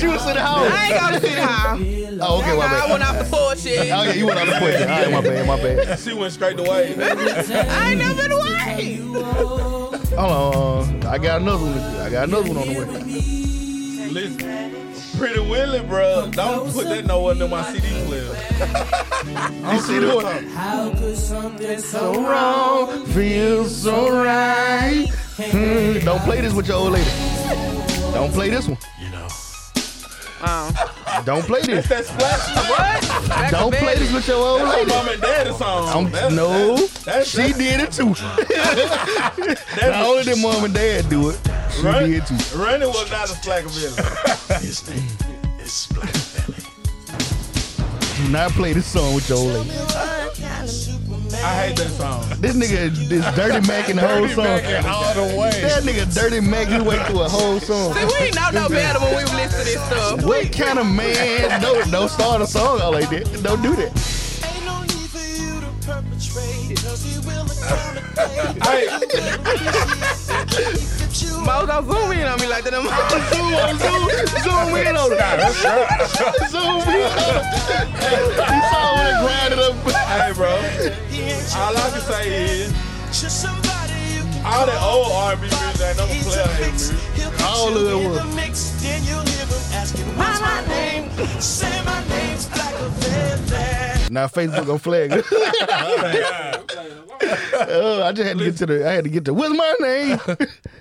she was sitting down. I ain't going to sit high. Oh, okay, my I bad. went off the porch. Oh, and- yeah, you went out of question. All right, my bad, my bad. She went straight away. I ain't never been away. Hold on. I got another one. I got another one on the way. Listen, Pretty Willie, bro. Don't put that no one in my CD player. You see the one? so wrong feels so right. Hmm, Don't play this with your old lady. Don't play this one. Oh. Don't play this. That's splash. what? Don't play this with your old That's lady. a mom and daddy song. I'm, That's- no, that's- she did it too. Not only did mom and dad do it, she Run- did too. Running was not a Splackabilly. Do not play this song with your old lady. I hate that song. This nigga, this Dirty Mac and the whole Dirty song. Mac it all the way. That nigga Dirty Mac, he went through a whole song. See, we ain't know no better when we was listening to this stuff. What kind of man? Don't, don't start a song out like that. Don't do that. Hey, Mojo zoom in on me like that. I'm- Zoom, on, zoom, zoom in on him. Zoom in on him. He saw him grinding up. Hey, bro. All I can say is, all that old R&B music ain't no player hate music. All of it was. Now Facebook gonna flag. us. oh, I just had to get to the. I had to get to. What's my name?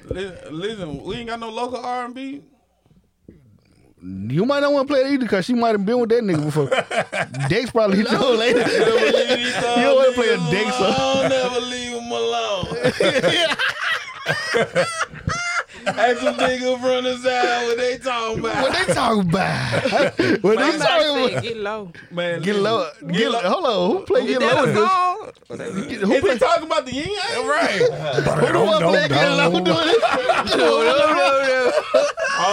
Listen, listen, we ain't got no local R&B. You might not want to play that either, cause she might have been with that nigga before. Dex probably hit your lady. Never you leave these don't want to play a R&B Dex song. alone, Never leave them alone. That's a nigga from the side what they talking about. What they talking about? what they talking about? Get low. Man, Get listen. low. Get low. Hold on. Who played Get That low? a in this? song? Get- Who Is he played? talking about the yin yang? Right. Who the one played Get low doing this? I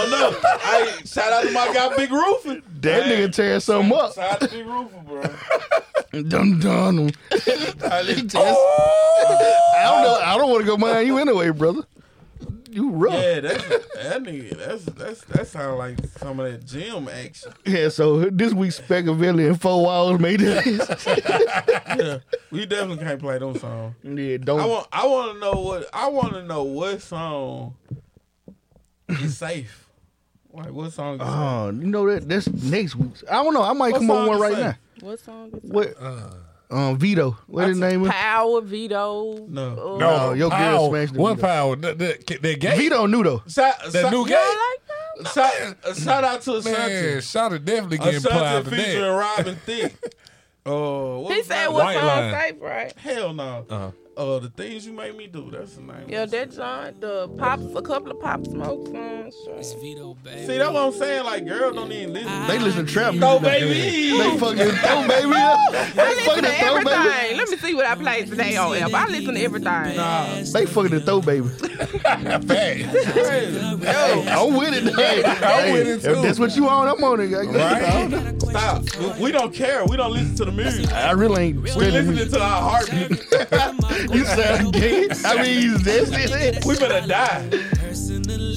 don't know. Oh, Hey, shout out to my guy Big Roofing. That Hey, nigga tear something up. Shout out to Big Roofing, bro. Dun dun. I He listen- tears- Oh! I don't know. I don't want to go mind you anyway, brother. You rough. Yeah, that's that nigga. That's that's that sound like some of that gym action. Yeah, so this week's Speckavilli and Four Walls made this. Yeah, we definitely can't play those songs. yeah, I don't. want I want to know what I want to know what song is safe. Like what song? Is safe? Oh, you know that that's next week's. I don't know. I might What come up song with one is right that? Uh, now. What song is What? Um, Vito. What his name is? Power Vito. No. Uh, No, your girl power. smashed the One window. power. That, that, that game. Vito knew though. Shout, That shout- new You game. don't like that? Shout, uh, shout out to Man, Ashanti. Shada definitely getting plied Ashanti for featuring that. Robin Thicke. Oh, what He was said that? what White song line. safe, right? Hell no. Uh-huh. Uh, the things you made me do. That's the name. Yeah, that John, the pops, a couple of pop smoke songs. sure. See, that's what I'm saying. Like, girl, don't even listen. They listen to trap music. No, now. baby. They fucking throw baby up. They I fucking listen to throw baby. everything. Let me see what I played today on F. I listen to everything. They fucking the throw baby. Hey, I'm with it. Hey, I'm with it, If too. that's what you on, I'm on it. I, Right? Stop. We- We don't care. We don't listen to the music. I really ain't We studying listening music. to our heartbeat. You sound gay. I mean, that's it. We better die.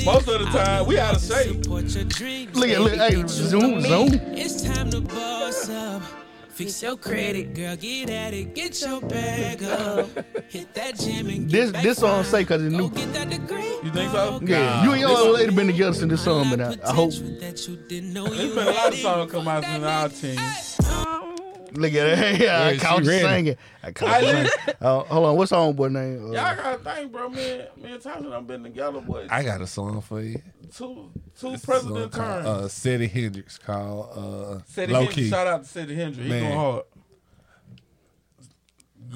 Most of the time, we out of shape. Look at look. Hey, zoom, zoom. It's time to boss up. Fix your credit, girl. Get at it. Get your bag up. Hit that gym and get This back this song fine. say cause it's new. Go get that degree. You think so? Yeah, you and your old lady been together since this song, but I, I hope. That you didn't know There's you been a lot had of it. songs come out since our teens. Look at her. Yeah, I Yeah, caught she you ready. singing. I caught you singing. Uh, hold on, what's homeboy name? Y'all Uh, gotta think, bro. Me and, me and Thompson done been together, boy. I got a song for you. Two two This is president a song called, terms. Uh, City Hendrix called uh, City Low Hendry- Key. Shout out to City Hendry. He Man. going hard.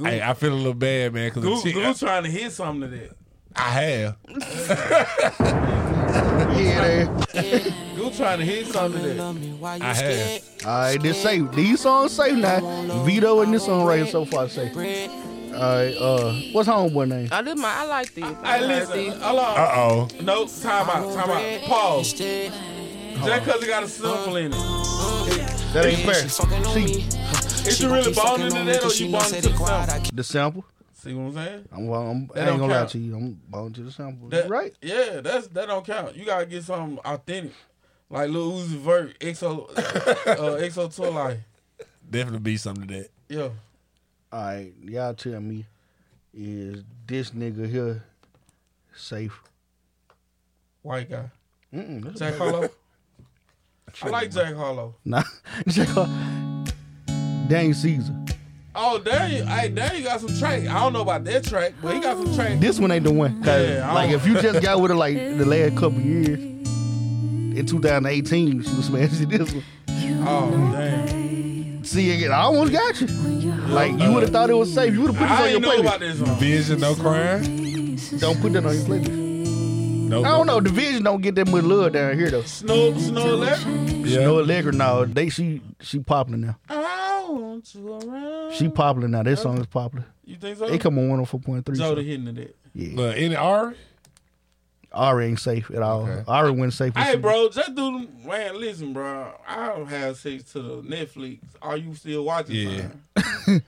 Hey, I feel a little bad, man, Goo, because Goo trying to hit something to that. I have. yeah, there. Goo trying to hit something to that. I have. All right, this safe. These songs safe now. Vito and this song right here so far safe. All right, uh, what's homeboy name? I did my. I like this. Hey, listen. Hold on. Uh oh. No, time out, time out. Pause. Just because it got a simple in it. That ain't fair. See Is you really born into that or you born into the sample? the sample. See what I'm saying? I'm, I'm, I That ain't don't gonna lie count. to you. I'm balling to the sample. That, right. Yeah, that's that don't count. You gotta get something authentic. Like Lil Uzi Vert, XO, uh, XO Tour Life. Definitely be something to that. Yeah. All right, y'all tell me, is this nigga here safe? White guy. Mm-mm, that's- Jack Harlow. I like Jack Harlow. nah, check out. Dang Caesar. Oh, there you, hey, there you got some track. I don't know about that track, but he got some track. This one ain't the one. 'cause, Yeah, I like don't- if you just got with her like the last couple years in 2018, she was smashing this one. Oh, damn. See, I almost got you. Like you would have thought it was safe. You would have put this on your playlist. Vision, no crime. Don't put that on your playlist. No, I don't know. Division don't get that much love down here though. Snow, Snow Leopard. Yeah. No Allegra, no. They she she popular now. I want you around. She popular now. That song is popular. You think so? They come on one hundred four point three. Jody hitting it. Yeah, Look, any R? Ari ain't safe at all. Okay. Ari wasn't safe. when Hey, she- bro, just do them. Man, listen, bro. I don't have sex to the Netflix. Are you still watching? Yeah. fine?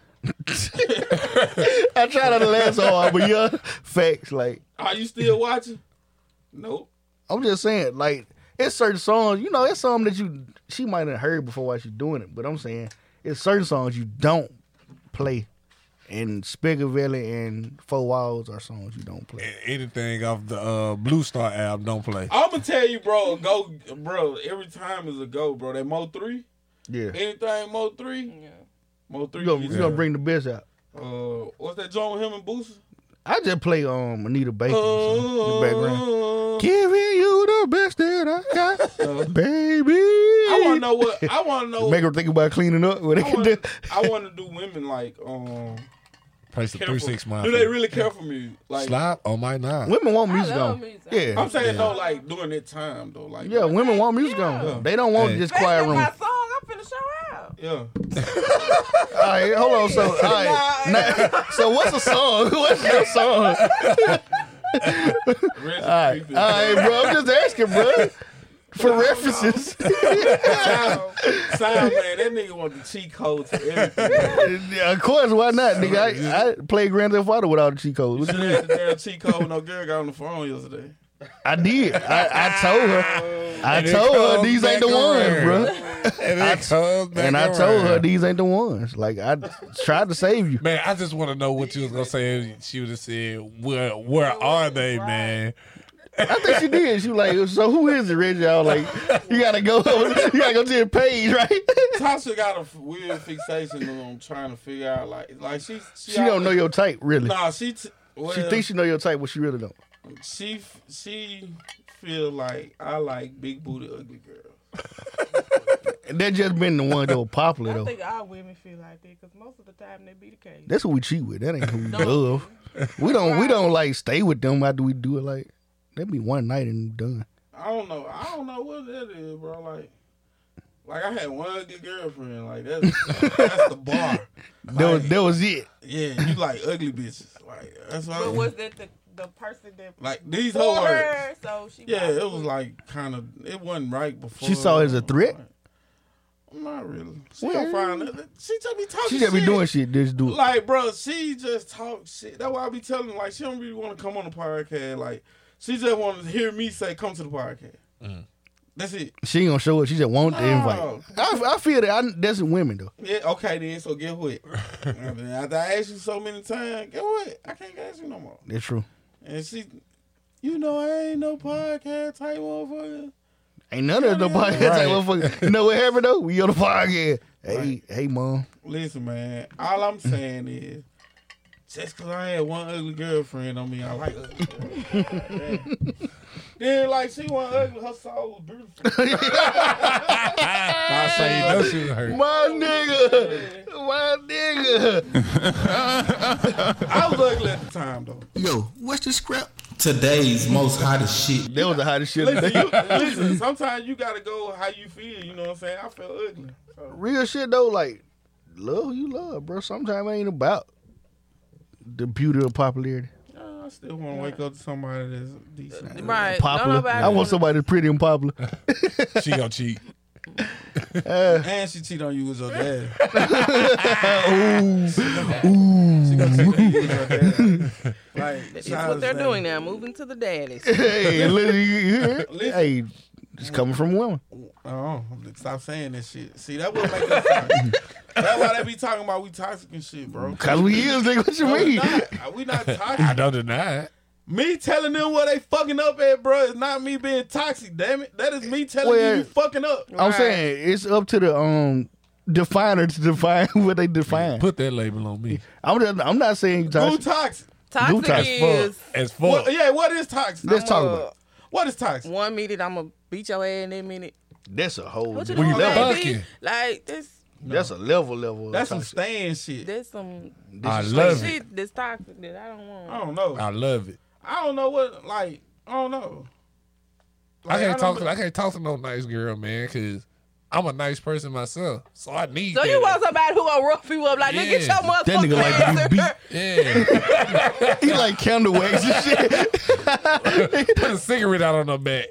I tried not to laugh so hard, but yeah, facts. Like Are you still watching? Nope. I'm just saying, like it's certain songs. You know, it's something that you she might have heard before while she's doing it. But I'm saying it's certain songs you don't play. And Spigavelli and Four Walls are songs you don't play. A- Anything off the uh, Blue Star album, don't play. I'm gonna tell you, bro. Go, bro. Every time is a go, bro. That Mo three. Yeah, Anything Mo three. Yeah. Mo three. you gonna, is, you gonna bring the best out. uh, what's that joint with him and Boosie? I just play um Anita Baker Oh, so, in the background. Giving you the best that I got, baby. Uh, I want to know what. I want to know. Make her think about cleaning up. What they I can do. wanna- I want to do women like um. Play some care three for- six mile. Do they really care for music? Like slap on my nine? Women want music love on. music. Yeah, I'm saying, no, like during that time though, like yeah. Women want music on. They don't want Hey. just That's quiet room. my song. I'm finna show out. yeah. All right, hold on. So, all right. Now- so, what's a song? What's your song? Rest All in right, peace. all right, bro. I'm just asking, bro. For references, Sound, sound man, that nigga want the cheat code to everything. of course. Why not, nigga? I, I played Grand Theft Auto without the cheat codes. What you mean? That's the damn cheat code when no girl got on the phone yesterday. I did. I, I told her. I told her these ain't the ones, bro. And, it comes back And I told her around. these ain't the ones. Like I tried to save you. Man, I just want to know what you was gonna say. if She would have said, "Where, where are they, man?" I think she did. She was like, so who is it, Reggie? I was like, you gotta go. You gotta go to your page, right? Tasha got a f- weird fixation on trying to figure out like like she she, She don't always- know your type, really. Nah, she t- well, She thinks she know your type, but she really don't. she f- she feel like I like big booty ugly girls. And that just been the one that was popular I though. think all women feel like that because most of the time they be the case. That's who we cheat with. That ain't who we love. We don't. We don't like stay with them after we do it. Like that be one night and done. I don't know. I don't know what that is, bro. Like, like I had one good girlfriend. Like that's that's the bar. That was that was it. Yeah, you like ugly bitches. Like that's what. I But was, was that the, the person that like these for whole her? words. So she Yeah, it probably- was like kind of. It wasn't right before. She saw it as a threat? Not really. She don't find it. She just be talking. She just be doing shit. Just do it. Like, bro, she just talk shit. That's why I be telling. her, Like, she don't really want to come on the podcast. Like, she just want to hear me say, "Come to the podcast." Mm-hmm. That's it. She ain't gonna show up. She just want the invite. Oh. I, I feel that. I, that's women though. Yeah, okay then. So get what? After I asked you so many times, get what? I can't ask you no more. That's true. And she, you know, I ain't no podcast type motherfucker. Ain't none of the podcast. Like, motherfucker. You know what happened though? We on the podcast. Hey, hey, mom. Listen, man. All I'm saying is, just 'cause I had one ugly girlfriend on me, I like ugly. girls. then like she wasn't ugly, her soul was beautiful. I say no shit hurt. My nigga, my nigga. I was ugly at the time though. Yo, what's the scrap? Today's most hottest shit. That was the hottest shit. of the Listen, day. you, listen. Sometimes you gotta go how you feel. You know what I'm saying? I felt ugly. So, Real shit though, like love who you love, bro. Sometimes it ain't about the beauty of popularity. uh, I still want to wake up to somebody that's decent. right. don't Popular. nobody I want wanna- somebody that's pretty and popular. She gonna cheat. And she cheat on you with your dad. Like, That's what they're doing now, moving to the daddies. hey, listen, you you hear? it? Listen. Hey, it's coming from women. Oh, stop saying that shit. See, that would make us toxic. That's why they be talking about we toxic and shit, bro. Cause we is nigga. What you No, we mean? not. Uh, We not I toxic. don't deny it. me telling them where they fucking up at, bro, is not me being toxic. Damn it, that is me telling Well- you you fucking up. I'm saying it's up to the um definer to define what they define. Put that label on me. I'm just, I'm not saying you Who toxic. toxic? Blue Toxic ties, is As fuck. What, yeah, what is toxic? Let's talk uh, about. What is toxic? one minute I'm gonna beat your ass, and that minute That's a whole What you new doing, level. baby? Like this. That's a level level. of That's some toxic. stand shit. That's some. I some love it. shit That's toxic that I don't want. I don't know. I love it. I don't know what like I don't know. I Like, can't I don't talk. To, I can't talk to no nice girl, man, because I'm a nice person myself, so I need. So that. you want somebody who will rough you up like, nigga, get your Yeah. motherfucking That nigga like to be ass beat. Yeah, He like candle wax and shit. put a cigarette out on her back.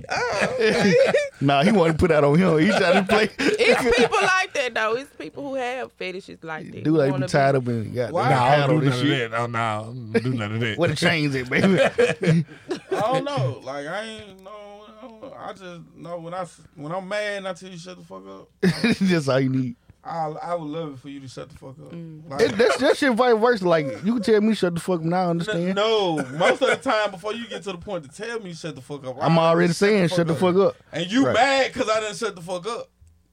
nah, he wanted to put that on him. He tried to play. It's people like that though. It's people who have fetishes like that. Dude, like Wanna be be- tied up and got Why? Nah, I paddle don't do and none shit. of that. Oh, nah, I don't do none of that. Where the chains at, baby? I don't know. Like I ain't know. I don't- I just know when I s- when I'm mad and I tell you shut the fuck up. that's all you need. I I would love it for you to shut the fuck up. Like, It, that's that shit vice versa. Like you can tell me shut the fuck up, and I n- understand. no, most of the time before you get to the point to tell me shut the fuck up, I'm already saying shut the fuck up. and you Right. mad because I didn't shut the fuck up.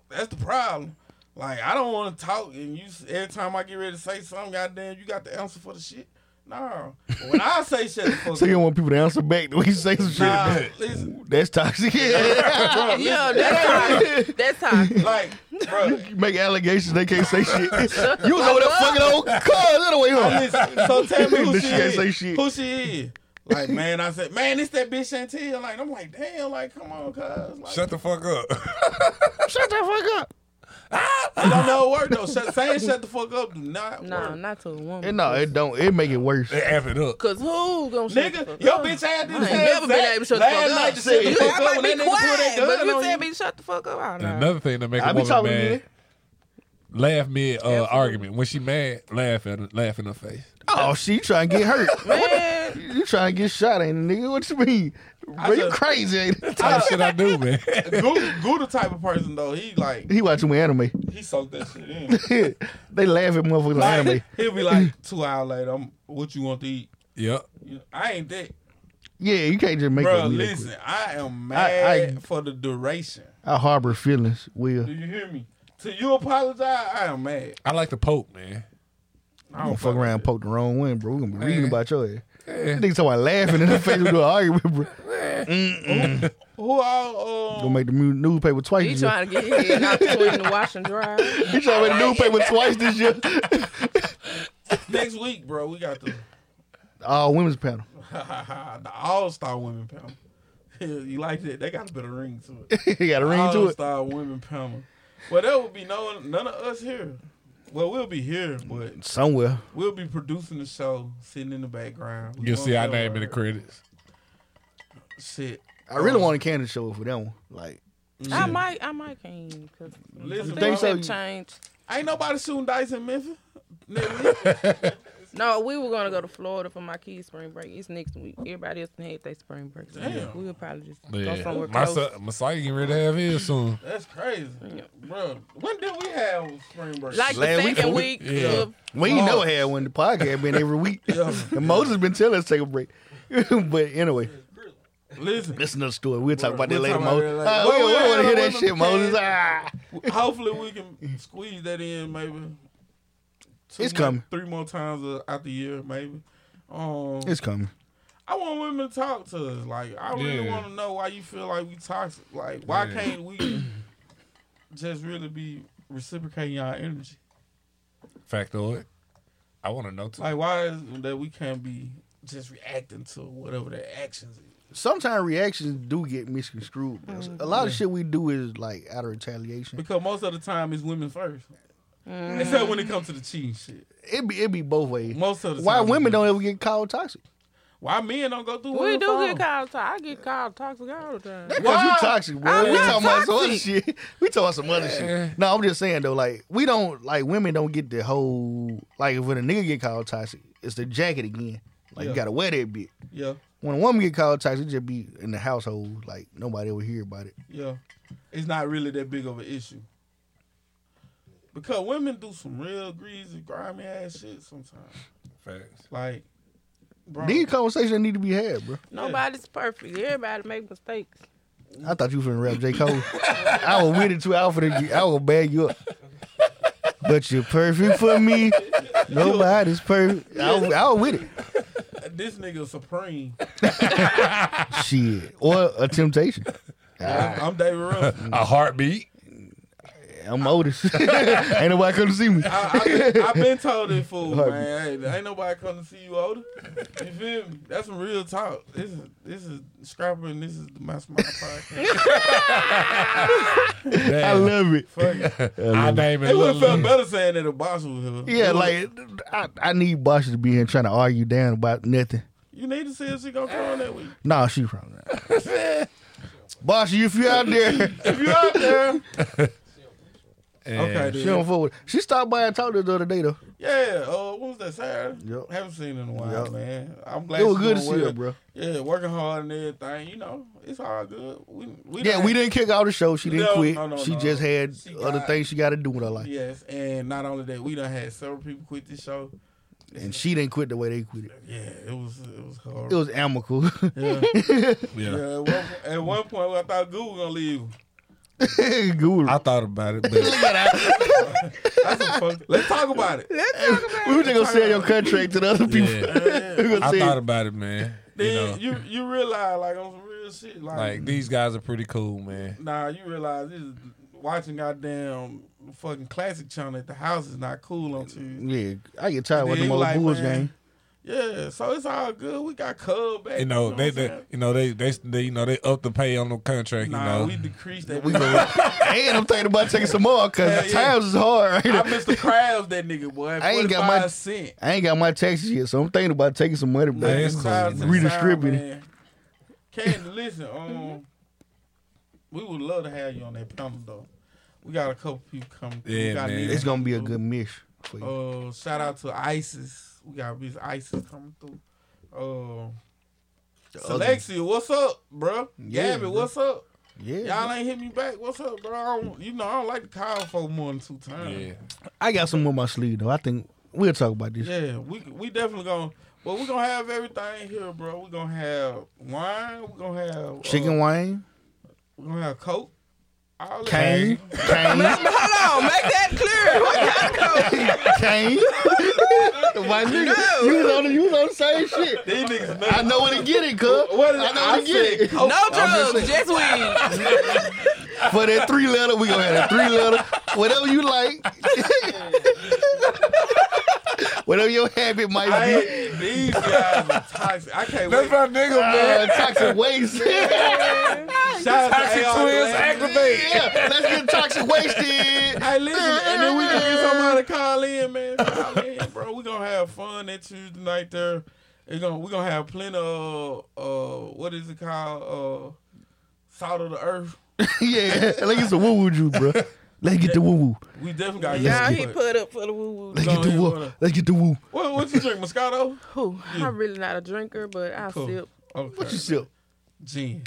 That's the problem. Like I don't want to talk, and you s- every time I get ready to say something, goddamn, you got the answer for the shit. No, when I say shut the fuck So you up, don't want people to answer back the way you say some shit. nah, listen, That's toxic. bro, listen, Yeah, that's toxic. That's toxic. like, bro, You make allegations, they can't say shit. You was over there fucking old cuz anyway. I Huh? listen, so tell me who This she shit ain't is. say shit. Who she is? Like, man, I said, man, it's that bitch Chantel. Like, I'm like, damn, like, come on, cuz. Like, Shut the fuck up. Shut the fuck up. it don't know it work though. Shut, saying shut the fuck up do not No, work. not to a woman. And no, it don't. It make it worse. they amp it up. Cause who gonna shut the Nigga, fuck your up? bitch had this I ain't never been able to shut the fuck Last up. night to shut the You- fuck I up when might be that nigga put that quiet, gun but you on said you. me shut the fuck up. I don't know. Another thing that make I a be woman talking to you. mad. Laugh mid uh, argument. When she mad, laugh at her, laugh in her face. Oh, she you trying to get hurt. Man, you trying to get shot, ain't it, nigga? What you mean? Bro, you just- crazy, ain't it? Type shit I do, man. Goo, Goo the type of person though. He like He watching my anime. he soaked that shit in. they laugh at motherfuckers like anime. Like, he'll be like two hours later. I'm, what you want to eat? yep. You know, I ain't that, Yeah, you can't just make bro. that real Listen, quick. I am I- mad for the duration. I harbor feelings, Will. Do you hear me? Till you apologize, I am mad. I like to poke, man. I I'm gonna fuck around, and poke the wrong one, bro. We're gonna be reading Man. about your ass. Niggas talking about laughing in the face with an argument, bro. Who all? Um, Gonna make the mu- newspaper twice. he this year. trying to get his head knocked between the wash and dry. He trying to make the newspaper twice this year. next week, bro, we got the All women's panel. the All Star Women Panel. you like that? They got a better ring to it. he got a ring to All it. Star Women Panel. Well, there will be no none of us here. Well, we'll be here, but Somewhere. we'll be producing the show, sitting in the background. We You'll won't see our tell name in the her. credits. Shit. I really want a candidate show for that one. Like, I might, I might can't. Cause Listen, Think things so? have changed. ain't nobody shooting dice in Memphis. Next week. No, we were gonna go to Florida for my kids' spring break. It's next week. Everybody else had their spring break. So Damn. we'll probably just go Yeah. somewhere My close. son, Messiah getting ready to have his soon. That's crazy, bro. When did we have spring break? Like the Last week second or- week, Yeah. of we ain't never had one. The podcast been every week. And Moses been telling us to take a break. but anyway, listen, that's another story. We'll talk about that We'll later, talk about Moses. that later. Ah, we Well, don't well, want to hear that well, shit, well, Moses. well, Ah. hopefully we can squeeze that in maybe two It's more- coming. three more times uh, out the year maybe um It's coming. i want women to talk to us like i really Yeah. want to know why you feel like we toxic like why can't we just really be reciprocating our energy Factoid. I want to know too. like why is it that we can't be just reacting to whatever their actions is Sometimes reactions do get misconstrued. bro. A lot of shit we do is like out of retaliation. because most of the time it's women first except Mm-hmm. when it comes to the cheating shit It be it be both ways. Most of the why time, women yeah. don't ever get called toxic? why men don't go through We women do phone? get called toxic. I get called toxic all the time. Because you toxic, bro. I'm we not talking about some other toxic. shit. We talking about some other shit. No, I'm just saying though, like we don't like women don't get the whole like when a nigga get called toxic, it's the jacket again. Like Yeah. you gotta wear that bit. yeah When a woman get called toxic, it just be in the household, like nobody ever hear about it. Yeah. It's not really that big of an issue. Because women do some real greasy, grimy ass shit sometimes. Facts. Like, bro. These conversations need to be had, bro. Nobody's perfect. Everybody make mistakes. I thought you was finna rap J. Cole. I was with it too. I was finna, I will bag you up. But you're perfect for me. Nobody's perfect. I was, I was with it. this nigga supreme. Shit. Or a temptation. I'm, I'm David Ruffin. A heartbeat. I'm Otis. ain't nobody come to see me. I, I, I've been told it, fool, man. Hey, ain't nobody coming to see you older. You feel me? That's some real talk. This is this is Scrapper and this is my smile podcast. I love it. Fuck it. I name it. It would have Lil felt Uzi. better saying that a boss was here. Yeah, It would've- like I, I need Basha to be here trying to argue down about nothing. you need to see if she gonna come on that week. Nah, she from that. Basha, if you out there, If you out there, And- okay, she then. don't fuck with. She stopped by and talked to us the other day though. Yeah, uh, what was that Saturday? Yep. Haven't seen it in a while, Yep. man. I'm glad It was she doing good to see her, well. bro. Yeah, working hard and everything. You know, it's all good. We, we Yeah, done- we didn't kick out the show. She didn't No, quit. no, no, she no. just had She other got- things she got to do with her life, Yes, and not only that, we done had several people quit this show. and she didn't quit the way they quit it. Yeah, it was it was hard. It was amicable. yeah. yeah, at one, at one point I thought Goo was gonna leave. Guru. I thought about it, but That's a fuck. Let's talk about it. we were just gonna sell your contract to the other people. Yeah. we gonna I sell thought about it, man. You know, Then you, you realize like on some real shit like, like these guys are pretty cool, man. nah you realize this is watching goddamn fucking classic channel at the house is not cool on Tuesday. Yeah, I get tired Then with them you old like, Bulls man, game. Yeah, so it's all good. We got Cub back. You know, what they, I'm they, saying? you know, they, they, they, you know, they up the pay on the contract. nah, you know, we decreased that. We gonna, and I'm thinking about taking some more because Hell, yeah. times is hard right now. I missed the crabs, that nigga boy. I ain't got my- 45 cent. I ain't got my taxes yet, so I'm thinking about taking some money Look, back. Man, it's it's time cool. to Redistribute sound, man. Candy, listen, um, we would love to have you on that panel though. We got a couple people coming. through. Yeah, we got man. Nita It's gonna be a coming good mish through. for you. Uh, shout out to ISIS. We got Miss ISIS coming through. Uh, Selexia, what's up, bro? Yeah, Gabby, bro. what's up? Yeah, Y'all ain't hit me back. What's up, bro? I don't, you know, I don't like to call folk more than two yeah, times. I got some on my sleeve though. I think we'll talk about this. Yeah, we we definitely gonna. Well, we're gonna have everything here, bro. We're gonna have wine. We're gonna have uh, Chicken wing, We're gonna have Coke. All that. cane, cane, Hold on, make that clear. What kind of coke? cane. My nigga, you was on the, you was on the same shit. These niggas know. I know where to get it, cuz. What did I know I where to get say? it. Coke. No just drugs, just weed. For that three letter, we gonna have that three letter. Whatever you like. Whatever your habit might I be. ain't- these guys are toxic. I can't that's wait. my nigga, Uh, man. toxic waste. Shout out Toxic to AR twins Glenn. activate. yeah, let's get toxic wasted. Hey, listen, and then we can get somebody to call in, man. Call in, bro. We gonna have fun that Tuesday night there. It's gonna we gonna have plenty of uh what is it called uh salt of the earth. yeah, let's get some woo woo juice, bro. Let's get the woo woo. We definitely got Y'all, this. he put up for the woo woo. Let's get the No, woo. Let's get the woo. What what you drink Moscato? Who? I'm really not a drinker, but I Cool. sip. Okay. What you sip? Gin.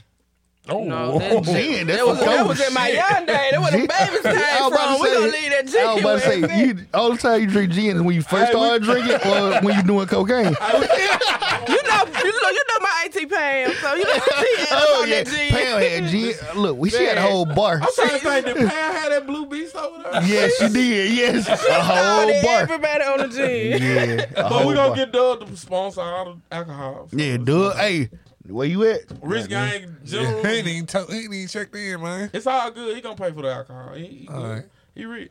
Oh, No, that Gin, shit- that's that was, some that cold was in my shit. young day. That was the Gin- baby's I was time about from. to We say- gonna leave that I was about chicken. to say, you, all the time you drink gin is when you first Hey, we- started drinking or when you doing cocaine. You know, you know, you know my auntie Pam. So you know, she oh, Oh on yeah, that G. Pam had gin. Look, we she had a Man. whole bar. I'm trying to think did Pam have that blue beast over there? Yes, she did. Yes, a Oh, whole bar. everybody on the G. Yeah, a But whole we gonna bar. get Doug to sponsor all the alcohol. Yeah, dude. Hey, where you at? Rich gang general. He ain't even to- he ain't even checked in, man. It's all good. He gonna pay for the alcohol. He, he, All good. right. he rich.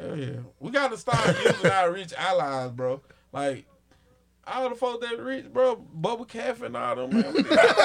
Hell yeah. We gotta start using our rich allies, bro. Like all the folks that rich, bro, Bubba Caff and all them, man. We, All right,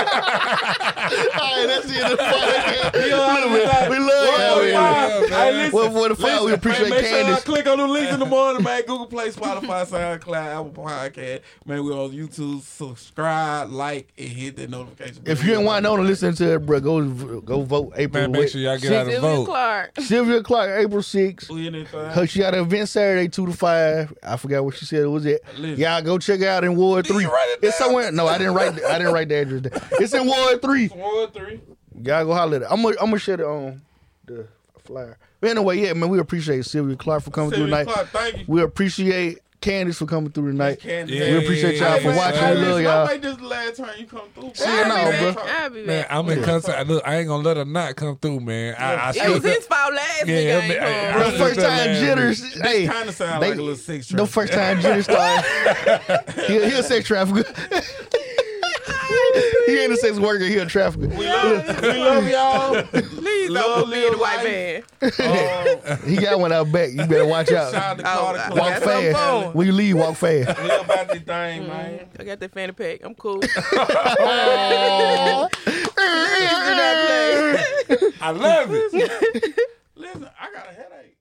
that's the end of the podcast. we all like, We love you. Yeah, man. Hey, listen, Well, for the file, we listen, appreciate man, make sure I Candace. click on the links in the morning, man. Google Play, Spotify, SoundCloud, Apple Podcast. Man, we on YouTube. Subscribe, like, and hit that notification. If you didn't want to know to listen to it, bro, go v- go vote April. Man, make sure y'all get out Sylvia and vote. Clark. Sylvia Clark, April 6th. we in it, fam. Her, she got an event Saturday, 2 to 5. I forgot what she said. It was it. Listen. Y'all go check it out in Ward 3. it's somewhere. No, I didn't write the- I didn't write the address down. It's in Ward 3. One, three. Y'all go holler at her. I'm going to share it on the flyer. But anyway, yeah, man, we appreciate Sylvia Clark for coming Sylvia through tonight. Clark, thank you. We appreciate Candace for coming through tonight. Candace. Yeah. We appreciate y'all for Hey, watching. hey, We love listen, y'all. I made this the last time you come through. See you now, I'll be bro. back. I'll be Man, back. I'm in contact. Look, I ain't gonna let her not come through, man. I, I It was still- his fault last week. Yeah, I I mean, ain't I- come. The first time Man. jitters. Hey, Kind of sound They- like a little sex the trap. first time jitters started. he'll, he'll sex trafficker. he ain't a sex worker. He a trafficker. We love, we love y'all. Please don't be the white man. He got one out back. You better watch Oh, Shout out out. to Carter Oh, Clark. Walk That's what I'm fast. going. When you leave, walk fast. We about this thing, man. I got that fanny pack. I'm cool. Do That's not play. I love it. Listen, I got a headache.